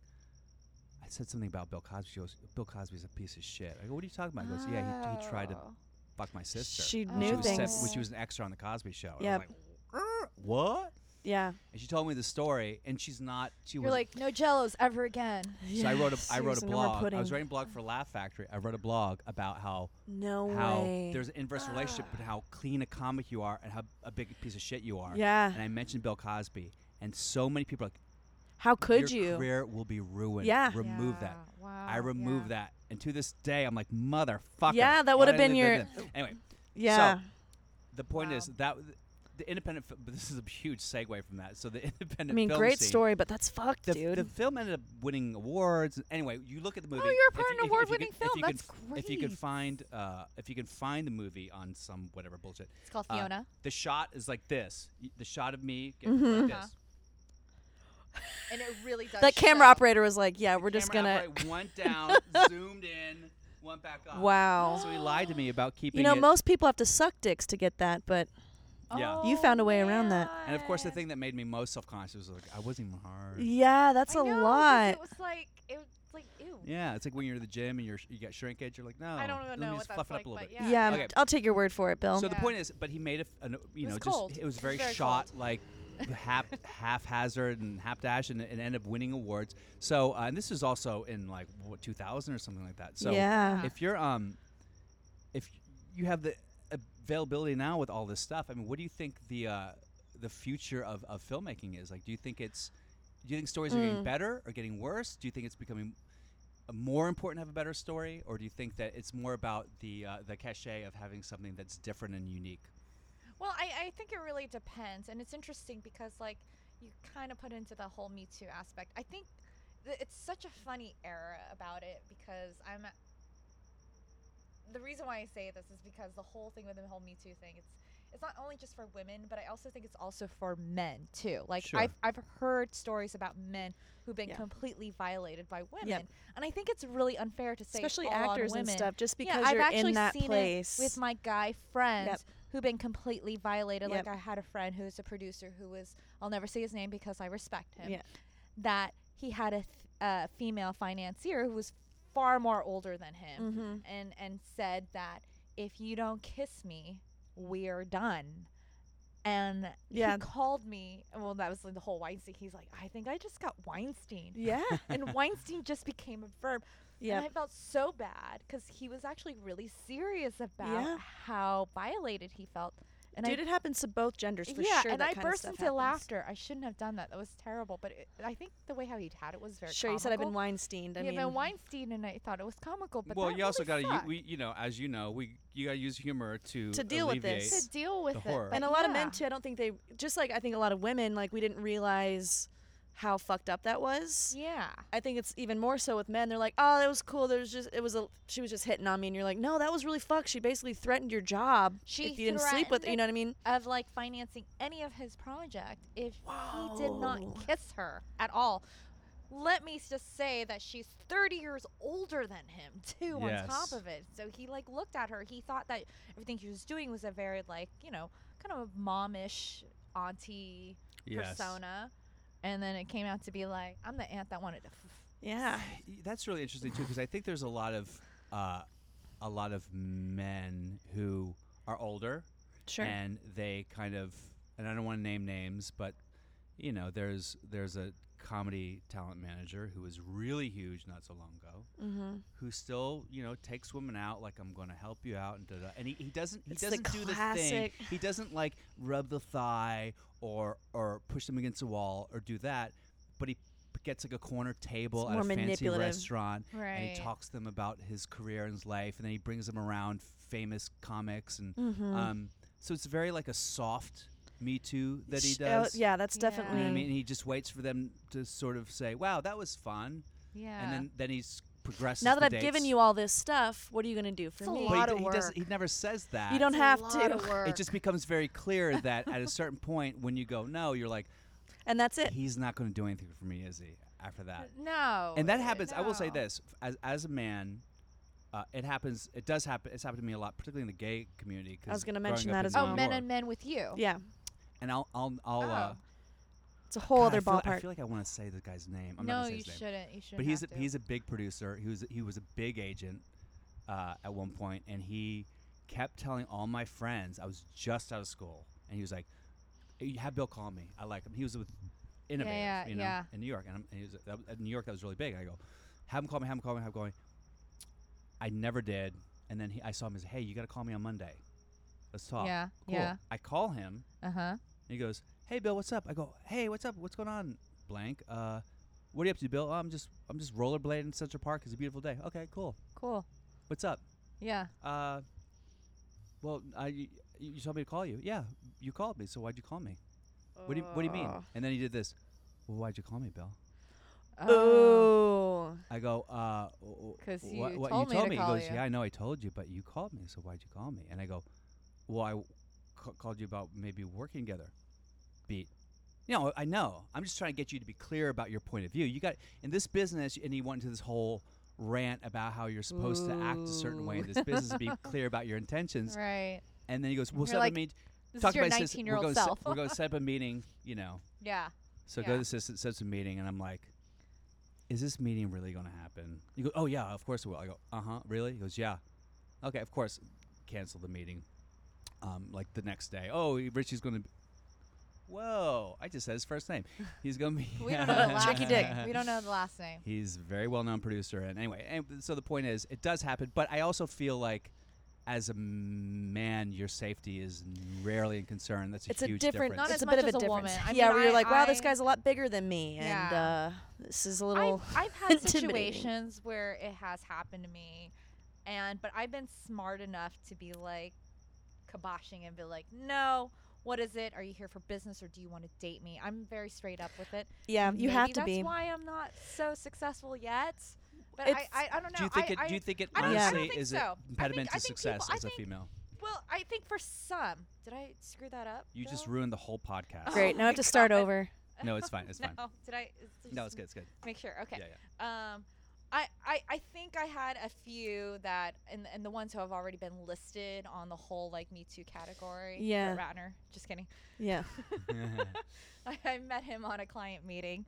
[SPEAKER 2] I said something about Bill Cosby. She goes, "Bill Cosby's a piece of shit." I go, "What are you talking about?" He goes, "Yeah, he, he tried to
[SPEAKER 3] Oh.
[SPEAKER 2] fuck my sister."
[SPEAKER 1] Oh. She
[SPEAKER 2] when she
[SPEAKER 1] knew
[SPEAKER 2] was
[SPEAKER 1] things.
[SPEAKER 2] sep- when she was an extra on the Cosby Show. And I
[SPEAKER 1] Yep.
[SPEAKER 2] was like, "Er, what?
[SPEAKER 1] yeah.
[SPEAKER 2] And she told me the story, and she's not. She
[SPEAKER 3] You're
[SPEAKER 2] was
[SPEAKER 3] like no Jellos ever again.
[SPEAKER 2] So I wrote a I
[SPEAKER 1] Yes,
[SPEAKER 2] wrote
[SPEAKER 1] yes,
[SPEAKER 2] a
[SPEAKER 1] no more
[SPEAKER 2] blog. I was
[SPEAKER 1] pudding.
[SPEAKER 2] writing a blog for Laugh Factory. I wrote a blog about how
[SPEAKER 1] No
[SPEAKER 2] how
[SPEAKER 1] way.
[SPEAKER 2] there's an inverse relationship between how clean a comic you are and how a big piece of shit you are.
[SPEAKER 1] yeah.
[SPEAKER 2] And I mentioned Bill Cosby, and so many people are like
[SPEAKER 1] How could
[SPEAKER 2] your
[SPEAKER 1] you?
[SPEAKER 2] career will be ruined.
[SPEAKER 1] Yeah.
[SPEAKER 2] remove that.
[SPEAKER 3] Yeah, Wow.
[SPEAKER 2] I remove
[SPEAKER 3] yeah.
[SPEAKER 2] that, and to this day, I'm like motherfucker.
[SPEAKER 1] Yeah, that
[SPEAKER 2] why
[SPEAKER 1] would've
[SPEAKER 2] didn't
[SPEAKER 1] been
[SPEAKER 2] they-
[SPEAKER 1] your-
[SPEAKER 2] they- they-" Anyway,
[SPEAKER 1] Yeah.
[SPEAKER 2] the point
[SPEAKER 3] Wow.
[SPEAKER 2] is that the independent. fi- This is a huge segue from that. So the <laughs> independent.
[SPEAKER 1] I mean,
[SPEAKER 2] film
[SPEAKER 1] great
[SPEAKER 2] scene-
[SPEAKER 1] story, but that's fucked,
[SPEAKER 2] The,
[SPEAKER 1] dude. Oh,
[SPEAKER 2] the film ended up winning awards. Anyway, you look at the movie.
[SPEAKER 3] you're
[SPEAKER 2] if
[SPEAKER 3] part
[SPEAKER 2] you-
[SPEAKER 3] of
[SPEAKER 2] if-
[SPEAKER 3] an
[SPEAKER 2] if you
[SPEAKER 3] award-winning
[SPEAKER 2] could- if
[SPEAKER 3] film.
[SPEAKER 2] you could
[SPEAKER 3] That's
[SPEAKER 2] f- If you could
[SPEAKER 3] great.
[SPEAKER 2] find, uh, if you can find the movie on some whatever bullshit,
[SPEAKER 3] It's called
[SPEAKER 2] Uh,
[SPEAKER 3] Fiona.
[SPEAKER 2] the shot is like this. Y- The shot of me getting
[SPEAKER 1] Mhm.
[SPEAKER 2] like
[SPEAKER 3] Uh-huh.
[SPEAKER 2] this.
[SPEAKER 3] and it really does.
[SPEAKER 1] that camera
[SPEAKER 3] show.
[SPEAKER 1] operator was like, "Yeah, we're just
[SPEAKER 2] Camera
[SPEAKER 1] gonna."
[SPEAKER 2] upright,
[SPEAKER 3] <laughs>
[SPEAKER 2] one down, zoomed in, one back up.
[SPEAKER 1] Wow.
[SPEAKER 2] So he lied to me about keeping
[SPEAKER 1] You know,
[SPEAKER 2] it.
[SPEAKER 1] most people have to suck dicks to get that, but
[SPEAKER 2] Yeah.
[SPEAKER 1] You found a way
[SPEAKER 3] Oh,
[SPEAKER 1] around that.
[SPEAKER 2] and of course, the
[SPEAKER 3] man.
[SPEAKER 2] thing that made me most self-conscious was like I wasn't even hard.
[SPEAKER 1] yeah, that's
[SPEAKER 3] I
[SPEAKER 1] a
[SPEAKER 3] know, 'cause
[SPEAKER 1] lot.
[SPEAKER 3] It was like it was like ew.
[SPEAKER 2] Yeah, it's like when you're in the gym and you're sh- you got shrinkage. You're like, no,
[SPEAKER 3] I don't
[SPEAKER 2] let
[SPEAKER 3] know
[SPEAKER 2] me
[SPEAKER 3] what
[SPEAKER 2] just
[SPEAKER 3] that's
[SPEAKER 2] fluff it
[SPEAKER 3] like,
[SPEAKER 2] up a little
[SPEAKER 3] but
[SPEAKER 2] bit.
[SPEAKER 3] yeah.
[SPEAKER 1] yeah,
[SPEAKER 2] Okay.
[SPEAKER 1] I'll take your word for it, Bill.
[SPEAKER 2] So the
[SPEAKER 3] Yeah.
[SPEAKER 2] point is, but he made a, f- an, you
[SPEAKER 3] was
[SPEAKER 2] know,
[SPEAKER 3] cold.
[SPEAKER 2] just it was
[SPEAKER 3] It was
[SPEAKER 2] very,
[SPEAKER 3] very
[SPEAKER 2] shot,
[SPEAKER 3] cold.
[SPEAKER 2] like
[SPEAKER 3] <laughs>
[SPEAKER 2] hap, haphazard and hapdash, and, and ended up winning awards. So, uh, and this is also in like what 2000 or something like that. So,
[SPEAKER 1] yeah.
[SPEAKER 2] if you're um, if you have the availability now with all this stuff, I mean, what do you think the uh, the future of, of filmmaking is? Like, do you think it's do you think stories are getting
[SPEAKER 1] Mm.
[SPEAKER 2] better or getting worse? Do you think it's becoming more important to have a better story, or do you think that it's more about the uh, the cachet of having something that's different and unique?
[SPEAKER 3] Well, I, I think it really depends, and it's interesting because like you kind of put into the whole Me Too aspect. I think th- it's such a funny era about it because I'm. The reason why I say this is because the whole thing with the whole Me Too thing, it's it's not only just for women, but I also think it's also for men too. Like
[SPEAKER 2] Sure.
[SPEAKER 3] I've I've heard stories about men who've been
[SPEAKER 1] Yeah.
[SPEAKER 3] completely violated by women,
[SPEAKER 1] Yep.
[SPEAKER 3] and I think it's really unfair to say
[SPEAKER 1] Especially
[SPEAKER 3] all on
[SPEAKER 1] actors and
[SPEAKER 3] women
[SPEAKER 1] stuff, just because
[SPEAKER 3] yeah,
[SPEAKER 1] you're
[SPEAKER 3] I've actually
[SPEAKER 1] in that
[SPEAKER 3] seen
[SPEAKER 1] place.
[SPEAKER 3] It with my guy friends
[SPEAKER 1] Yep.
[SPEAKER 3] who've been completely violated.
[SPEAKER 1] Yep.
[SPEAKER 3] Like I had a friend who's a producer who was I'll never say his name because I respect him.
[SPEAKER 1] Yeah.
[SPEAKER 3] That he had a th- uh, female financier who was far more older than him, <laughs>
[SPEAKER 1] mm-hmm.
[SPEAKER 3] and and said that if you don't kiss me, we're done. And
[SPEAKER 1] Yeah.
[SPEAKER 3] <laughs> he called me. Well, that was like the whole Weinstein. He's like, I think I just got Weinstein,
[SPEAKER 1] Yeah.
[SPEAKER 3] and Weinstein just became a verb.
[SPEAKER 1] Yeah.
[SPEAKER 3] And I felt so bad because he was actually really serious about
[SPEAKER 1] Yeah.
[SPEAKER 3] how violated he felt. And
[SPEAKER 1] Dude,
[SPEAKER 3] I,
[SPEAKER 1] it happens to both genders for
[SPEAKER 3] yeah,
[SPEAKER 1] sure.
[SPEAKER 3] and
[SPEAKER 1] that
[SPEAKER 3] I
[SPEAKER 1] kind of
[SPEAKER 3] burst
[SPEAKER 1] stuff
[SPEAKER 3] into
[SPEAKER 1] happens.
[SPEAKER 3] laughter. I shouldn't have done that. That was terrible. But it, I think the way how he had it was very
[SPEAKER 1] Sure, you said I've been Weinsteined. I
[SPEAKER 3] Uh-huh. yeah,
[SPEAKER 1] mean,
[SPEAKER 3] been Weinstein, and I thought it was comical. But
[SPEAKER 2] well,
[SPEAKER 3] that
[SPEAKER 2] you also
[SPEAKER 3] really
[SPEAKER 2] got to
[SPEAKER 3] sucked
[SPEAKER 2] we you know as you know we you got to use humor to
[SPEAKER 1] To deal with
[SPEAKER 2] alleviate-
[SPEAKER 1] this.
[SPEAKER 3] to deal with it.
[SPEAKER 2] horror.
[SPEAKER 3] but
[SPEAKER 1] and a lot of
[SPEAKER 3] yeah.
[SPEAKER 1] men too. I don't think they just like I think a lot of women like we didn't realize how fucked up that was.
[SPEAKER 3] Yeah.
[SPEAKER 1] I think it's even more so with men. They're like, "Oh, that was cool. There was just it was a she was just hitting on me," and you're like, "No, that was really fucked. She basically threatened your job
[SPEAKER 3] She
[SPEAKER 1] if you didn't sleep with. You
[SPEAKER 3] threatened
[SPEAKER 1] know what I mean?
[SPEAKER 3] Of like financing any of his project if he did not
[SPEAKER 2] Oh.
[SPEAKER 1] Wow.
[SPEAKER 3] kiss her at all. Let me just say that she's 30 years older than him <laughs> too. On
[SPEAKER 2] Yes.
[SPEAKER 3] top of it, so he like looked at her. He thought that everything she was doing was a very like you know kind of a momish auntie
[SPEAKER 2] Yes.
[SPEAKER 3] persona, and then it came out to be like I'm the aunt that wanted to. F-
[SPEAKER 1] Yeah,
[SPEAKER 2] Y- That's really interesting too, because I think there's a lot of uh, a lot of men who are older
[SPEAKER 1] sure.
[SPEAKER 2] and they kind of and I don't want to name names, but you know, there's there's a comedy talent manager who was really huge not so long ago,
[SPEAKER 1] mm-hmm.
[SPEAKER 2] who still you know takes women out like I'm going to help you out and da da. And he, he doesn't he
[SPEAKER 1] It's the
[SPEAKER 2] doesn't do the thing.
[SPEAKER 1] classic.
[SPEAKER 2] He doesn't like rub the thigh or or push them against the wall or do that, but he p- gets like a corner table
[SPEAKER 1] It's
[SPEAKER 2] at
[SPEAKER 1] more
[SPEAKER 2] a fancy
[SPEAKER 1] manipulative.
[SPEAKER 2] restaurant and
[SPEAKER 3] Right.
[SPEAKER 2] he talks to them about his career and his life and then he brings them around famous comics and
[SPEAKER 1] Mm-hmm.
[SPEAKER 2] um so it's very like a soft me too that he does.
[SPEAKER 1] oh, yeah, Mm-hmm. that's
[SPEAKER 3] Yeah.
[SPEAKER 2] You know
[SPEAKER 1] definitely.
[SPEAKER 2] what I mean, he just waits for them to sort of say, "Wow, that was fun,"
[SPEAKER 3] yeah.
[SPEAKER 2] and then then he's progresses.
[SPEAKER 1] now that
[SPEAKER 2] the
[SPEAKER 1] I've given
[SPEAKER 2] dates.
[SPEAKER 1] you all this stuff, what are you gonna do for
[SPEAKER 3] It's a
[SPEAKER 1] me?
[SPEAKER 2] But he
[SPEAKER 3] lot
[SPEAKER 2] d-
[SPEAKER 3] of
[SPEAKER 2] he, doesn't.
[SPEAKER 3] work.
[SPEAKER 2] He never says that.
[SPEAKER 1] You don't
[SPEAKER 3] It's a
[SPEAKER 1] have
[SPEAKER 3] lot
[SPEAKER 1] <laughs> to.
[SPEAKER 3] of work.
[SPEAKER 2] It just becomes very
[SPEAKER 1] <laughs>
[SPEAKER 2] clear that at a certain point, when you go, "No," you're like,
[SPEAKER 1] And that's it.
[SPEAKER 2] "He's not going to do anything for me, is he?" After that,
[SPEAKER 3] no.
[SPEAKER 2] uh,
[SPEAKER 1] eh,
[SPEAKER 2] and that
[SPEAKER 3] it-
[SPEAKER 2] happens. I will say
[SPEAKER 3] no.
[SPEAKER 2] this: as as a man, Uh, it happens. It does happen. It's happened to me a lot, particularly in the gay community. 'cause
[SPEAKER 1] was gonna
[SPEAKER 2] growing
[SPEAKER 1] mention
[SPEAKER 2] up
[SPEAKER 1] that
[SPEAKER 2] in
[SPEAKER 1] as
[SPEAKER 3] Oh,
[SPEAKER 1] well.
[SPEAKER 3] men
[SPEAKER 2] Baltimore-
[SPEAKER 3] and men with you.
[SPEAKER 1] Yeah,
[SPEAKER 2] And I'll, I'll, I'll.
[SPEAKER 3] Oh.
[SPEAKER 2] Uh,
[SPEAKER 1] it's a Oh, whole
[SPEAKER 2] God,
[SPEAKER 1] other
[SPEAKER 2] I feel,
[SPEAKER 1] ballpark.
[SPEAKER 2] I feel like I want to say the guy's name. I'm not
[SPEAKER 3] no,
[SPEAKER 2] gonna say
[SPEAKER 3] you
[SPEAKER 2] his name.
[SPEAKER 3] shouldn't. You shouldn't.
[SPEAKER 2] But he's a,
[SPEAKER 3] have to.
[SPEAKER 2] he's a big producer. He was he was a big agent uh, at one point, and he kept telling all my friends I was just out of school, and he was like, "Hey, "You have Bill call me. I like him." He was with Innovative,
[SPEAKER 3] yeah,
[SPEAKER 2] you know,
[SPEAKER 3] yeah.
[SPEAKER 2] in New York, and, I'm, and he was that, at New York that was really big. I go, "Have him call me. Have him call me. Have him call me." I never did, and then he, I saw him. He said, "Hey, you got to call me on Monday. Let's talk."
[SPEAKER 3] Yeah,
[SPEAKER 2] cool.
[SPEAKER 3] yeah.
[SPEAKER 2] I call him.
[SPEAKER 3] Uh huh.
[SPEAKER 2] And he goes, "Hey, Bill, what's up?" I go, "Hey, what's up? What's going on, blank? Uh, what are you up to, Bill? Oh, I'm just I'm just rollerblading in Central Park. It's a beautiful day. Okay, cool.
[SPEAKER 3] Cool.
[SPEAKER 2] What's up?
[SPEAKER 3] Yeah.
[SPEAKER 2] Uh, well, I you, you told me to call you. Yeah, you called me. So why'd you call me? What do you, What do you mean?
[SPEAKER 1] Oh.
[SPEAKER 2] And then he did this. Well, why'd you call me, Bill?
[SPEAKER 3] Oh.
[SPEAKER 1] Oh,
[SPEAKER 2] I go, uh, w- w-
[SPEAKER 3] 'Cause
[SPEAKER 2] wha-
[SPEAKER 3] you
[SPEAKER 2] what
[SPEAKER 3] told
[SPEAKER 2] you
[SPEAKER 3] me
[SPEAKER 2] told
[SPEAKER 3] to
[SPEAKER 2] me.
[SPEAKER 3] call
[SPEAKER 2] he goes,
[SPEAKER 3] you.
[SPEAKER 2] yeah, I know, I told you, but you called me. So why'd you call me? And I go, well, I w- ca- called you about maybe working together. Beat. No, I know. I'm just trying to get you to be clear about your point of view. You got in this business, and he went into this whole rant about how you're supposed to act a certain way in this business and be clear about your intentions.
[SPEAKER 3] <laughs> Right.
[SPEAKER 2] And then he goes, "We'll
[SPEAKER 3] You're
[SPEAKER 2] set up
[SPEAKER 3] like,
[SPEAKER 2] a meeting.
[SPEAKER 3] This
[SPEAKER 2] Talk
[SPEAKER 3] is your
[SPEAKER 2] about assist-
[SPEAKER 3] 19 year
[SPEAKER 2] we're
[SPEAKER 3] old
[SPEAKER 2] gonna set-
[SPEAKER 3] self.
[SPEAKER 2] we're going to set up a meeting. You know,
[SPEAKER 3] <laughs>
[SPEAKER 2] <laughs>
[SPEAKER 3] yeah.
[SPEAKER 2] so go to
[SPEAKER 3] Yeah.
[SPEAKER 2] the assistant, sets a meeting, and I'm like, is this meeting really going to happen? He goes, oh, yeah, of course it will. I go, uh huh, really? He goes, yeah. Okay, of course. Cancel the meeting. Um, like the next day. Oh, Richie's going to. Whoa, I just said his
[SPEAKER 3] <laughs>
[SPEAKER 2] first name. He's going to be.
[SPEAKER 3] We don't
[SPEAKER 2] <laughs>
[SPEAKER 3] know the last
[SPEAKER 1] Tricky
[SPEAKER 3] name.
[SPEAKER 1] dick.
[SPEAKER 3] We don't know the last name.
[SPEAKER 2] He's a very well known producer. And anyway, and so the point is, it does happen, but I also feel like. As a man, your safety is rarely in concern. That's a
[SPEAKER 1] it's a
[SPEAKER 2] huge
[SPEAKER 1] different.
[SPEAKER 2] difference.
[SPEAKER 3] Not
[SPEAKER 1] it's
[SPEAKER 3] as
[SPEAKER 1] a bit
[SPEAKER 3] much
[SPEAKER 1] of a
[SPEAKER 3] as a
[SPEAKER 1] difference.
[SPEAKER 3] woman. I
[SPEAKER 1] yeah,
[SPEAKER 3] mean,
[SPEAKER 1] where you're
[SPEAKER 3] I-
[SPEAKER 1] like, wow, this
[SPEAKER 3] I-
[SPEAKER 1] guy's a lot bigger than me,
[SPEAKER 3] Yeah.
[SPEAKER 1] and uh, this is a little.
[SPEAKER 3] I've, I've
[SPEAKER 2] <laughs>
[SPEAKER 3] had
[SPEAKER 1] intimidating.
[SPEAKER 3] situations where it has happened to me, and but I've been smart enough to be like kiboshing and be like, no, what is it? Are you here for business or do you want to date me? I'm very straight up with it.
[SPEAKER 1] yeah,
[SPEAKER 2] Um,
[SPEAKER 1] you
[SPEAKER 3] Maybe
[SPEAKER 1] have to
[SPEAKER 3] that's
[SPEAKER 1] be.
[SPEAKER 3] why I'm not so successful yet. But I,
[SPEAKER 1] It's-
[SPEAKER 3] I, I don't know.
[SPEAKER 2] Do you think
[SPEAKER 3] I,
[SPEAKER 2] it?
[SPEAKER 3] I,
[SPEAKER 2] do you think it?
[SPEAKER 3] I don't-
[SPEAKER 1] I don't
[SPEAKER 2] Honestly,
[SPEAKER 3] think
[SPEAKER 2] is
[SPEAKER 3] so. I
[SPEAKER 2] it
[SPEAKER 3] think-
[SPEAKER 2] impediment
[SPEAKER 3] I
[SPEAKER 2] to
[SPEAKER 3] think people-
[SPEAKER 2] success
[SPEAKER 3] I
[SPEAKER 2] as a
[SPEAKER 3] think-
[SPEAKER 2] female?
[SPEAKER 3] well, I think for some, did I screw that up?
[SPEAKER 2] You just
[SPEAKER 3] Bill?
[SPEAKER 2] ruined the whole podcast.
[SPEAKER 3] Oh <laughs>
[SPEAKER 1] Great. Now I have
[SPEAKER 3] my
[SPEAKER 1] to start
[SPEAKER 3] God.
[SPEAKER 1] over.
[SPEAKER 2] <laughs> No, it's fine. It's fine.
[SPEAKER 3] No, did I? is-
[SPEAKER 2] No,
[SPEAKER 3] just
[SPEAKER 2] it's good. It's
[SPEAKER 3] <laughs>
[SPEAKER 2] good. <laughs>
[SPEAKER 3] Make sure. Okay.
[SPEAKER 2] Yeah, yeah.
[SPEAKER 3] Um, I, I, I think I had a few that, and, and the ones who have already been listed on the whole like Me Too category. Brett
[SPEAKER 1] Yeah.
[SPEAKER 3] Ratner. Just kidding. <laughs>
[SPEAKER 1] Yeah.
[SPEAKER 3] I, I met him on a client meeting,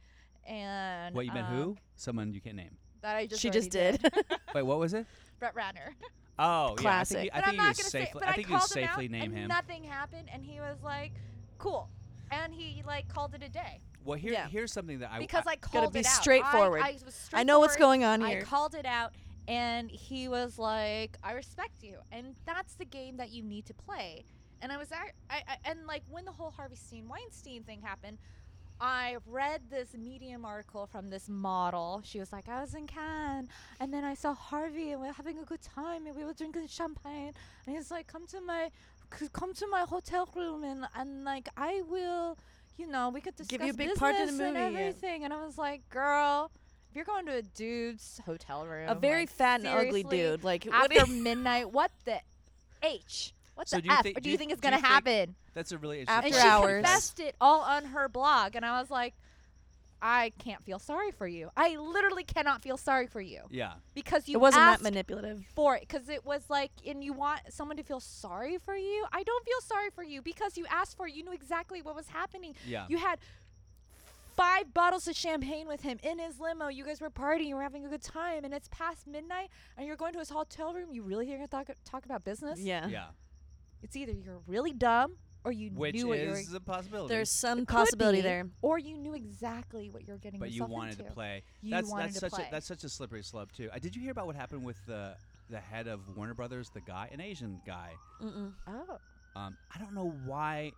[SPEAKER 3] and
[SPEAKER 2] Wait, you meant
[SPEAKER 3] um,
[SPEAKER 2] who? Someone you can't name.
[SPEAKER 3] That I just
[SPEAKER 1] she just
[SPEAKER 3] already
[SPEAKER 1] did.
[SPEAKER 2] Wait, what was it?
[SPEAKER 3] Brett Ratner.
[SPEAKER 2] Oh,
[SPEAKER 1] Classic.
[SPEAKER 2] yeah. I think
[SPEAKER 3] but I'm
[SPEAKER 2] you, I
[SPEAKER 3] not
[SPEAKER 2] think you
[SPEAKER 3] gonna say.
[SPEAKER 2] safely.
[SPEAKER 3] But
[SPEAKER 2] I
[SPEAKER 3] I,
[SPEAKER 2] think you
[SPEAKER 3] called him
[SPEAKER 2] safely
[SPEAKER 3] out,
[SPEAKER 2] name
[SPEAKER 3] and
[SPEAKER 2] him.
[SPEAKER 3] nothing happened, and he was like, "Cool," and he like called it a day
[SPEAKER 2] Well, here,
[SPEAKER 1] Yeah.
[SPEAKER 2] here's something that I
[SPEAKER 3] because I, called
[SPEAKER 1] be
[SPEAKER 3] it out. I-
[SPEAKER 1] straightforward.
[SPEAKER 3] I, was straightforward.
[SPEAKER 1] <laughs> I know what's going on
[SPEAKER 3] I
[SPEAKER 1] here.
[SPEAKER 3] called it out, and he was like, "I respect you," and that's the game that you need to play. And I was at, I, I, and like when the whole Harvey Stein Weinstein thing happened, I read this Medium article from this model. She was like, "I was in Cannes, and then I saw Harvey, and we were having a good time, and we were drinking champagne, and he's like, come to my." c- Come to my hotel room and, and like I will, you know, we could discuss
[SPEAKER 1] Give you a big
[SPEAKER 3] business
[SPEAKER 1] part in the
[SPEAKER 3] and
[SPEAKER 1] movie, yeah.
[SPEAKER 3] everything. And I was like, girl, if you're going to a dude's hotel room,
[SPEAKER 1] a very
[SPEAKER 3] like,
[SPEAKER 1] fat and ugly
[SPEAKER 3] Oh seriously,
[SPEAKER 1] dude. Like, <laughs> what
[SPEAKER 3] after
[SPEAKER 1] do you-
[SPEAKER 3] <laughs> midnight, what the H? What
[SPEAKER 2] So
[SPEAKER 3] the
[SPEAKER 2] do you
[SPEAKER 3] F?
[SPEAKER 2] thi-
[SPEAKER 3] do
[SPEAKER 2] do
[SPEAKER 3] you,
[SPEAKER 2] you-
[SPEAKER 3] think it's
[SPEAKER 2] do you
[SPEAKER 3] gonna
[SPEAKER 2] think-
[SPEAKER 3] happen?
[SPEAKER 2] That's a really
[SPEAKER 1] After
[SPEAKER 2] interesting
[SPEAKER 3] And
[SPEAKER 2] question.
[SPEAKER 3] she
[SPEAKER 1] hours.
[SPEAKER 3] confessed it all on her blog, and I was like, I can't feel sorry for you. I literally cannot feel sorry for you
[SPEAKER 2] Yeah.
[SPEAKER 3] because you
[SPEAKER 1] it wasn't that
[SPEAKER 3] asked
[SPEAKER 1] manipulative.
[SPEAKER 3] for it because it was like, and you want someone to feel sorry for you. I don't feel sorry for you because you asked for. it. You knew exactly what was happening.
[SPEAKER 2] Yeah.
[SPEAKER 3] You had five bottles of champagne with him in his limo. You guys were partying, you were having a good time, and it's past midnight, and you're going to his hotel room. You really are going to talk, talk about business?
[SPEAKER 1] Yeah.
[SPEAKER 2] yeah.
[SPEAKER 3] It's either you're really dumb or you
[SPEAKER 2] Which
[SPEAKER 3] knew what you were
[SPEAKER 2] is a possibility.
[SPEAKER 1] There's some
[SPEAKER 3] could
[SPEAKER 1] possibility
[SPEAKER 3] be,
[SPEAKER 1] there.
[SPEAKER 3] or you knew exactly what you're getting
[SPEAKER 2] but you
[SPEAKER 3] yourself
[SPEAKER 2] wanted
[SPEAKER 3] into.
[SPEAKER 2] to play.
[SPEAKER 3] You
[SPEAKER 2] that's
[SPEAKER 3] wanted
[SPEAKER 2] that's
[SPEAKER 3] to
[SPEAKER 2] such
[SPEAKER 3] play.
[SPEAKER 2] a that's such a slippery slope too. Uh, did you hear about what happened with the the head of Warner Brothers, the guy, an Asian guy?
[SPEAKER 1] Mm-mm.
[SPEAKER 3] Oh.
[SPEAKER 2] Um, I don't know why.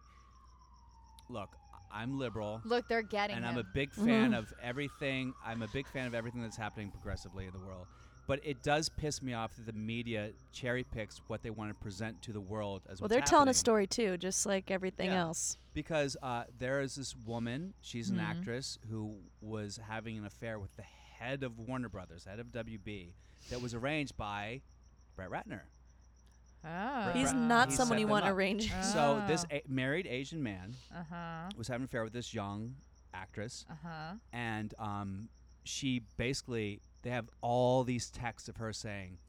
[SPEAKER 2] Look, I- I'm liberal.
[SPEAKER 3] Look, they're getting
[SPEAKER 2] and
[SPEAKER 3] him.
[SPEAKER 2] I'm a big
[SPEAKER 1] Mm-hmm.
[SPEAKER 2] fan of everything. I'm a big fan of everything that's happening progressively in the world. But it does piss me off that the media cherry picks what they want to present to the world as
[SPEAKER 1] Well,
[SPEAKER 2] what's
[SPEAKER 1] they're telling a
[SPEAKER 2] happening.
[SPEAKER 1] story too, just like everything
[SPEAKER 2] Yeah.
[SPEAKER 1] else.
[SPEAKER 2] because uh, there is this woman. She's an
[SPEAKER 1] Mm-hmm.
[SPEAKER 2] actress who was having an affair with the head of Warner Brothers, head of WB, that was arranged by Brett Ratner.
[SPEAKER 3] oh.
[SPEAKER 1] He's
[SPEAKER 2] Right.
[SPEAKER 1] not
[SPEAKER 2] He
[SPEAKER 1] someone
[SPEAKER 2] set
[SPEAKER 1] you
[SPEAKER 2] them
[SPEAKER 1] want
[SPEAKER 2] up. Uh,
[SPEAKER 1] arranging. <laughs>
[SPEAKER 2] So this
[SPEAKER 1] Ah.
[SPEAKER 3] Oh.
[SPEAKER 2] a- married Asian man
[SPEAKER 3] Uh huh.
[SPEAKER 2] was having an affair with this young actress.
[SPEAKER 3] Uh huh.
[SPEAKER 2] and um, she basically they have all these texts of her saying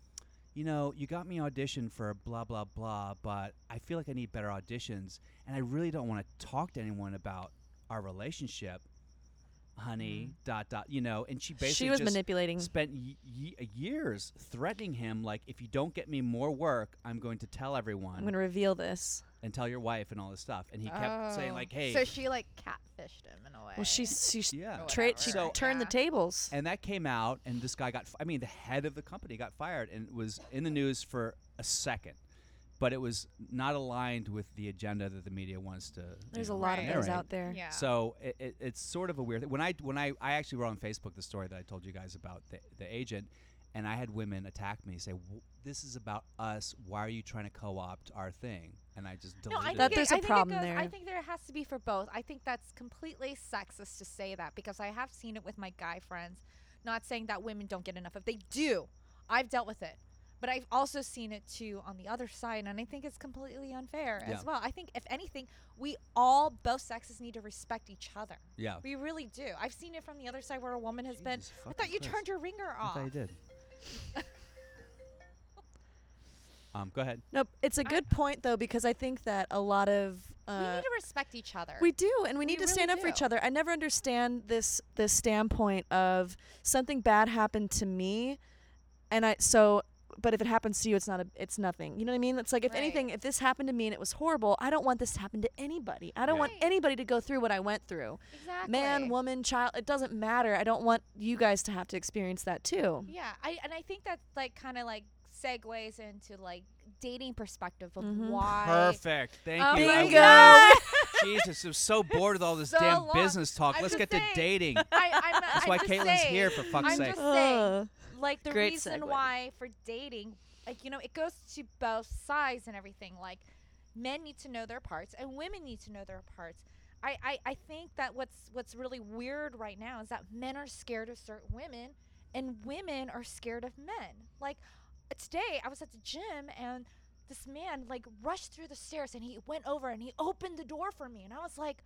[SPEAKER 2] you know, you got me audition for blah blah blah, but I feel like I need better auditions, and I really don't want to talk to anyone about our relationship, honey. Dot dot. You know, and she basically
[SPEAKER 1] Mm-hmm. she was
[SPEAKER 2] just
[SPEAKER 1] manipulating.
[SPEAKER 2] spent y- y- years threatening him, like if you don't get me more work, I'm going to tell everyone
[SPEAKER 1] I'm going to reveal this.
[SPEAKER 2] and tell your wife and all this stuff. And he kept saying
[SPEAKER 3] Oh.
[SPEAKER 2] like, hey,
[SPEAKER 4] So she like catfished him in a way.
[SPEAKER 1] Well, she she
[SPEAKER 2] yeah.
[SPEAKER 3] Or
[SPEAKER 1] tra-
[SPEAKER 3] Oh, whatever.
[SPEAKER 1] she
[SPEAKER 2] So-
[SPEAKER 1] turned the
[SPEAKER 4] Yeah.
[SPEAKER 1] tables.
[SPEAKER 2] And that came out, and this guy got, f- I mean, the head of the company got fired and was in the news for a second. But it was not aligned with the agenda that the media wants to. you
[SPEAKER 1] There's a
[SPEAKER 2] know,
[SPEAKER 1] lot of those
[SPEAKER 2] narrate.
[SPEAKER 1] out there.
[SPEAKER 3] Yeah.
[SPEAKER 2] So it, it, it's sort of a weird thing. When I when I, I actually wrote on Facebook the story that I told you guys about the, the agent, and I had women attack me say, "W- "This is about us. Why are you trying to co-opt our thing?" And I just
[SPEAKER 3] No,
[SPEAKER 2] deleted
[SPEAKER 3] I think
[SPEAKER 1] That
[SPEAKER 3] it-
[SPEAKER 2] it.
[SPEAKER 1] there's
[SPEAKER 3] I
[SPEAKER 1] a
[SPEAKER 3] think it
[SPEAKER 1] problem
[SPEAKER 3] goes- I
[SPEAKER 1] there.
[SPEAKER 3] think there has to be for both. I think that's completely sexist to say that because I have seen it with my guy friends. Not saying that women don't get enough. If they do, I've dealt with it. But I've also seen it too on the other side, and I think it's completely unfair
[SPEAKER 2] Yeah.
[SPEAKER 3] as well. I think if anything, we all, both sexes, need to respect each other.
[SPEAKER 2] yeah.
[SPEAKER 3] We really do. I've seen it from the other side where a woman has been.
[SPEAKER 2] Jesus
[SPEAKER 3] I
[SPEAKER 2] fucking
[SPEAKER 3] thought you
[SPEAKER 2] Christ.
[SPEAKER 3] turned your ringer
[SPEAKER 2] I
[SPEAKER 3] off.
[SPEAKER 2] thought you did.
[SPEAKER 3] <laughs>
[SPEAKER 2] um, go ahead.
[SPEAKER 1] Nope. It's a good point though because I think that a lot of
[SPEAKER 3] we
[SPEAKER 1] uh,
[SPEAKER 3] need to respect each other.
[SPEAKER 1] We do, and we need to
[SPEAKER 3] really
[SPEAKER 1] stand up for each
[SPEAKER 3] do.
[SPEAKER 1] other. I never understand this this standpoint of something bad happened to me, and I so. But if it happens to you, it's not a, it's nothing. You know what I mean? It's like if
[SPEAKER 3] Right.
[SPEAKER 1] anything, if this happened to me and it was horrible, I don't want this to happen to anybody. I don't want
[SPEAKER 3] Right.
[SPEAKER 1] anybody to go through what I went through.
[SPEAKER 3] exactly.
[SPEAKER 1] Man, woman, child, it doesn't matter. I don't want you guys to have to experience that too.
[SPEAKER 3] Yeah, I and I think that's like kind of like segues into like dating perspective of
[SPEAKER 1] Mhm.
[SPEAKER 3] why.
[SPEAKER 2] Perfect. Thank
[SPEAKER 3] Oh
[SPEAKER 2] you.
[SPEAKER 3] my
[SPEAKER 2] I
[SPEAKER 1] Bingo.
[SPEAKER 3] <laughs>
[SPEAKER 2] love it. Jesus, I'm so bored with all this
[SPEAKER 3] So
[SPEAKER 2] damn
[SPEAKER 3] long.
[SPEAKER 2] business talk.
[SPEAKER 3] I'm
[SPEAKER 2] Let's get
[SPEAKER 3] just saying.
[SPEAKER 2] to
[SPEAKER 3] <laughs>
[SPEAKER 2] dating.
[SPEAKER 3] I, I'm not,
[SPEAKER 2] That's
[SPEAKER 3] I'm
[SPEAKER 2] why
[SPEAKER 3] just
[SPEAKER 2] Caitlin's
[SPEAKER 3] saying,
[SPEAKER 2] here, for fuck's
[SPEAKER 3] I'm
[SPEAKER 2] sake.
[SPEAKER 3] just saying,
[SPEAKER 1] Ugh.
[SPEAKER 3] like the
[SPEAKER 1] Great
[SPEAKER 3] reason
[SPEAKER 1] segue.
[SPEAKER 3] why for dating, like you know, it goes to both sides and everything. Like men need to know their parts and women need to know their parts. I, I, I think that what's what's really weird right now is that men are scared of certain women and women are scared of men. Like uh, today I was at the gym and this man like rushed through the stairs and he went over and he opened the door for me and I was like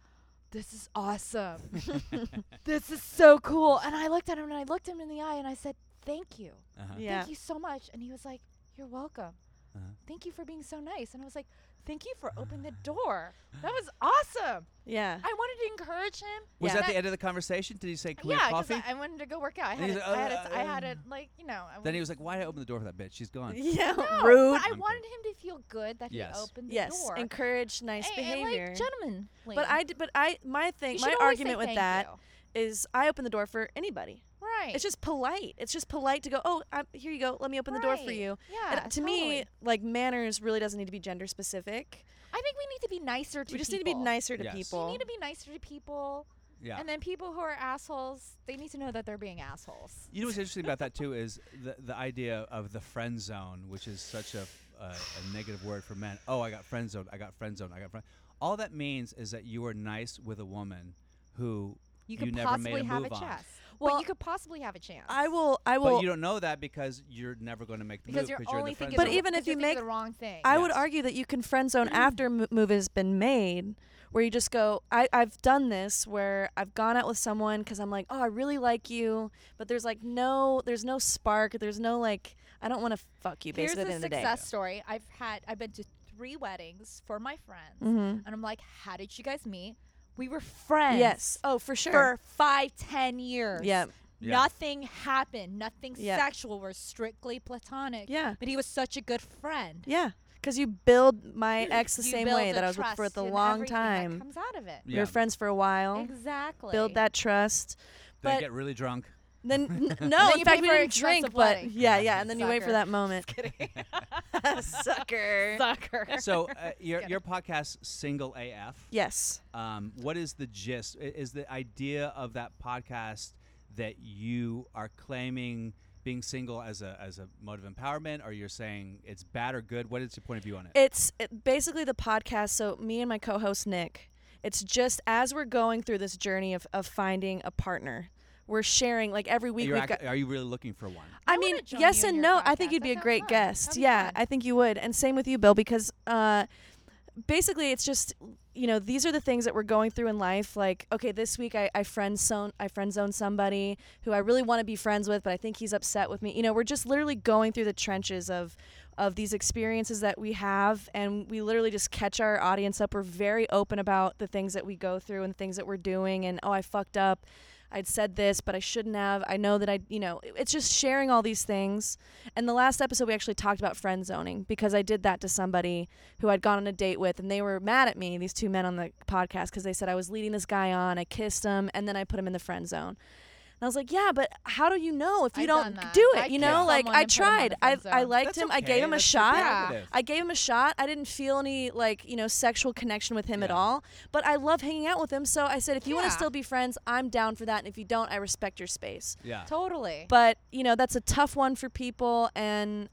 [SPEAKER 3] this is awesome.
[SPEAKER 1] <laughs>
[SPEAKER 3] this is so cool. And I looked at him and I looked him in the eye and I said, "Thank you.
[SPEAKER 2] Uh-huh.
[SPEAKER 1] Yeah.
[SPEAKER 3] Thank you so much." And he was like, "You're welcome.
[SPEAKER 2] Uh-huh.
[SPEAKER 3] Thank you for being so nice." And I was like, "Thank you for
[SPEAKER 2] <sighs>
[SPEAKER 3] opening the door. That was awesome.
[SPEAKER 1] Yeah.
[SPEAKER 3] I wanted to encourage him."
[SPEAKER 2] Was
[SPEAKER 1] Yeah.
[SPEAKER 2] that the end of the conversation? Did he say, "Can we
[SPEAKER 3] yeah,
[SPEAKER 2] have
[SPEAKER 3] because
[SPEAKER 2] coffee?"
[SPEAKER 3] I, um, I wanted to go work out. I had,
[SPEAKER 2] he's
[SPEAKER 3] it,
[SPEAKER 2] like,
[SPEAKER 3] I, had it,
[SPEAKER 2] "Uh,
[SPEAKER 3] I had
[SPEAKER 2] uh,
[SPEAKER 3] it, like you know. I
[SPEAKER 2] then he
[SPEAKER 3] wanted-
[SPEAKER 2] was like, "Why did I open the door for that bitch? She's gone."
[SPEAKER 1] Yeah.
[SPEAKER 3] No,
[SPEAKER 1] Rude.
[SPEAKER 3] but I
[SPEAKER 2] I'm
[SPEAKER 3] wanted him to feel good that
[SPEAKER 2] Yes.
[SPEAKER 3] he opened the
[SPEAKER 1] Yes.
[SPEAKER 3] door.
[SPEAKER 1] Encourage nice
[SPEAKER 3] And- and,
[SPEAKER 1] behavior.
[SPEAKER 3] like gentlemen.
[SPEAKER 1] but I, d- but I, my thing, my argument with that is I open the door for anybody.
[SPEAKER 3] Right.
[SPEAKER 1] It's just polite. It's just polite to go, oh, I'm, here you go. Let me open the door for
[SPEAKER 3] Right.
[SPEAKER 1] you.
[SPEAKER 3] Yeah.
[SPEAKER 1] And to me,
[SPEAKER 3] totally.
[SPEAKER 1] like manners really doesn't need to be gender specific.
[SPEAKER 3] I think we need to be nicer to
[SPEAKER 1] We just need to be
[SPEAKER 3] people.
[SPEAKER 1] nicer to
[SPEAKER 2] Yes. You need
[SPEAKER 1] people.
[SPEAKER 3] You need to be nicer to people.
[SPEAKER 2] Yeah.
[SPEAKER 3] And then people who are assholes, they need to know that they're being assholes.
[SPEAKER 2] You know what's interesting about that too is the the idea of the friend zone, which is such a a, a negative word for men. Oh, I got friend zoned. I got friend zoned. I got friend. All that means is that you were nice with a woman who
[SPEAKER 3] You could
[SPEAKER 2] never
[SPEAKER 3] possibly
[SPEAKER 2] made a
[SPEAKER 3] have
[SPEAKER 2] move
[SPEAKER 3] a
[SPEAKER 2] on.
[SPEAKER 3] chance.
[SPEAKER 1] Well,
[SPEAKER 3] but you could possibly have a chance.
[SPEAKER 1] I will. I will.
[SPEAKER 2] But you don't know that because you're never going to make the
[SPEAKER 3] because
[SPEAKER 2] move
[SPEAKER 3] you're
[SPEAKER 2] because you're in
[SPEAKER 3] only
[SPEAKER 2] the friend
[SPEAKER 3] thinking.
[SPEAKER 1] But
[SPEAKER 2] zone.
[SPEAKER 3] the,
[SPEAKER 1] even
[SPEAKER 3] because
[SPEAKER 1] if
[SPEAKER 3] you're
[SPEAKER 1] you
[SPEAKER 3] thinking
[SPEAKER 1] make-
[SPEAKER 3] the wrong thing,
[SPEAKER 1] I would
[SPEAKER 2] Yes.
[SPEAKER 1] argue that you can friend zone
[SPEAKER 3] Mm.
[SPEAKER 1] after m- move has been made, where you just go. I, I've done this where I've gone out with someone because I'm like, oh, I really like you, but there's like no, there's no spark. There's no like, I don't want to fuck you.
[SPEAKER 3] here's
[SPEAKER 1] Basically, at the
[SPEAKER 3] a
[SPEAKER 1] end of the day.
[SPEAKER 3] success story. I've had. I've been to three weddings for my friends,
[SPEAKER 1] Mhm.
[SPEAKER 3] and I'm like, how did you guys meet? We were friends.
[SPEAKER 1] Yes. Oh, for sure.
[SPEAKER 3] For five, ten years.
[SPEAKER 1] yeah.
[SPEAKER 2] Yeah.
[SPEAKER 3] Nothing happened. Nothing
[SPEAKER 1] Yeah.
[SPEAKER 3] sexual. We're strictly platonic.
[SPEAKER 1] Yeah.
[SPEAKER 3] But he was such a good friend.
[SPEAKER 1] Yeah, because you build my ex the
[SPEAKER 3] You
[SPEAKER 1] same
[SPEAKER 3] build
[SPEAKER 1] way
[SPEAKER 3] the
[SPEAKER 1] that I was with for
[SPEAKER 3] trust
[SPEAKER 1] the
[SPEAKER 3] in
[SPEAKER 1] long
[SPEAKER 3] everything that
[SPEAKER 1] time.
[SPEAKER 3] comes out of it.
[SPEAKER 1] We were friends for a while.
[SPEAKER 3] Exactly.
[SPEAKER 1] Build <laughs> that trust.
[SPEAKER 2] They
[SPEAKER 1] but-
[SPEAKER 2] get really
[SPEAKER 3] <laughs>
[SPEAKER 2] drunk.
[SPEAKER 1] Then n-
[SPEAKER 3] Then
[SPEAKER 1] no, in
[SPEAKER 3] you
[SPEAKER 1] fact
[SPEAKER 3] pay
[SPEAKER 1] we
[SPEAKER 3] for an
[SPEAKER 1] didn't drink,
[SPEAKER 3] expensive
[SPEAKER 1] but
[SPEAKER 3] wedding.
[SPEAKER 1] yeah, yeah, and then you wait for
[SPEAKER 3] Sucker.
[SPEAKER 1] that moment. Sucker.
[SPEAKER 3] <laughs> Sucker.
[SPEAKER 2] So
[SPEAKER 3] <laughs>
[SPEAKER 2] uh, your your podcast, Single AF.
[SPEAKER 1] Yes.
[SPEAKER 2] Um, what is the gist? I- Is the idea of that podcast that you are claiming being single as a as a mode of empowerment, or you're saying it's bad or good? What is your point of view on it?
[SPEAKER 1] It's it, basically the podcast. So me and my co-host Nick, it's just as we're going through this journey of, of finding a partner, we're sharing like every week
[SPEAKER 2] You're
[SPEAKER 1] we've
[SPEAKER 2] act-
[SPEAKER 1] got.
[SPEAKER 2] are you really looking for one?
[SPEAKER 1] I
[SPEAKER 3] I wanna
[SPEAKER 1] mean,
[SPEAKER 3] join
[SPEAKER 1] yes
[SPEAKER 3] you in
[SPEAKER 1] and
[SPEAKER 3] your
[SPEAKER 1] no. I think
[SPEAKER 3] podcast.
[SPEAKER 1] you'd be
[SPEAKER 3] That
[SPEAKER 1] a
[SPEAKER 3] sounds
[SPEAKER 1] great
[SPEAKER 3] fun.
[SPEAKER 1] guest.
[SPEAKER 3] That'd be
[SPEAKER 1] Yeah,
[SPEAKER 3] fun.
[SPEAKER 1] I think you would, and same with you, Bill, because uh, basically it's just you know these are the things that we're going through in life like okay this week i, I friend zone i friend zone somebody who i really want to be friends with but i think he's upset with me you know we're just literally going through the trenches of of these experiences that we have and we literally just catch our audience up we're very open about the things that we go through and the things that we're doing and oh i fucked up I'd said this, but I shouldn't have. I know that I, you know, it- it's just sharing all these things. And the last episode, we actually talked about friend zoning because I did that to somebody who I'd gone on a date with, and they were mad at me, these two men on the podcast, because they said I was leading this guy on, I kissed him, and then I put him in the friend zone. And I was like, yeah, but how do you know if you
[SPEAKER 4] I've
[SPEAKER 1] don't
[SPEAKER 4] done that.
[SPEAKER 1] do it?
[SPEAKER 4] I kissed
[SPEAKER 1] you know, like
[SPEAKER 3] someone
[SPEAKER 1] I
[SPEAKER 3] and put 'em in
[SPEAKER 1] tried.
[SPEAKER 3] the
[SPEAKER 1] I,
[SPEAKER 3] friend
[SPEAKER 1] I
[SPEAKER 3] zone.
[SPEAKER 1] liked
[SPEAKER 2] That's
[SPEAKER 1] him. I gave
[SPEAKER 2] okay.
[SPEAKER 1] him a
[SPEAKER 2] That's
[SPEAKER 1] shot.
[SPEAKER 2] provocative.
[SPEAKER 1] I gave him a shot. I didn't feel any like, you know, sexual connection with him at
[SPEAKER 2] Yeah.
[SPEAKER 1] all, but I love hanging out with him. So I said, if you want
[SPEAKER 4] Yeah.
[SPEAKER 1] to still be friends, I'm down for that. And if you don't, I respect your space.
[SPEAKER 2] Yeah.
[SPEAKER 3] Totally.
[SPEAKER 1] But, you know, that's a tough one for people. And,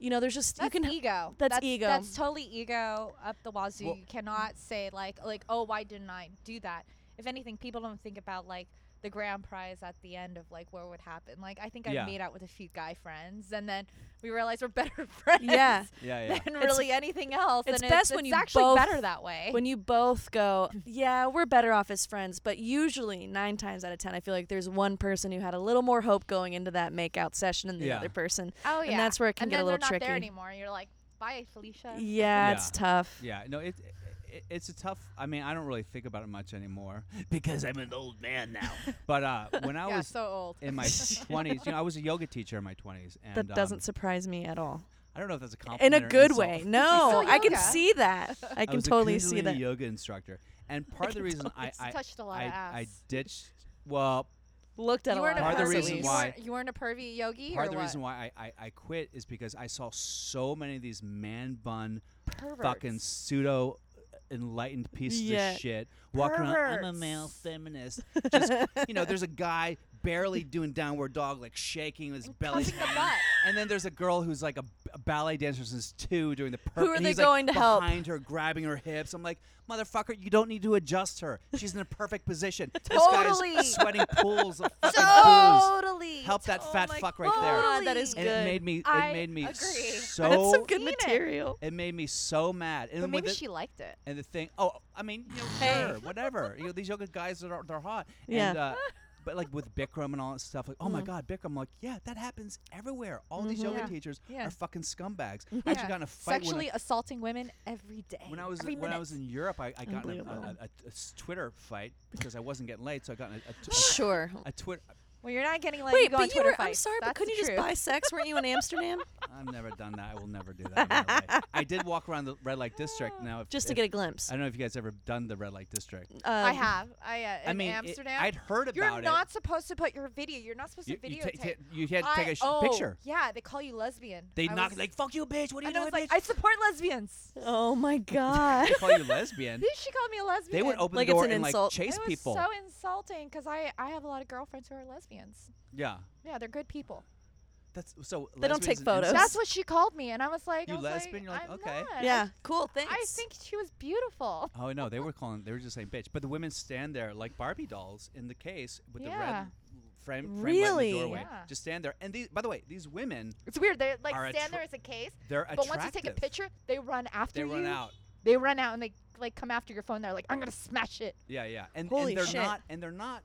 [SPEAKER 1] you know, there's just,
[SPEAKER 3] that's
[SPEAKER 1] you can,
[SPEAKER 3] ego.
[SPEAKER 1] that's ego.
[SPEAKER 3] That's totally ego up the wazoo.
[SPEAKER 2] Well-
[SPEAKER 3] you cannot say like like oh why didn't I do that? If anything, people don't think about like the grand prize at the end of like what would happen. Like I think
[SPEAKER 2] Yeah.
[SPEAKER 3] I made out with a few guy friends, and then we realized we're better <laughs> friends.
[SPEAKER 1] Yeah.
[SPEAKER 2] Yeah.
[SPEAKER 3] <laughs>
[SPEAKER 2] Yeah.
[SPEAKER 3] Than really anything else.
[SPEAKER 1] it's
[SPEAKER 3] and
[SPEAKER 1] best
[SPEAKER 3] it's,
[SPEAKER 1] when
[SPEAKER 3] it's
[SPEAKER 1] you
[SPEAKER 3] actually
[SPEAKER 1] both-
[SPEAKER 3] better that way.
[SPEAKER 1] when you both
[SPEAKER 3] <laughs>
[SPEAKER 1] go, yeah, we're better off as friends. But usually, nine times out of 10, I feel like there's one person who had a little more hope going into that makeout session than the
[SPEAKER 2] Yeah.
[SPEAKER 1] other person.
[SPEAKER 3] oh
[SPEAKER 1] and
[SPEAKER 3] yeah.
[SPEAKER 1] that's where it can
[SPEAKER 3] and
[SPEAKER 1] get a
[SPEAKER 3] then
[SPEAKER 1] little
[SPEAKER 3] they're not
[SPEAKER 1] tricky.
[SPEAKER 3] there anymore. You're like bye Felicia.
[SPEAKER 1] Yeah, it's
[SPEAKER 2] Yeah.
[SPEAKER 1] tough.
[SPEAKER 2] Yeah, no, it, it it's a tough. I mean, I don't really think about it much anymore <laughs> because I'm an old man
[SPEAKER 3] <laughs>
[SPEAKER 2] now. but uh, when I
[SPEAKER 3] yeah,
[SPEAKER 2] was
[SPEAKER 3] so old.
[SPEAKER 1] <laughs>
[SPEAKER 2] in my twenties, you know, I was a yoga teacher in my twenties, and
[SPEAKER 1] That doesn't
[SPEAKER 2] um,
[SPEAKER 1] surprise me at all.
[SPEAKER 2] I don't know if that's a compliment
[SPEAKER 1] In a
[SPEAKER 2] or
[SPEAKER 1] good
[SPEAKER 2] <laughs> insult.
[SPEAKER 1] way. No, I can
[SPEAKER 3] yoga.
[SPEAKER 1] see that. I
[SPEAKER 2] I
[SPEAKER 1] can
[SPEAKER 2] was
[SPEAKER 1] totally
[SPEAKER 2] a
[SPEAKER 1] see
[SPEAKER 2] Kundalini
[SPEAKER 1] that.
[SPEAKER 2] yoga instructor,
[SPEAKER 1] <laughs>
[SPEAKER 2] and part of the
[SPEAKER 1] can
[SPEAKER 2] reason I
[SPEAKER 1] totally
[SPEAKER 2] I,
[SPEAKER 3] touched a lot
[SPEAKER 2] I,
[SPEAKER 3] of ass.
[SPEAKER 2] I ditched. Well,
[SPEAKER 1] Looked at
[SPEAKER 3] you
[SPEAKER 1] a lot
[SPEAKER 3] weren't
[SPEAKER 1] of
[SPEAKER 3] a
[SPEAKER 2] uh, Part of the
[SPEAKER 1] us, at
[SPEAKER 3] pervy.
[SPEAKER 2] reason
[SPEAKER 3] you
[SPEAKER 1] least.
[SPEAKER 2] why-
[SPEAKER 3] weren't, you weren't a pervy yogi.
[SPEAKER 2] part
[SPEAKER 3] or
[SPEAKER 2] of the
[SPEAKER 3] what?
[SPEAKER 2] reason why I, I I quit is because I saw so many of these man bun fucking
[SPEAKER 3] Perverts.
[SPEAKER 2] pseudo uh, enlightened pieces
[SPEAKER 1] Yeah.
[SPEAKER 2] of shit walking around. I'm a
[SPEAKER 3] Perverts.
[SPEAKER 2] male
[SPEAKER 1] <laughs>
[SPEAKER 2] feminist. Just you know, there's a guy barely doing downward dog, like shaking his belly.
[SPEAKER 3] Punching the
[SPEAKER 2] button.
[SPEAKER 3] butt.
[SPEAKER 2] And then there's a girl who's like a, a ballet dancer since two doing the perp.
[SPEAKER 1] Who are
[SPEAKER 2] and
[SPEAKER 1] they
[SPEAKER 2] he's
[SPEAKER 1] going to
[SPEAKER 2] like
[SPEAKER 1] help?
[SPEAKER 2] Behind her, grabbing her hips. I'm like, motherfucker, you don't need to adjust her. She's in a perfect position. This
[SPEAKER 3] Totally.
[SPEAKER 2] guy's sweating pools of <laughs> fucking booze.
[SPEAKER 3] Totally.
[SPEAKER 2] Help that
[SPEAKER 3] Oh
[SPEAKER 2] fat
[SPEAKER 3] my
[SPEAKER 2] fuck right there.
[SPEAKER 1] God, that is
[SPEAKER 2] And
[SPEAKER 1] good.
[SPEAKER 2] it made me. It
[SPEAKER 3] I
[SPEAKER 2] made me
[SPEAKER 3] agree. That's
[SPEAKER 2] so.
[SPEAKER 1] <laughs> That's some good
[SPEAKER 3] Seen it.
[SPEAKER 1] material.
[SPEAKER 2] It made me so mad. And
[SPEAKER 4] But
[SPEAKER 2] when
[SPEAKER 4] maybe
[SPEAKER 2] the-
[SPEAKER 4] she liked it.
[SPEAKER 2] and the thing, oh, I mean, you know,
[SPEAKER 1] Hey.
[SPEAKER 2] sure, whatever. You know, these yoga guys are they're hot.
[SPEAKER 1] Yeah.
[SPEAKER 2] And, uh, but like with Bikram and all that stuff, like, oh my
[SPEAKER 1] Mhm.
[SPEAKER 2] God, Bikram, like, yeah, that happens everywhere. All these
[SPEAKER 1] Mhm.
[SPEAKER 2] yoga
[SPEAKER 3] Mm-hmm. Yeah.
[SPEAKER 2] teachers
[SPEAKER 3] Yeah. Mm-hmm.
[SPEAKER 2] are fucking scumbags. I actually
[SPEAKER 3] Yeah.
[SPEAKER 2] got in a fight when
[SPEAKER 3] Sexually
[SPEAKER 2] I,
[SPEAKER 3] assaulting women every day.
[SPEAKER 2] when I was
[SPEAKER 3] every
[SPEAKER 2] when
[SPEAKER 3] minute.
[SPEAKER 2] I was in Europe, I, I got in a- a,
[SPEAKER 1] Unbelievable.
[SPEAKER 2] a- a s- Twitter fight because I wasn't getting laid, so I got in a, a,
[SPEAKER 3] <laughs>
[SPEAKER 2] tw-
[SPEAKER 1] Sure.
[SPEAKER 2] a Twitter.
[SPEAKER 3] Well, you're not getting like
[SPEAKER 1] Wait,
[SPEAKER 3] you go on
[SPEAKER 1] but you
[SPEAKER 3] Twitter
[SPEAKER 1] were, I'm
[SPEAKER 3] fights.
[SPEAKER 1] sorry, but
[SPEAKER 3] That's
[SPEAKER 1] couldn't
[SPEAKER 3] the
[SPEAKER 1] you just
[SPEAKER 3] truth.
[SPEAKER 1] buy sex? Weren't you in <laughs> Amsterdam?
[SPEAKER 2] I've never done that. I will never do that. in my life. I did walk around the red light district. Now, if,
[SPEAKER 1] Just to
[SPEAKER 2] if-
[SPEAKER 1] get a glimpse.
[SPEAKER 2] I don't know if you guys ever done the red light district.
[SPEAKER 3] I
[SPEAKER 1] Um,
[SPEAKER 3] have. I uh, in
[SPEAKER 2] I mean, it-
[SPEAKER 3] Amsterdam.
[SPEAKER 2] I'd heard about
[SPEAKER 3] you're
[SPEAKER 2] it.
[SPEAKER 3] not supposed to put your video. You're not supposed
[SPEAKER 2] you,
[SPEAKER 3] to
[SPEAKER 2] you
[SPEAKER 3] videotape.
[SPEAKER 2] ta- ta- you had to take
[SPEAKER 3] I-
[SPEAKER 2] a sh-
[SPEAKER 3] oh,
[SPEAKER 2] picture.
[SPEAKER 3] Yeah, they call you lesbian.
[SPEAKER 2] They
[SPEAKER 3] I
[SPEAKER 2] knock
[SPEAKER 3] was-
[SPEAKER 2] like fuck you, bitch. What are you
[SPEAKER 3] And I
[SPEAKER 2] doing,
[SPEAKER 3] was like,
[SPEAKER 2] bitch?
[SPEAKER 3] I support
[SPEAKER 2] <laughs>
[SPEAKER 3] lesbians.
[SPEAKER 1] Oh my God.
[SPEAKER 2] they call you lesbian.
[SPEAKER 3] <laughs> They- She called me a lesbian.
[SPEAKER 2] They would open
[SPEAKER 1] Like
[SPEAKER 2] the
[SPEAKER 1] it's
[SPEAKER 2] door
[SPEAKER 1] an
[SPEAKER 2] and
[SPEAKER 1] insult.
[SPEAKER 2] like chase
[SPEAKER 3] it was
[SPEAKER 2] people.
[SPEAKER 3] so insulting because I I have a lot of girlfriends who are lesbians.
[SPEAKER 2] yeah,
[SPEAKER 3] Yeah, they're good people.
[SPEAKER 2] that's so.
[SPEAKER 1] They don't
[SPEAKER 2] lesbian's
[SPEAKER 1] take
[SPEAKER 2] an
[SPEAKER 1] photos.
[SPEAKER 2] insult?
[SPEAKER 3] <laughs> That's what she called me, and I was like,
[SPEAKER 2] You
[SPEAKER 3] I was like,
[SPEAKER 2] lesbian? You're like,
[SPEAKER 3] "I'm
[SPEAKER 2] okay."
[SPEAKER 3] not. I
[SPEAKER 1] <laughs> yeah. Cool. Thanks.
[SPEAKER 3] I think she was beautiful. <laughs>
[SPEAKER 2] Oh no, they were calling. They were just saying bitch. But the women stand there like Barbie dolls in the case with the red
[SPEAKER 3] Yeah.
[SPEAKER 2] frame, frame light in
[SPEAKER 1] Really?
[SPEAKER 2] the doorway.
[SPEAKER 3] Yeah.
[SPEAKER 2] Just stand there. And these, by the way, these women,
[SPEAKER 3] It's weird. They like
[SPEAKER 2] Are
[SPEAKER 3] stand
[SPEAKER 2] attra-
[SPEAKER 3] there as a case,
[SPEAKER 2] they're
[SPEAKER 3] but
[SPEAKER 2] attractive.
[SPEAKER 3] once you take a picture, they run after
[SPEAKER 2] they
[SPEAKER 3] you.
[SPEAKER 2] run out.
[SPEAKER 3] They run out and they like come after your phone. They're like, I'm gonna smash it,
[SPEAKER 2] Yeah, yeah. And,
[SPEAKER 1] Holy
[SPEAKER 2] and they're
[SPEAKER 1] shit.
[SPEAKER 2] not. And they're not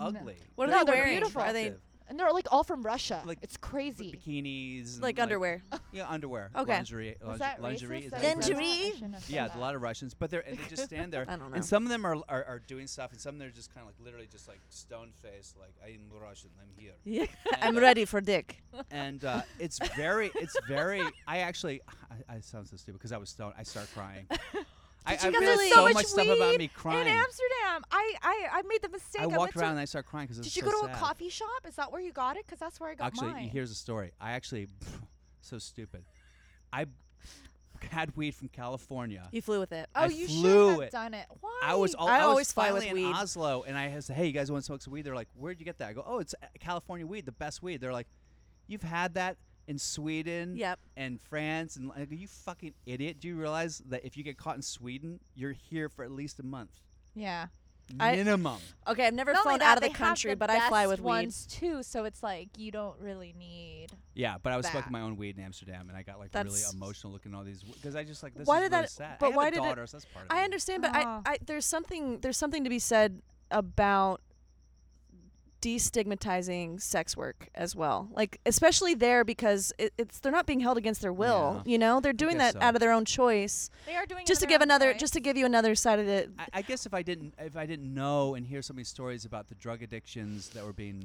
[SPEAKER 3] No.
[SPEAKER 2] ugly.
[SPEAKER 1] What are
[SPEAKER 3] No,
[SPEAKER 1] they
[SPEAKER 3] they're
[SPEAKER 1] wearing?
[SPEAKER 3] beautiful.
[SPEAKER 1] Are they
[SPEAKER 2] attractive.
[SPEAKER 3] and they're like all from Russia.
[SPEAKER 2] Like,
[SPEAKER 3] it's
[SPEAKER 2] With
[SPEAKER 3] crazy.
[SPEAKER 2] bikinis? and,
[SPEAKER 1] like
[SPEAKER 2] <laughs>
[SPEAKER 1] underwear?
[SPEAKER 2] Yeah, underwear.
[SPEAKER 1] Okay.
[SPEAKER 2] Lingerie.
[SPEAKER 3] Is
[SPEAKER 2] linge-
[SPEAKER 3] that
[SPEAKER 2] lingerie.
[SPEAKER 3] racist?
[SPEAKER 2] Is
[SPEAKER 3] That
[SPEAKER 2] that
[SPEAKER 1] Lingerie?
[SPEAKER 2] racist?
[SPEAKER 3] I shouldn't have said
[SPEAKER 2] Yeah, a
[SPEAKER 3] that.
[SPEAKER 2] lot of Russians, but they're and they just stand
[SPEAKER 3] <laughs>
[SPEAKER 2] there.
[SPEAKER 1] I don't know.
[SPEAKER 2] And some of them are, are are doing stuff, and some of them are just kind of like literally just like stone faced, like I'm Russian, I'm
[SPEAKER 3] <laughs>
[SPEAKER 2] here.
[SPEAKER 1] <laughs> Yeah. I'm
[SPEAKER 2] And, uh,
[SPEAKER 1] ready for dick.
[SPEAKER 2] And uh, it's very, it's very. I actually, I, I sound so stupid because I was stoned. I start crying.
[SPEAKER 3] <laughs>
[SPEAKER 2] I,
[SPEAKER 1] Did
[SPEAKER 2] I
[SPEAKER 1] you guys
[SPEAKER 2] realized
[SPEAKER 1] really-
[SPEAKER 2] so
[SPEAKER 1] So
[SPEAKER 2] much,
[SPEAKER 3] much
[SPEAKER 2] stuff about
[SPEAKER 3] weed
[SPEAKER 2] me
[SPEAKER 3] In
[SPEAKER 2] crying.
[SPEAKER 3] Amsterdam, I, I I made the mistake.
[SPEAKER 2] I
[SPEAKER 3] went
[SPEAKER 2] walked
[SPEAKER 3] to-
[SPEAKER 2] around and I started crying because
[SPEAKER 3] did you go to a coffee shop? Is that where you got it? Because that's where I got
[SPEAKER 2] Actually,
[SPEAKER 3] mine.
[SPEAKER 2] here's a story. I actually, <sighs> so stupid. I had weed from California.
[SPEAKER 1] You flew with it.
[SPEAKER 3] oh,
[SPEAKER 2] I
[SPEAKER 3] you
[SPEAKER 2] flew
[SPEAKER 3] should
[SPEAKER 2] it.
[SPEAKER 3] have done it. Why?
[SPEAKER 2] I was al-
[SPEAKER 1] I
[SPEAKER 2] I,
[SPEAKER 1] always
[SPEAKER 2] was
[SPEAKER 1] fly with
[SPEAKER 2] finally in
[SPEAKER 1] weed.
[SPEAKER 2] Oslo, and I said, "Hey, you guys want to smoke some weed?" They're like, "Where'd you get that?" I go, "Oh, it's uh, California weed, the best weed." They're like, "You've had that in Sweden,
[SPEAKER 1] Um, Yep.
[SPEAKER 2] and France, and I go, you fucking idiot! Do you realize that if you get caught in Sweden, you're here for at least a month?"
[SPEAKER 3] Yeah.
[SPEAKER 1] I-
[SPEAKER 2] minimum.
[SPEAKER 1] Okay, I've never
[SPEAKER 3] Not only
[SPEAKER 1] flown
[SPEAKER 3] that,
[SPEAKER 1] out of
[SPEAKER 3] they
[SPEAKER 1] the
[SPEAKER 3] have
[SPEAKER 1] country,
[SPEAKER 3] the
[SPEAKER 1] but I fly
[SPEAKER 3] best
[SPEAKER 1] with weed.
[SPEAKER 3] ones too. So it's like you don't really need.
[SPEAKER 2] Yeah, but I was smoking
[SPEAKER 3] That.
[SPEAKER 2] my own weed in Amsterdam, and I got like really
[SPEAKER 1] That's-
[SPEAKER 2] emotional looking at all these because I just like this.
[SPEAKER 1] Why
[SPEAKER 2] is
[SPEAKER 1] did
[SPEAKER 2] really
[SPEAKER 1] that-
[SPEAKER 2] Sad.
[SPEAKER 1] but
[SPEAKER 2] I have
[SPEAKER 1] why
[SPEAKER 2] a
[SPEAKER 1] did it-
[SPEAKER 2] daughter, so that's part of
[SPEAKER 1] I
[SPEAKER 2] it.
[SPEAKER 1] understand, but I,
[SPEAKER 3] Ah.
[SPEAKER 1] I there's something there's something to be said about destigmatizing sex work as well. Like especially there because it, it's they're not being held against their will. You know, they're doing
[SPEAKER 2] guess
[SPEAKER 1] that
[SPEAKER 2] so.
[SPEAKER 1] out of their own choice.
[SPEAKER 3] They are doing it
[SPEAKER 1] Just to
[SPEAKER 3] on
[SPEAKER 1] give
[SPEAKER 3] their own
[SPEAKER 1] another,
[SPEAKER 3] choice.
[SPEAKER 1] just to give you another side of the.
[SPEAKER 2] I, I guess if I didn't if I didn't know and hear so many stories about the drug addictions that were being,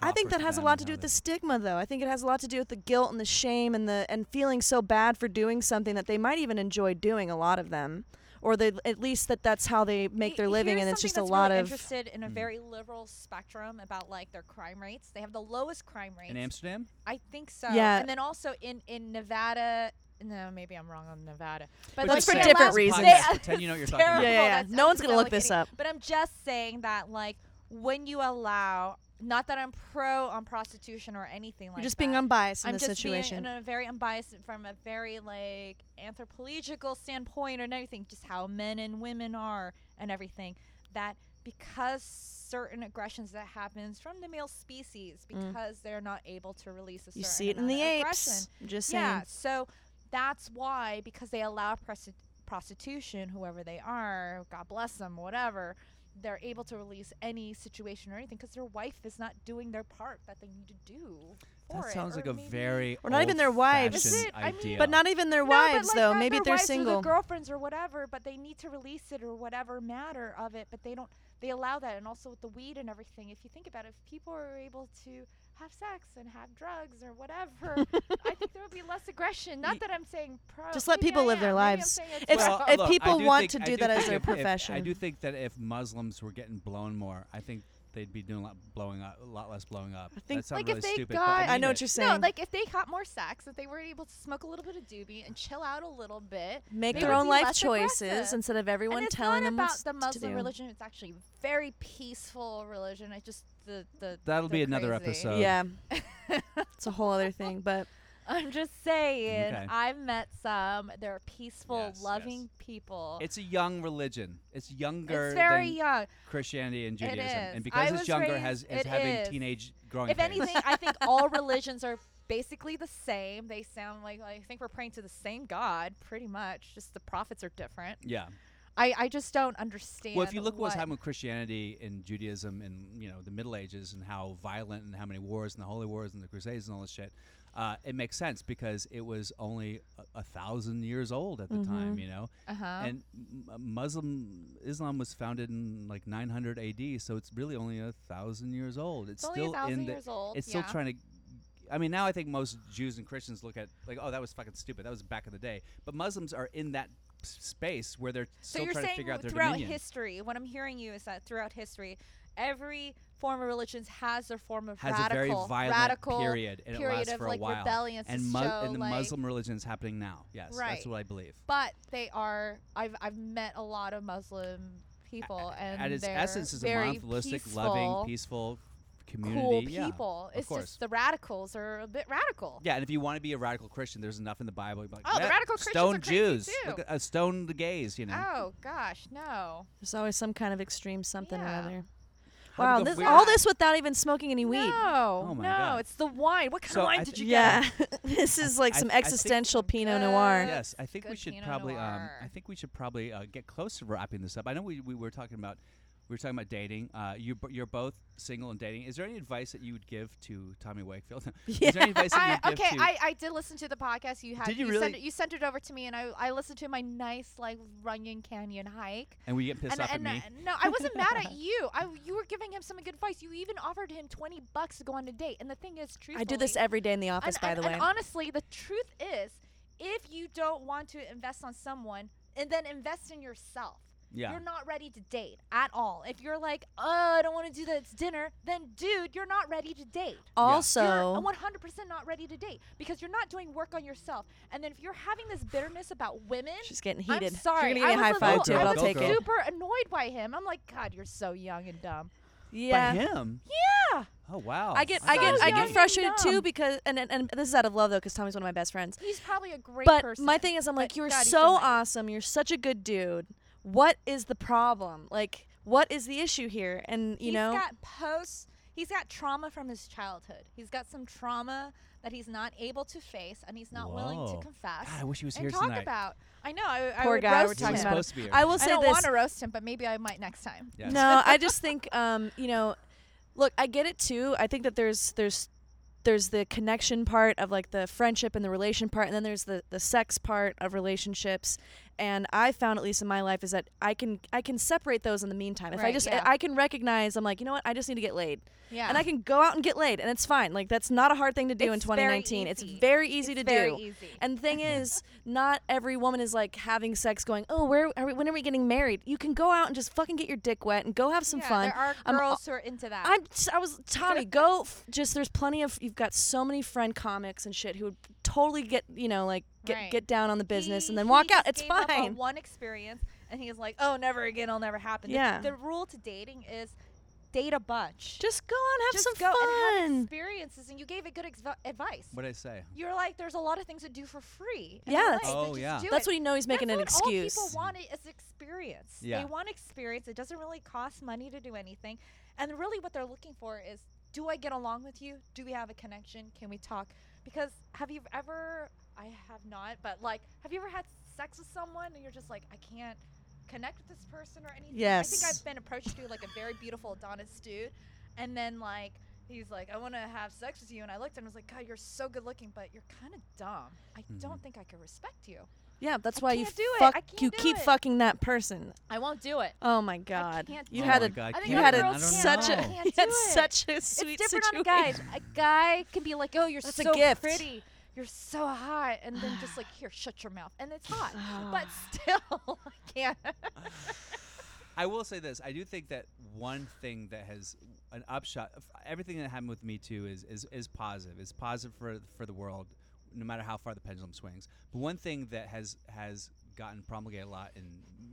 [SPEAKER 1] I think
[SPEAKER 2] proffered
[SPEAKER 1] that has a
[SPEAKER 2] them
[SPEAKER 1] lot
[SPEAKER 2] and
[SPEAKER 1] to do
[SPEAKER 2] how
[SPEAKER 1] with
[SPEAKER 2] they-
[SPEAKER 1] the stigma, though. I think it has a lot to do with the guilt and the shame and the and feeling so bad for doing something that they might even enjoy doing. A lot of them, or they at least that that's how they make
[SPEAKER 3] He-
[SPEAKER 1] their living,
[SPEAKER 3] here's
[SPEAKER 1] and it's just a
[SPEAKER 3] something that's
[SPEAKER 1] lot
[SPEAKER 3] really
[SPEAKER 1] of.
[SPEAKER 3] interested in a
[SPEAKER 2] Mm.
[SPEAKER 3] very liberal spectrum about like their crime rates. They have the lowest crime rates.
[SPEAKER 2] in Amsterdam.
[SPEAKER 3] I think so.
[SPEAKER 1] Yeah.
[SPEAKER 3] And then also in in Nevada. No, maybe I'm wrong on Nevada. But
[SPEAKER 1] That's
[SPEAKER 3] like,
[SPEAKER 1] for
[SPEAKER 3] they
[SPEAKER 1] different
[SPEAKER 3] allow-
[SPEAKER 1] reasons.
[SPEAKER 3] they-
[SPEAKER 2] Pretend you know what <laughs> you're
[SPEAKER 3] it's
[SPEAKER 2] talking about.
[SPEAKER 3] terrible.
[SPEAKER 1] Yeah, yeah, yeah.
[SPEAKER 3] That's-
[SPEAKER 1] No
[SPEAKER 3] I'm
[SPEAKER 1] one's gonna look this
[SPEAKER 3] delegating.
[SPEAKER 1] up.
[SPEAKER 3] But I'm just saying that like when you allow, not that I'm pro on prostitution or anything like.
[SPEAKER 1] You're just
[SPEAKER 3] that.
[SPEAKER 1] being unbiased in
[SPEAKER 3] I'm
[SPEAKER 1] this
[SPEAKER 3] just
[SPEAKER 1] situation.
[SPEAKER 3] being in a very unbiased from a very like anthropological standpoint and everything, just how men and women are and everything. That because certain aggressions that happens from the male species,
[SPEAKER 1] Mm.
[SPEAKER 3] because they're not able to release a certain
[SPEAKER 1] you see it in
[SPEAKER 3] amount
[SPEAKER 1] the
[SPEAKER 3] of
[SPEAKER 1] apes.
[SPEAKER 3] aggression.
[SPEAKER 1] I'm Just saying.
[SPEAKER 3] Yeah, so that's why because they allow prosti- prostitution, whoever they are, God bless them, whatever. They're able to release any situation or anything because their wife is not doing their part that they need to do. For
[SPEAKER 2] That
[SPEAKER 3] it,
[SPEAKER 2] sounds
[SPEAKER 3] or
[SPEAKER 2] like a
[SPEAKER 3] maybe-
[SPEAKER 2] very
[SPEAKER 1] Or not even their wives.
[SPEAKER 2] old-fashioned
[SPEAKER 3] Is it? I mean-
[SPEAKER 2] idea.
[SPEAKER 1] But not even their
[SPEAKER 3] No, but,
[SPEAKER 1] wives,
[SPEAKER 3] like,
[SPEAKER 1] though.
[SPEAKER 3] not
[SPEAKER 1] Maybe
[SPEAKER 3] their
[SPEAKER 1] they're
[SPEAKER 3] wives or
[SPEAKER 1] single.
[SPEAKER 3] their girlfriends or whatever, but they need to release it or whatever matter of it. But they don't. They allow that, and also with the weed and everything. If you think about it, if people are able to have sex and have drugs or
[SPEAKER 1] <laughs>
[SPEAKER 3] whatever, I think there would be less aggression. Not
[SPEAKER 2] Ye-
[SPEAKER 3] that I'm saying pro.
[SPEAKER 1] Just let
[SPEAKER 3] maybe
[SPEAKER 1] people
[SPEAKER 3] I
[SPEAKER 1] live their
[SPEAKER 3] am, maybe I'm
[SPEAKER 1] lives.
[SPEAKER 3] saying it's
[SPEAKER 1] If-
[SPEAKER 3] wrong.
[SPEAKER 1] if
[SPEAKER 2] uh, look, I
[SPEAKER 1] people
[SPEAKER 2] do
[SPEAKER 1] want
[SPEAKER 2] think-
[SPEAKER 1] to
[SPEAKER 2] I
[SPEAKER 1] do that as
[SPEAKER 2] think
[SPEAKER 1] their
[SPEAKER 2] if- if- I
[SPEAKER 1] profession.
[SPEAKER 2] do think that if Muslims were getting blown more, I think they'd be doing a lot blowing up, a lot less blowing up. I
[SPEAKER 1] think-
[SPEAKER 2] that sounds
[SPEAKER 3] Like, if
[SPEAKER 2] really
[SPEAKER 3] they
[SPEAKER 2] stupid.
[SPEAKER 3] got-
[SPEAKER 2] but I,
[SPEAKER 1] I know
[SPEAKER 2] mean
[SPEAKER 1] what
[SPEAKER 2] it.
[SPEAKER 1] you're saying.
[SPEAKER 3] No, like if they caught more sex, if they were able to smoke a little bit of doobie and chill out a little bit.
[SPEAKER 1] Make
[SPEAKER 3] they
[SPEAKER 1] their
[SPEAKER 3] would
[SPEAKER 1] own
[SPEAKER 3] be
[SPEAKER 1] life
[SPEAKER 3] less
[SPEAKER 1] choices
[SPEAKER 3] aggressive.
[SPEAKER 1] instead of everyone
[SPEAKER 3] and it's
[SPEAKER 1] telling
[SPEAKER 3] not
[SPEAKER 1] them
[SPEAKER 3] about
[SPEAKER 1] what's
[SPEAKER 3] the
[SPEAKER 1] to
[SPEAKER 3] Muslim
[SPEAKER 1] do.
[SPEAKER 3] religion. It's actually very peaceful religion. I just the the
[SPEAKER 2] That'll
[SPEAKER 3] the
[SPEAKER 2] be another
[SPEAKER 3] crazy.
[SPEAKER 2] episode.
[SPEAKER 1] Yeah, <laughs> it's a whole other thing. But
[SPEAKER 3] I'm just saying.
[SPEAKER 2] Okay.
[SPEAKER 3] I've met some. They're peaceful,
[SPEAKER 2] Yes, yes.
[SPEAKER 3] loving people.
[SPEAKER 2] It's a young religion. It's younger
[SPEAKER 3] It's very
[SPEAKER 2] than
[SPEAKER 3] young.
[SPEAKER 2] Christianity and Judaism,
[SPEAKER 3] is.
[SPEAKER 2] and
[SPEAKER 3] I
[SPEAKER 2] because it's
[SPEAKER 3] was
[SPEAKER 2] younger,
[SPEAKER 3] raised-
[SPEAKER 2] has is
[SPEAKER 3] it
[SPEAKER 2] having
[SPEAKER 3] is.
[SPEAKER 2] teenage growing.
[SPEAKER 3] If
[SPEAKER 2] pains.
[SPEAKER 3] anything, I think
[SPEAKER 2] <laughs>
[SPEAKER 3] all religions are basically the same. They sound like I think we're praying to the same God, pretty much. Just the prophets are different.
[SPEAKER 2] yeah.
[SPEAKER 3] I I just don't understand.
[SPEAKER 2] Well, if you look what was
[SPEAKER 3] what-
[SPEAKER 2] happening with Christianity and Judaism and you know the Middle Ages and how violent and how many wars and the Holy Wars and the Crusades and all this shit, uh, it makes sense because it was only a, a thousand years old at the
[SPEAKER 3] Mm-hmm.
[SPEAKER 2] time, you know.
[SPEAKER 3] Uh-huh.
[SPEAKER 2] And m- m- Muslim Islam was founded in like 900 A.D., so it's really only a thousand years old. It's,
[SPEAKER 3] It's only a
[SPEAKER 2] still in
[SPEAKER 3] thousand
[SPEAKER 2] the
[SPEAKER 3] years old,
[SPEAKER 2] it's still
[SPEAKER 3] yeah.
[SPEAKER 2] trying to. I mean, now I think most Jews and Christians look at like, oh, that was fucking stupid. That was back in the day. But Muslims are in that s- space where they're
[SPEAKER 3] So
[SPEAKER 2] still
[SPEAKER 3] you're
[SPEAKER 2] trying to
[SPEAKER 3] saying
[SPEAKER 2] figure out their
[SPEAKER 3] throughout
[SPEAKER 2] dominion.
[SPEAKER 3] history, what I'm hearing you is that throughout history, every form of religions has their form of
[SPEAKER 2] has
[SPEAKER 3] radical,
[SPEAKER 2] a very violent
[SPEAKER 3] radical
[SPEAKER 2] period, and it
[SPEAKER 3] period
[SPEAKER 2] lasts
[SPEAKER 3] of
[SPEAKER 2] for
[SPEAKER 3] like
[SPEAKER 2] a while.
[SPEAKER 3] rebellion
[SPEAKER 2] and,
[SPEAKER 3] to
[SPEAKER 2] mu-
[SPEAKER 3] show,
[SPEAKER 2] and the
[SPEAKER 3] like-
[SPEAKER 2] Muslim religion is happening now. Yes, that's
[SPEAKER 3] Right.
[SPEAKER 2] what I believe.
[SPEAKER 3] But they are. I've I've met a lot of Muslim people, and
[SPEAKER 2] At its
[SPEAKER 3] they're
[SPEAKER 2] essence, is a
[SPEAKER 3] very
[SPEAKER 2] monotheistic,
[SPEAKER 3] peaceful,
[SPEAKER 2] loving, peaceful community.
[SPEAKER 3] cool
[SPEAKER 2] yeah,
[SPEAKER 3] people.
[SPEAKER 2] of
[SPEAKER 3] it's
[SPEAKER 2] course.
[SPEAKER 3] just the radicals are a bit radical.
[SPEAKER 2] Yeah, and if you want to be a radical Christian, there's enough in the Bible. Like,
[SPEAKER 3] Oh, the
[SPEAKER 2] "Yeah,
[SPEAKER 3] radical Christians
[SPEAKER 2] stone
[SPEAKER 3] are crazy
[SPEAKER 2] Jews,
[SPEAKER 3] too."
[SPEAKER 2] Look at- uh, stone the gays. You know,
[SPEAKER 3] Oh gosh, no.
[SPEAKER 1] there's always some kind of extreme something
[SPEAKER 3] Yeah.
[SPEAKER 1] or other.
[SPEAKER 2] How
[SPEAKER 1] Wow,
[SPEAKER 2] did the
[SPEAKER 1] this,
[SPEAKER 2] weird-
[SPEAKER 1] all this without even smoking any weed.
[SPEAKER 3] No,
[SPEAKER 2] Oh my
[SPEAKER 3] no,
[SPEAKER 2] God.
[SPEAKER 3] it's the wine. What kind
[SPEAKER 2] So
[SPEAKER 3] of
[SPEAKER 2] I
[SPEAKER 3] wine
[SPEAKER 2] th-
[SPEAKER 3] did you
[SPEAKER 1] Yeah, <laughs> this is like
[SPEAKER 2] I
[SPEAKER 1] some
[SPEAKER 2] th- I think-
[SPEAKER 1] existential Pinot
[SPEAKER 3] Good.
[SPEAKER 1] Noir. <laughs>
[SPEAKER 2] Yes, I think we
[SPEAKER 3] Good
[SPEAKER 2] should
[SPEAKER 3] Pinot
[SPEAKER 2] probably. Um, I
[SPEAKER 3] Noir.
[SPEAKER 2] think we should probably uh, get close to wrapping this up. I know we, we were talking about we were talking about dating. Uh, you b- you're both single and dating. Is there any advice that you would give to Tommy Wakefield? <laughs> Is there any advice
[SPEAKER 3] I,
[SPEAKER 2] that you would give
[SPEAKER 3] okay,
[SPEAKER 2] to?
[SPEAKER 3] I, I did listen to the podcast you had.
[SPEAKER 2] Did you
[SPEAKER 3] Sent
[SPEAKER 2] really?
[SPEAKER 3] it, you sent it over to me, and I, I listened to my nice like Runyon Canyon hike.
[SPEAKER 2] and we get pissed
[SPEAKER 3] and
[SPEAKER 2] off
[SPEAKER 3] and
[SPEAKER 2] at me.
[SPEAKER 3] uh, no, I wasn't mad
[SPEAKER 2] <laughs>
[SPEAKER 3] at you. I you were giving him some good advice. You even offered him twenty bucks to go on a date. And the thing is, truthfully,
[SPEAKER 1] I do this every day in the office,
[SPEAKER 3] and,
[SPEAKER 1] by
[SPEAKER 3] and-
[SPEAKER 1] the way.
[SPEAKER 3] and honestly, the truth is, if you don't want to invest on someone, and then invest in yourself.
[SPEAKER 2] yeah.
[SPEAKER 3] You're not ready to date at all. If you're like, oh, I don't want to do that. It's dinner. Then, dude, you're not ready to date
[SPEAKER 1] also,
[SPEAKER 3] you're 100% not ready to date because you're not doing work on yourself. And then if you're having this bitterness about women,
[SPEAKER 1] she's getting heated.
[SPEAKER 3] I'm sorry.
[SPEAKER 1] You're gonna get
[SPEAKER 3] I
[SPEAKER 1] a
[SPEAKER 3] was
[SPEAKER 1] high five
[SPEAKER 3] little-
[SPEAKER 1] too,
[SPEAKER 2] girl,
[SPEAKER 1] but I'll
[SPEAKER 2] go
[SPEAKER 1] take
[SPEAKER 2] girl.
[SPEAKER 1] it.
[SPEAKER 3] Super annoyed by him. I'm like, God, you're so young and dumb.
[SPEAKER 1] Yeah.
[SPEAKER 2] By him?
[SPEAKER 3] Yeah,
[SPEAKER 2] Oh wow.
[SPEAKER 1] I get
[SPEAKER 3] So
[SPEAKER 1] I get I
[SPEAKER 3] young
[SPEAKER 1] get
[SPEAKER 3] and
[SPEAKER 1] frustrated too
[SPEAKER 3] dumb.
[SPEAKER 1] because and, and and this is out of love though because Tommy's one of my best friends.
[SPEAKER 3] he's probably a great
[SPEAKER 1] But
[SPEAKER 3] person.
[SPEAKER 1] my thing is I'm
[SPEAKER 3] but
[SPEAKER 1] like you're
[SPEAKER 3] God, he's
[SPEAKER 1] so
[SPEAKER 3] amazing.
[SPEAKER 1] awesome. You're such a good dude. What is the problem? Like what is the issue here? And you
[SPEAKER 3] He's
[SPEAKER 1] know,
[SPEAKER 3] got post he's got trauma from his childhood he's got some trauma that he's not able to face and he's not willing
[SPEAKER 2] Whoa.
[SPEAKER 3] to confess
[SPEAKER 2] God, I wish he was
[SPEAKER 3] and
[SPEAKER 2] here
[SPEAKER 3] talk
[SPEAKER 2] tonight.
[SPEAKER 3] about i know i, I
[SPEAKER 1] Poor
[SPEAKER 3] would
[SPEAKER 1] guy, we're
[SPEAKER 3] roast
[SPEAKER 2] he
[SPEAKER 1] talking
[SPEAKER 3] him.
[SPEAKER 2] was
[SPEAKER 1] about it.
[SPEAKER 2] supposed to be. Here
[SPEAKER 1] I will
[SPEAKER 3] i
[SPEAKER 1] say
[SPEAKER 3] don't
[SPEAKER 1] this.
[SPEAKER 3] want to roast him but maybe i might next time
[SPEAKER 2] Yes.
[SPEAKER 1] No, I just think um, you know, look, I get it too. I think that there's there's there's the connection part of like the friendship and the relation part and then there's the the sex part of relationships and I found at least in my life is that I can I can separate those in the meantime. If I
[SPEAKER 3] Right,
[SPEAKER 1] just
[SPEAKER 3] yeah.
[SPEAKER 1] I can recognize I'm like, you know what? I just need to get laid.
[SPEAKER 3] yeah
[SPEAKER 1] And I can go out and get laid and it's fine. Like that's not a hard thing to do in
[SPEAKER 3] It's very
[SPEAKER 1] 2019. It's
[SPEAKER 3] easy.
[SPEAKER 1] very easy
[SPEAKER 3] It's
[SPEAKER 1] to
[SPEAKER 3] very
[SPEAKER 1] do.
[SPEAKER 3] easy.
[SPEAKER 1] And the thing
[SPEAKER 3] Uh-huh.
[SPEAKER 1] is, not every woman is like having sex going, oh, where are we, when are we getting married? You can go out and just fucking get your dick wet and go have some
[SPEAKER 3] yeah,
[SPEAKER 1] fun.
[SPEAKER 3] there are
[SPEAKER 1] I'm
[SPEAKER 3] girls who are into that
[SPEAKER 1] I'm just, I was Tommy.
[SPEAKER 3] <laughs>
[SPEAKER 1] Go f- just. There's plenty of. You've got so many friend comics and shit who would totally get you know like get
[SPEAKER 3] Right.
[SPEAKER 1] get down on the business
[SPEAKER 3] He-
[SPEAKER 1] and then
[SPEAKER 3] he
[SPEAKER 1] walk out.
[SPEAKER 3] just
[SPEAKER 1] It's
[SPEAKER 3] gave up on
[SPEAKER 1] fine.
[SPEAKER 3] one experience, and he's like, "Oh, never again. It'll never happen." The-
[SPEAKER 1] Yeah.
[SPEAKER 3] The, rule to dating is date a bunch.
[SPEAKER 1] Just go out and have
[SPEAKER 3] Just
[SPEAKER 1] some
[SPEAKER 3] go
[SPEAKER 1] fun.
[SPEAKER 3] and have experiences. And you gave it good ex- advice.
[SPEAKER 2] What did I say?
[SPEAKER 3] You're like, there's a lot of things to do for free.
[SPEAKER 1] Yeah,
[SPEAKER 3] yeah.
[SPEAKER 1] that's-
[SPEAKER 2] Oh, yeah.
[SPEAKER 1] That's what you know. He's making
[SPEAKER 3] That's
[SPEAKER 1] an
[SPEAKER 3] what
[SPEAKER 1] excuse.
[SPEAKER 3] All people want it is experience.
[SPEAKER 2] Yeah.
[SPEAKER 3] They want experience. It doesn't really cost money to do anything. And really what they're looking for is do I get along with you? Do we have a connection? Can we talk? Because have you ever I have not, but like have you ever had sex with someone and you're just like I can't connect with this person or anything? I think
[SPEAKER 1] Yes.
[SPEAKER 3] I've been approached to like a very beautiful Adonis dude and then like He's like, I want to have sex with you, and I looked at him and was like, God, you're so good looking, but you're kind of dumb. I don't think I could respect you.
[SPEAKER 1] yeah, that's
[SPEAKER 3] I
[SPEAKER 1] why you
[SPEAKER 3] can't do it.
[SPEAKER 1] fuck.
[SPEAKER 3] I can't
[SPEAKER 1] you
[SPEAKER 3] do
[SPEAKER 1] keep
[SPEAKER 3] it.
[SPEAKER 1] fucking that person.
[SPEAKER 3] I won't do it.
[SPEAKER 1] Oh my god.
[SPEAKER 3] can't
[SPEAKER 1] You
[SPEAKER 3] do
[SPEAKER 1] had
[SPEAKER 2] it.
[SPEAKER 1] a
[SPEAKER 2] Oh my God, I
[SPEAKER 3] think
[SPEAKER 1] you
[SPEAKER 3] other
[SPEAKER 1] had a
[SPEAKER 3] girls can't.
[SPEAKER 1] such
[SPEAKER 2] I
[SPEAKER 1] a
[SPEAKER 3] can't
[SPEAKER 1] you had
[SPEAKER 3] do it.
[SPEAKER 1] such a sweet
[SPEAKER 3] it's different
[SPEAKER 1] situation.
[SPEAKER 3] on a guy. A guy can be like, "Oh, you're
[SPEAKER 1] That's a
[SPEAKER 3] so
[SPEAKER 1] gift.
[SPEAKER 3] pretty, you're so hot," and then just like, "Here, shut your mouth," and it's
[SPEAKER 2] <sighs>
[SPEAKER 3] hot. but still, <laughs> I can't.
[SPEAKER 2] I will say this. I do think that one thing that has an upshot of everything that happened with Me Too is is, is positive. It's positive for for the world, no matter how far the pendulum swings. But one thing that has has gotten promulgated a lot in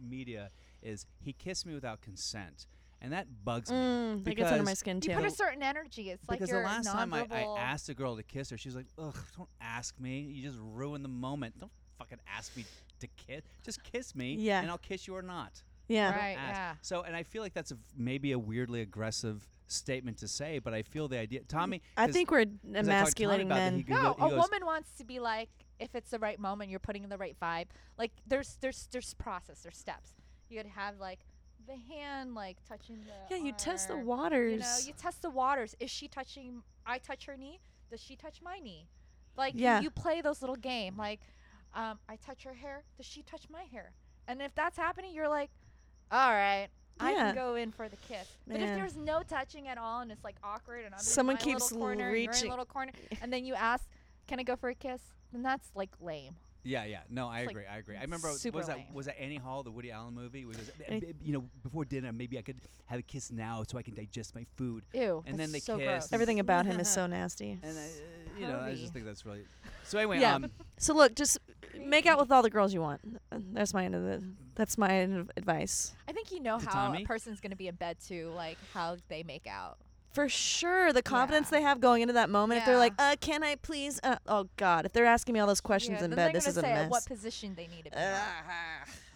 [SPEAKER 2] media is he kissed me without consent, and that bugs me.
[SPEAKER 1] Mm, that gets under my
[SPEAKER 2] because-
[SPEAKER 1] skin
[SPEAKER 3] You
[SPEAKER 1] too.
[SPEAKER 3] put a certain energy. It's like
[SPEAKER 2] because
[SPEAKER 3] you're
[SPEAKER 2] the last time I, I
[SPEAKER 3] nonverbal-
[SPEAKER 2] asked a girl to kiss her, she was like, "Ugh, don't ask me. You just ruin the moment. Don't fucking ask me to kiss. Just kiss me,
[SPEAKER 1] Yeah.
[SPEAKER 2] and I'll kiss you or not."
[SPEAKER 1] yeah.
[SPEAKER 3] Right?
[SPEAKER 2] ask.
[SPEAKER 3] Yeah.
[SPEAKER 2] So, and I feel like that's a, maybe a weirdly aggressive statement to say, but I feel the idea. Tommy,
[SPEAKER 1] I
[SPEAKER 2] 'cause-
[SPEAKER 1] think we're
[SPEAKER 2] 'cause I talked to Tommy
[SPEAKER 1] emasculating
[SPEAKER 2] about that,
[SPEAKER 1] men.
[SPEAKER 2] he go-
[SPEAKER 3] No,
[SPEAKER 2] he
[SPEAKER 3] a
[SPEAKER 2] goes,
[SPEAKER 3] woman wants to be like, if it's the right moment, you're putting in the right vibe. Like, there's there's there's process, there's steps. You'd have like the hand like touching the.
[SPEAKER 1] yeah, you test the
[SPEAKER 3] arm.
[SPEAKER 1] waters.
[SPEAKER 3] You know, you test the waters. Is she touching? I touch her knee. Does she touch my knee? Like, you-
[SPEAKER 1] Yeah.
[SPEAKER 3] you, play those little game. Like, um, I touch her hair. Does she touch my hair? And if that's happening, you're like, all right, I
[SPEAKER 1] Yeah.
[SPEAKER 3] can go in for the kiss. But if
[SPEAKER 1] Man.
[SPEAKER 3] there's no touching at all and it's like awkward and I'm
[SPEAKER 1] Someone
[SPEAKER 3] in my
[SPEAKER 1] keeps
[SPEAKER 3] little corner, and you're
[SPEAKER 1] reaching.
[SPEAKER 3] in
[SPEAKER 1] <laughs>
[SPEAKER 3] little corner, and then you ask, can I go for a kiss? Then that's like lame.
[SPEAKER 2] Yeah, yeah. No, I
[SPEAKER 3] It's, like,
[SPEAKER 2] agree. I agree. I remember what
[SPEAKER 3] super
[SPEAKER 2] was
[SPEAKER 3] lame.
[SPEAKER 2] that was that Annie Hall, the Woody Allen movie? Where he goes,
[SPEAKER 1] And-
[SPEAKER 2] "Uh, b- you know, before dinner, maybe I could have a kiss now so I can digest my food.
[SPEAKER 3] Ew.
[SPEAKER 2] And then
[SPEAKER 3] that's
[SPEAKER 2] they
[SPEAKER 3] so
[SPEAKER 2] kiss.
[SPEAKER 1] <laughs>
[SPEAKER 3] Gross.
[SPEAKER 1] Everything about him is so nasty.
[SPEAKER 2] <laughs> And I, uh, you know, I
[SPEAKER 3] pervy.
[SPEAKER 2] just think that's really. So anyway,
[SPEAKER 1] Yeah.
[SPEAKER 2] um,
[SPEAKER 1] So look, just make out with all the girls you want. That's my end of the. That's my end of advice.
[SPEAKER 3] I think you know
[SPEAKER 2] To
[SPEAKER 3] how
[SPEAKER 2] Tommy?
[SPEAKER 3] a person's going to be in bed too, like how they make out.
[SPEAKER 1] For sure, the confidence
[SPEAKER 3] Yeah.
[SPEAKER 1] they have going into that moment. If they're like,
[SPEAKER 3] Yeah.
[SPEAKER 1] "Uh, can I please?" Uh, oh God, if they're asking me all those questions
[SPEAKER 3] Yeah,
[SPEAKER 1] in
[SPEAKER 3] then
[SPEAKER 1] bed,
[SPEAKER 3] they're
[SPEAKER 1] this
[SPEAKER 3] gonna
[SPEAKER 1] is a
[SPEAKER 3] say at What
[SPEAKER 1] mess.
[SPEAKER 3] position they need to be? in.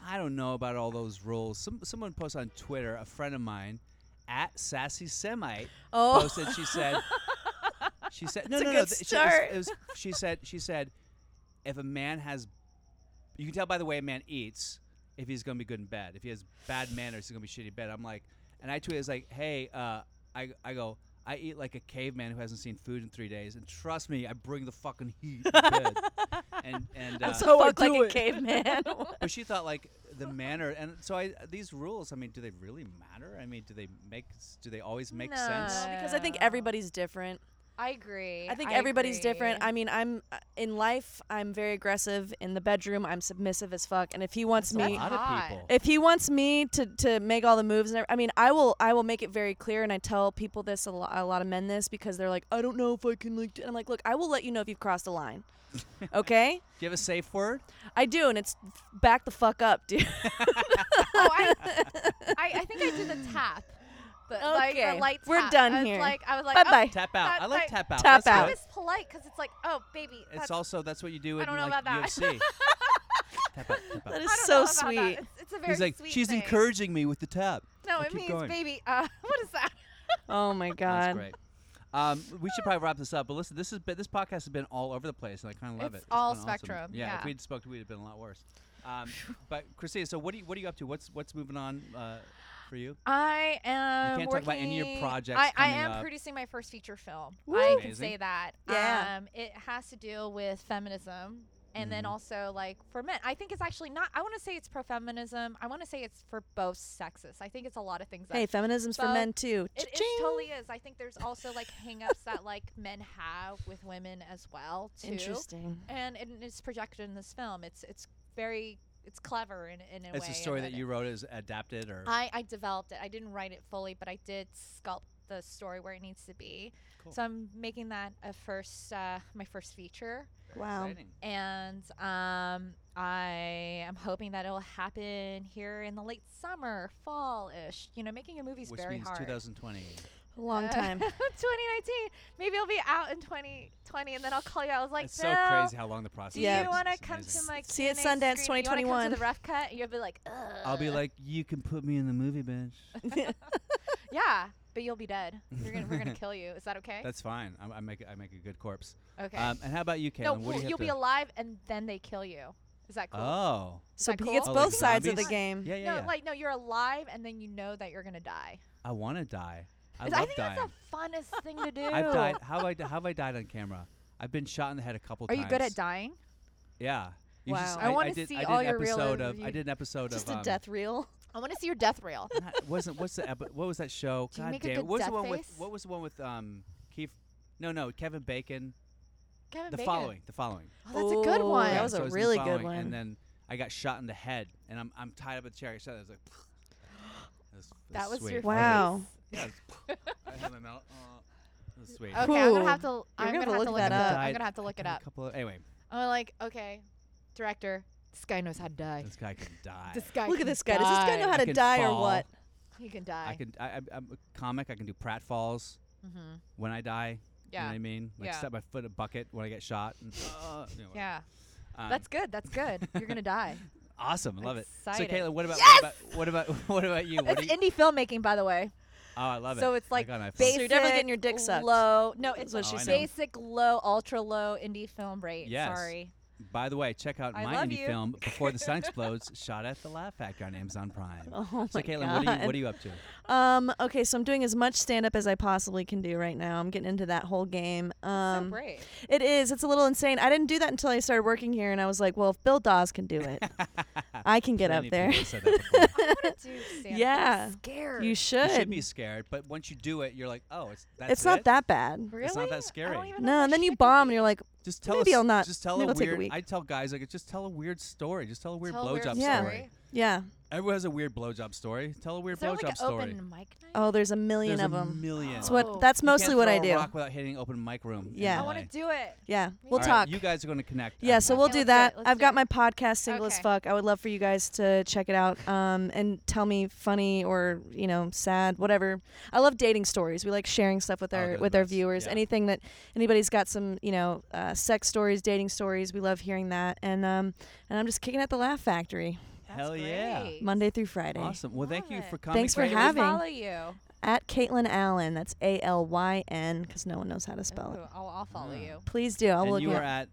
[SPEAKER 2] I don't know about all those rules. Some someone posted on Twitter, a friend of mine, at Sassy Semite,
[SPEAKER 1] Oh. <laughs>
[SPEAKER 2] <laughs> posted. She said, she said, no,
[SPEAKER 1] That's a
[SPEAKER 2] no, no.
[SPEAKER 1] good
[SPEAKER 2] th- she, it was-
[SPEAKER 1] start.
[SPEAKER 2] it was- she said, she said, if a man has, you can tell by the way a man eats if he's gonna be good in bed. If he has bad manners, he's gonna be shitty in bed. I'm like, and I tweeted, it's like, hey, uh, I, I go. I eat like a caveman who hasn't seen food in three days, and trust me, I bring the fucking heat.
[SPEAKER 1] <laughs>
[SPEAKER 2] in bed. and and uh,
[SPEAKER 1] So
[SPEAKER 4] I
[SPEAKER 1] fuck like
[SPEAKER 4] do
[SPEAKER 1] a
[SPEAKER 4] it.
[SPEAKER 1] <laughs> caveman.
[SPEAKER 2] but she thought like
[SPEAKER 1] <laughs>
[SPEAKER 2] the manner, and so I these rules. I mean, do they really matter? I mean, do they make? s- Do they always make sense?
[SPEAKER 3] No.
[SPEAKER 1] because I think
[SPEAKER 3] Yeah.
[SPEAKER 1] everybody's different.
[SPEAKER 3] I agree.
[SPEAKER 1] I think everybody's different.
[SPEAKER 3] agree.
[SPEAKER 1] I mean, I'm uh, in life. I'm very aggressive in the bedroom. I'm submissive as fuck. And if he wants
[SPEAKER 3] That's
[SPEAKER 1] me,
[SPEAKER 2] a lot
[SPEAKER 3] hot.
[SPEAKER 2] of people.
[SPEAKER 1] if he wants me to, to make all the moves and ev- I mean I will I will make it very clear and I tell people this a, lo- a lot of men this because they're like I don't know if I can like do-" and I'm like look I will let you know if you've crossed the
[SPEAKER 2] <laughs>
[SPEAKER 1] line okay
[SPEAKER 2] Do you have a safe word?
[SPEAKER 1] I do and it's back the fuck up
[SPEAKER 2] <laughs>
[SPEAKER 1] dude
[SPEAKER 3] oh,
[SPEAKER 1] <laughs>
[SPEAKER 3] I, I, I think I do the tap. The, like, the
[SPEAKER 1] Okay,
[SPEAKER 3] light
[SPEAKER 1] we're
[SPEAKER 3] tap.
[SPEAKER 1] done
[SPEAKER 3] I was
[SPEAKER 1] here.
[SPEAKER 3] Like I was
[SPEAKER 1] <laughs>
[SPEAKER 3] like,
[SPEAKER 1] Bye-bye.
[SPEAKER 3] Oh,
[SPEAKER 2] Tap out.
[SPEAKER 3] that-
[SPEAKER 2] I like
[SPEAKER 3] like-
[SPEAKER 2] tap out.
[SPEAKER 1] Tap
[SPEAKER 2] That's
[SPEAKER 1] out.
[SPEAKER 3] that
[SPEAKER 2] good.
[SPEAKER 3] was polite because it's like, oh, baby.
[SPEAKER 2] It's
[SPEAKER 3] that's-
[SPEAKER 2] also that's what you do
[SPEAKER 3] I
[SPEAKER 2] in
[SPEAKER 3] don't know
[SPEAKER 2] like
[SPEAKER 3] about that. <laughs>
[SPEAKER 2] UFC. tap out. Tap
[SPEAKER 1] <laughs>
[SPEAKER 2] out.
[SPEAKER 1] that
[SPEAKER 3] I
[SPEAKER 1] is
[SPEAKER 3] don't
[SPEAKER 1] so
[SPEAKER 3] know about that.
[SPEAKER 1] sweet
[SPEAKER 3] It's, it's a very
[SPEAKER 2] He's like,
[SPEAKER 3] sweet
[SPEAKER 2] she's
[SPEAKER 3] thing.
[SPEAKER 2] encouraging me with the tap.
[SPEAKER 3] No, No,
[SPEAKER 2] Well,
[SPEAKER 3] it
[SPEAKER 2] keep
[SPEAKER 3] means
[SPEAKER 2] going.
[SPEAKER 3] baby. Uh, <laughs> what is that?
[SPEAKER 1] Oh my
[SPEAKER 2] That's
[SPEAKER 1] god.
[SPEAKER 2] great. Um, we should probably wrap this up, but listen, this has been this podcast has been all over the place, and I kind of love
[SPEAKER 4] It's
[SPEAKER 2] it.
[SPEAKER 4] all
[SPEAKER 2] been awesome.
[SPEAKER 4] spectrum,
[SPEAKER 2] Yeah, if
[SPEAKER 4] yeah.
[SPEAKER 2] we'd spoke, we'd have been a lot worse. Um, but Christina, so what are you what are you up to? What's what's moving on uh, for you?
[SPEAKER 3] I am.
[SPEAKER 2] can't talk
[SPEAKER 3] working,
[SPEAKER 2] about any of your projects
[SPEAKER 3] I, I
[SPEAKER 2] coming
[SPEAKER 3] am
[SPEAKER 2] up.
[SPEAKER 3] producing my first feature film.
[SPEAKER 1] Woo.
[SPEAKER 3] I can
[SPEAKER 2] Amazing.
[SPEAKER 3] say that.
[SPEAKER 1] Yeah.
[SPEAKER 3] Um, it has to deal with feminism. And then
[SPEAKER 2] Mhm.
[SPEAKER 3] also like for men, I think it's actually not. I want to say it's pro feminism. I want to say it's for both sexes. I think it's a lot of things. that
[SPEAKER 1] Hey, feminism's for
[SPEAKER 3] Bo-
[SPEAKER 1] men too.
[SPEAKER 3] It, it
[SPEAKER 1] Cha-ching.
[SPEAKER 3] totally is. I think there's also like hangups that like men have with women as well too.
[SPEAKER 1] Interesting.
[SPEAKER 3] And, and it's projected in this film. It's it's very it's clever in, in a way.
[SPEAKER 2] It's a story
[SPEAKER 3] and
[SPEAKER 2] that
[SPEAKER 3] it-
[SPEAKER 2] you wrote is adapted, or
[SPEAKER 3] I, I developed it. I didn't write it fully, but I did sculpt the story where it needs to be.
[SPEAKER 2] Cool.
[SPEAKER 3] So I'm making that a first uh, my first feature,
[SPEAKER 2] Very
[SPEAKER 1] Wow.
[SPEAKER 2] exciting.
[SPEAKER 3] and um, I am hoping that it'll happen here in the late summer, fall ish. You know, making a movie is
[SPEAKER 2] which
[SPEAKER 3] very
[SPEAKER 2] means
[SPEAKER 3] hard. <laughs>
[SPEAKER 2] 2020.
[SPEAKER 1] A long
[SPEAKER 3] Uh,
[SPEAKER 2] <laughs>
[SPEAKER 3] <laughs>
[SPEAKER 1] time.
[SPEAKER 3] 2019. Maybe I'll be out in 2020, and then I'll call you. I was like,
[SPEAKER 2] it's
[SPEAKER 3] "Bill,
[SPEAKER 2] so crazy how long the process.
[SPEAKER 3] Do
[SPEAKER 1] Yeah.
[SPEAKER 2] is.
[SPEAKER 3] you want to
[SPEAKER 2] It's
[SPEAKER 3] come
[SPEAKER 2] amazing.
[SPEAKER 3] to my
[SPEAKER 1] See you at
[SPEAKER 3] Q&A
[SPEAKER 1] Sundance
[SPEAKER 3] screening? You wanna
[SPEAKER 1] 2021?"
[SPEAKER 3] come to the rough cut? And you'll be like, Ugh.
[SPEAKER 2] I'll be like, you can put me in the movie, bitch.
[SPEAKER 3] <laughs>
[SPEAKER 1] <laughs>
[SPEAKER 3] yeah, but you'll be dead. You're gonna,
[SPEAKER 2] <laughs>
[SPEAKER 3] we're gonna kill you. Is that okay?
[SPEAKER 2] That's fine. I, I make a- I make a good corpse.
[SPEAKER 3] okay.
[SPEAKER 2] Um, and how about you, Caitlin?
[SPEAKER 3] no,
[SPEAKER 2] what do you
[SPEAKER 3] well,
[SPEAKER 2] have
[SPEAKER 3] you'll
[SPEAKER 2] to-
[SPEAKER 3] be alive, and then they kill you. Is that cool?
[SPEAKER 2] Oh,
[SPEAKER 1] So
[SPEAKER 3] that
[SPEAKER 1] he
[SPEAKER 3] cool?
[SPEAKER 1] gets
[SPEAKER 2] Oh, like
[SPEAKER 1] both sides of the
[SPEAKER 2] zombies?
[SPEAKER 1] game.
[SPEAKER 2] yeah, yeah,
[SPEAKER 3] no,
[SPEAKER 2] yeah.
[SPEAKER 3] like no, you're alive, and then you know that you're gonna die.
[SPEAKER 2] I want to die.
[SPEAKER 3] <laughs>
[SPEAKER 2] I
[SPEAKER 3] Is-
[SPEAKER 2] love
[SPEAKER 3] think
[SPEAKER 2] dying.
[SPEAKER 3] that's the
[SPEAKER 2] <laughs>
[SPEAKER 3] funnest thing to do.
[SPEAKER 2] I've died. How I how have I died on camera? I've been shot in the head a couple
[SPEAKER 3] Are
[SPEAKER 2] times.
[SPEAKER 3] you good at dying?
[SPEAKER 2] Yeah. You
[SPEAKER 1] Wow.
[SPEAKER 3] I wanna
[SPEAKER 2] did-
[SPEAKER 3] see
[SPEAKER 2] I did
[SPEAKER 3] all
[SPEAKER 2] an
[SPEAKER 3] your real
[SPEAKER 2] episode of.
[SPEAKER 3] review-
[SPEAKER 2] I did an episode
[SPEAKER 1] Just
[SPEAKER 2] of.
[SPEAKER 1] a
[SPEAKER 2] um,
[SPEAKER 1] death reel.
[SPEAKER 3] I want to see your death reel.
[SPEAKER 2] <laughs> not- it wasn't what's the epi- what was that show?
[SPEAKER 3] Do you
[SPEAKER 2] God
[SPEAKER 3] make a
[SPEAKER 2] damn it.
[SPEAKER 3] good
[SPEAKER 2] What was the
[SPEAKER 3] death
[SPEAKER 2] one
[SPEAKER 3] face?
[SPEAKER 2] with what was the one with um Keith? No, no, Kevin Bacon.
[SPEAKER 3] Kevin
[SPEAKER 2] the
[SPEAKER 3] Bacon.
[SPEAKER 2] following, the following.
[SPEAKER 3] Oh, that's a good
[SPEAKER 1] Ooh,
[SPEAKER 3] one.
[SPEAKER 1] that was a
[SPEAKER 2] so it's The
[SPEAKER 1] really good
[SPEAKER 2] Following,
[SPEAKER 1] one.
[SPEAKER 2] And then I got shot in the head, and I'm I'm tied up in the chair. I shot. I was like. <sighs> That was,
[SPEAKER 3] that was
[SPEAKER 2] sweet.
[SPEAKER 3] your
[SPEAKER 2] I like-
[SPEAKER 1] Wow.
[SPEAKER 2] Yeah, it was- <laughs> I had my mouth. Uh, that was sweet.
[SPEAKER 3] Okay, I'm gonna have to.
[SPEAKER 1] Cool.
[SPEAKER 3] I'm
[SPEAKER 1] gonna
[SPEAKER 3] gonna, have to look
[SPEAKER 1] that
[SPEAKER 3] it up.
[SPEAKER 2] up.
[SPEAKER 3] I'm gonna have to look it
[SPEAKER 2] Had a
[SPEAKER 3] up.
[SPEAKER 2] couple of- anyway,
[SPEAKER 3] I'm like, okay, director, this guy knows how to die.
[SPEAKER 2] this guy can die.
[SPEAKER 3] This guy.
[SPEAKER 1] Look
[SPEAKER 3] can
[SPEAKER 1] at this guy. Does this guy know how
[SPEAKER 2] I
[SPEAKER 1] to
[SPEAKER 2] can
[SPEAKER 1] die or
[SPEAKER 2] fall.
[SPEAKER 1] what?
[SPEAKER 3] He can
[SPEAKER 2] I
[SPEAKER 3] die.
[SPEAKER 2] can. I, I'm- I'm a comic. I can do pratfalls
[SPEAKER 3] mm-hmm.
[SPEAKER 2] when I die. You know
[SPEAKER 3] Yeah.
[SPEAKER 2] what I mean? Like
[SPEAKER 3] Yeah.
[SPEAKER 2] set my foot in a bucket when I get shot. And, uh, you know, whatever.
[SPEAKER 3] Yeah.
[SPEAKER 2] Um,
[SPEAKER 3] That's good. That's <laughs> good. You're gonna die.
[SPEAKER 2] awesome. I love
[SPEAKER 3] Excited.
[SPEAKER 2] it. So, Caitlin, what about, what about <laughs> what about what about you? What do
[SPEAKER 3] It's
[SPEAKER 2] you
[SPEAKER 3] indie filmmaking, by the way.
[SPEAKER 2] oh, I love it.
[SPEAKER 3] so it's
[SPEAKER 2] I
[SPEAKER 3] like
[SPEAKER 2] got an iPhone.
[SPEAKER 1] So
[SPEAKER 3] Basic,
[SPEAKER 1] you're definitely getting your dick sucked.
[SPEAKER 3] Low. No, it's
[SPEAKER 1] That's what
[SPEAKER 2] she Oh, I know.
[SPEAKER 3] basic, low, ultra low indie film rate.
[SPEAKER 2] Yes.
[SPEAKER 3] Sorry.
[SPEAKER 2] By the way, check out
[SPEAKER 3] I
[SPEAKER 2] my
[SPEAKER 3] love
[SPEAKER 2] indie
[SPEAKER 3] you.
[SPEAKER 2] film "Before
[SPEAKER 1] <laughs>
[SPEAKER 2] the Sun Explodes," shot at the Laugh Factory on Amazon Prime.
[SPEAKER 1] <laughs> Oh
[SPEAKER 2] so,
[SPEAKER 1] my god.
[SPEAKER 2] Caitlin, what are you what are you up to?
[SPEAKER 1] Um. Okay, so I'm doing as much stand up as I possibly can do right now. I'm getting into that whole game. Um,
[SPEAKER 3] so brave.
[SPEAKER 1] <laughs> It is. It's a little insane. I didn't do that until I started working here, and I was like, well, if Bill Dawes can do
[SPEAKER 2] <laughs>
[SPEAKER 1] it, I can get up
[SPEAKER 2] Many
[SPEAKER 1] there.
[SPEAKER 2] people have said that before.
[SPEAKER 3] I want to do stand
[SPEAKER 1] Yeah.
[SPEAKER 3] I'm scared.
[SPEAKER 1] You should.
[SPEAKER 2] you
[SPEAKER 1] <laughs>
[SPEAKER 2] should be scared, but once you do it, you're like, oh, it's that's
[SPEAKER 1] it's not
[SPEAKER 2] it?
[SPEAKER 1] that bad.
[SPEAKER 3] really?
[SPEAKER 2] not that
[SPEAKER 3] I don't
[SPEAKER 2] scary.
[SPEAKER 3] even know
[SPEAKER 1] No,
[SPEAKER 3] if
[SPEAKER 1] and
[SPEAKER 3] I
[SPEAKER 1] then you
[SPEAKER 3] should
[SPEAKER 1] bomb, and
[SPEAKER 3] be.
[SPEAKER 1] you're like,
[SPEAKER 2] Just tell
[SPEAKER 1] Maybe
[SPEAKER 2] us.
[SPEAKER 1] I'll not-
[SPEAKER 2] Just tell
[SPEAKER 1] maybe
[SPEAKER 2] a
[SPEAKER 1] it'll take a
[SPEAKER 2] weird.
[SPEAKER 1] week.
[SPEAKER 2] I tell guys like just tell a weird story. Just tell a weird
[SPEAKER 3] Tell a weird
[SPEAKER 2] blowjob
[SPEAKER 1] Yeah.
[SPEAKER 2] story.
[SPEAKER 1] yeah.
[SPEAKER 2] Everyone has a weird blowjob story. Tell a weird
[SPEAKER 3] Is there
[SPEAKER 2] blowjob
[SPEAKER 3] like an
[SPEAKER 2] story.
[SPEAKER 3] open mic night?
[SPEAKER 1] Oh, there's a million
[SPEAKER 2] There's
[SPEAKER 1] of
[SPEAKER 2] a
[SPEAKER 1] them.
[SPEAKER 2] million.
[SPEAKER 1] That's
[SPEAKER 3] Oh.
[SPEAKER 1] what. That's
[SPEAKER 2] You can't
[SPEAKER 1] mostly what
[SPEAKER 2] throw
[SPEAKER 1] I
[SPEAKER 2] a
[SPEAKER 1] do.
[SPEAKER 2] rock without hitting open mic room. in
[SPEAKER 1] Yeah.
[SPEAKER 3] I
[SPEAKER 1] LA.
[SPEAKER 3] want to do it.
[SPEAKER 1] Yeah, we'll
[SPEAKER 2] All right,
[SPEAKER 1] talk.
[SPEAKER 2] you guys are going to connect.
[SPEAKER 1] yeah, so
[SPEAKER 2] after
[SPEAKER 1] we'll
[SPEAKER 3] Okay,
[SPEAKER 1] do
[SPEAKER 3] let's do
[SPEAKER 1] that.
[SPEAKER 3] it, let's
[SPEAKER 1] I've
[SPEAKER 3] do
[SPEAKER 1] got
[SPEAKER 3] it.
[SPEAKER 1] my podcast single as
[SPEAKER 3] Okay.
[SPEAKER 1] fuck. I would love for you guys to check it out um, and tell me funny or you know sad, whatever. I love dating stories. We like sharing stuff with
[SPEAKER 2] Oh,
[SPEAKER 1] our
[SPEAKER 2] they're the
[SPEAKER 1] with our
[SPEAKER 2] best.
[SPEAKER 1] viewers.
[SPEAKER 2] Yeah.
[SPEAKER 1] Anything that anybody's got some you know uh, sex stories, dating stories. We love hearing that. And um, and I'm just kicking at the Laugh Factory
[SPEAKER 3] That's
[SPEAKER 2] Hell yeah.
[SPEAKER 3] great.
[SPEAKER 1] Monday through Friday
[SPEAKER 2] Awesome. Well, thank you
[SPEAKER 3] Love
[SPEAKER 2] for
[SPEAKER 3] it.
[SPEAKER 2] coming.
[SPEAKER 1] Thanks for
[SPEAKER 2] Caitlin.
[SPEAKER 3] Where do we
[SPEAKER 1] having-
[SPEAKER 3] Follow you.
[SPEAKER 1] at Caitlin Allen. That's A L Y N because no one knows how to
[SPEAKER 3] Ooh,
[SPEAKER 1] spell it.
[SPEAKER 3] I'll, I'll follow
[SPEAKER 2] Ah.
[SPEAKER 3] you.
[SPEAKER 1] Please do. I'll
[SPEAKER 2] And
[SPEAKER 1] look
[SPEAKER 2] you
[SPEAKER 1] you
[SPEAKER 2] are
[SPEAKER 1] up.
[SPEAKER 2] at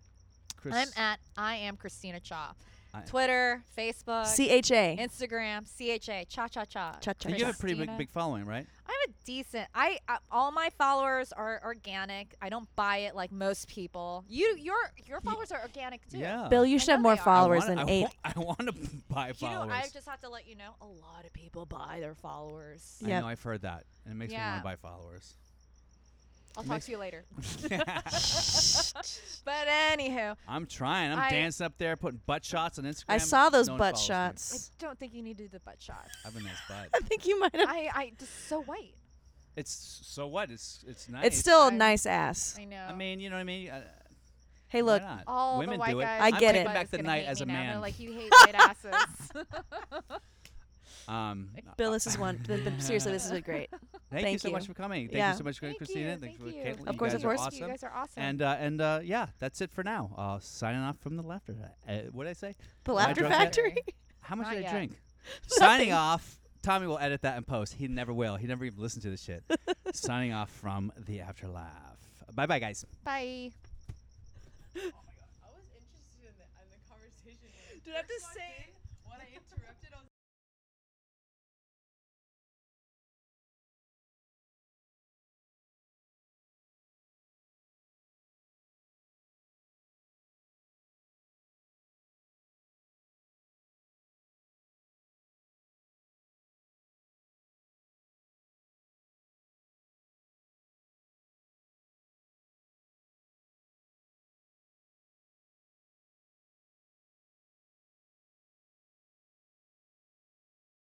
[SPEAKER 2] Chris.
[SPEAKER 3] I'm at I am Christina Cha.
[SPEAKER 2] I-
[SPEAKER 3] Twitter, Facebook,
[SPEAKER 1] C H A.
[SPEAKER 3] Instagram, CHA, Cha Cha Cha.
[SPEAKER 1] Cha cha
[SPEAKER 2] and you have a pretty big,
[SPEAKER 3] Christina.
[SPEAKER 2] big following, right?
[SPEAKER 3] I'm a decent. I uh, all my followers are organic. I don't buy it like most people. You your your followers are organic too.
[SPEAKER 2] Yeah.
[SPEAKER 1] Bill, you should
[SPEAKER 3] know
[SPEAKER 1] have more
[SPEAKER 3] they are. I
[SPEAKER 2] I
[SPEAKER 1] followers
[SPEAKER 2] wanna-
[SPEAKER 1] than
[SPEAKER 2] I
[SPEAKER 1] eight.
[SPEAKER 2] wa- <laughs> I want to buy
[SPEAKER 3] You know,
[SPEAKER 2] followers.
[SPEAKER 3] I just have to let you know, a lot of people buy their followers.
[SPEAKER 2] I
[SPEAKER 1] Yep.
[SPEAKER 2] know I've heard that, and it makes me
[SPEAKER 3] Yeah.
[SPEAKER 2] want to buy
[SPEAKER 3] <laughs>
[SPEAKER 2] followers. <laughs>
[SPEAKER 3] I'll
[SPEAKER 2] It
[SPEAKER 3] talk
[SPEAKER 2] makes-
[SPEAKER 3] to
[SPEAKER 2] <laughs>
[SPEAKER 3] you later. But
[SPEAKER 2] <laughs>
[SPEAKER 3] anywho,
[SPEAKER 2] I'm trying. I'm
[SPEAKER 3] I-
[SPEAKER 2] dancing up there, putting butt shots on Instagram.
[SPEAKER 1] I saw those
[SPEAKER 2] No one
[SPEAKER 1] butt
[SPEAKER 2] follows me.
[SPEAKER 3] I
[SPEAKER 1] shots.
[SPEAKER 3] don't think you need to do the butt shots.
[SPEAKER 2] <laughs> I've been nice butt.
[SPEAKER 1] <laughs> I think you might have.
[SPEAKER 3] I I just so white.
[SPEAKER 2] It's so what? It's it's nice.
[SPEAKER 1] It's still a
[SPEAKER 3] I-
[SPEAKER 1] nice ass.
[SPEAKER 3] I know.
[SPEAKER 2] I mean, you know what I mean. Uh,
[SPEAKER 1] Hey, look,
[SPEAKER 2] why not?
[SPEAKER 3] all
[SPEAKER 2] women
[SPEAKER 3] the white
[SPEAKER 2] do it.
[SPEAKER 3] guys.
[SPEAKER 1] I
[SPEAKER 2] I'm
[SPEAKER 1] get
[SPEAKER 2] taking
[SPEAKER 1] it.
[SPEAKER 2] back the night as a man.
[SPEAKER 3] Like
[SPEAKER 2] <laughs>
[SPEAKER 3] you hate white asses.
[SPEAKER 1] <laughs>
[SPEAKER 2] um,
[SPEAKER 1] Bill, this is one. th- <laughs> th- seriously, this has been great.
[SPEAKER 2] Thank, you
[SPEAKER 1] Thank
[SPEAKER 2] so
[SPEAKER 1] you.
[SPEAKER 2] much for coming. Thank
[SPEAKER 1] Yeah.
[SPEAKER 2] you so much,
[SPEAKER 3] Thank
[SPEAKER 2] Christina.
[SPEAKER 3] you,
[SPEAKER 2] Thanks
[SPEAKER 3] thank
[SPEAKER 2] for
[SPEAKER 3] you.
[SPEAKER 2] Caitlin.
[SPEAKER 1] Of
[SPEAKER 2] you
[SPEAKER 1] course,
[SPEAKER 2] guys
[SPEAKER 1] of
[SPEAKER 2] are
[SPEAKER 1] course.
[SPEAKER 3] Thank
[SPEAKER 2] awesome.
[SPEAKER 3] You guys are awesome.
[SPEAKER 2] And uh, and uh, yeah, that's it for now. Uh, signing off from the laughter. Uh, what did I say?
[SPEAKER 1] The
[SPEAKER 2] Am I
[SPEAKER 1] Laughter
[SPEAKER 3] <laughs>
[SPEAKER 2] drunk yet?
[SPEAKER 1] Factory.
[SPEAKER 2] How much
[SPEAKER 3] Not <laughs>
[SPEAKER 2] did I
[SPEAKER 3] yet.
[SPEAKER 2] drink? signing
[SPEAKER 1] Nothing.
[SPEAKER 2] off Tommy will edit that and post. He never will. He never even listened to this
[SPEAKER 3] <laughs>
[SPEAKER 2] shit. Signing off from the after laugh. Bye bye, guys.
[SPEAKER 4] Bye.
[SPEAKER 5] I was interested in the, in the conversation. when I
[SPEAKER 1] Dude, I have
[SPEAKER 5] first
[SPEAKER 1] to
[SPEAKER 5] walked
[SPEAKER 1] say-
[SPEAKER 5] in, When I interrupted, I was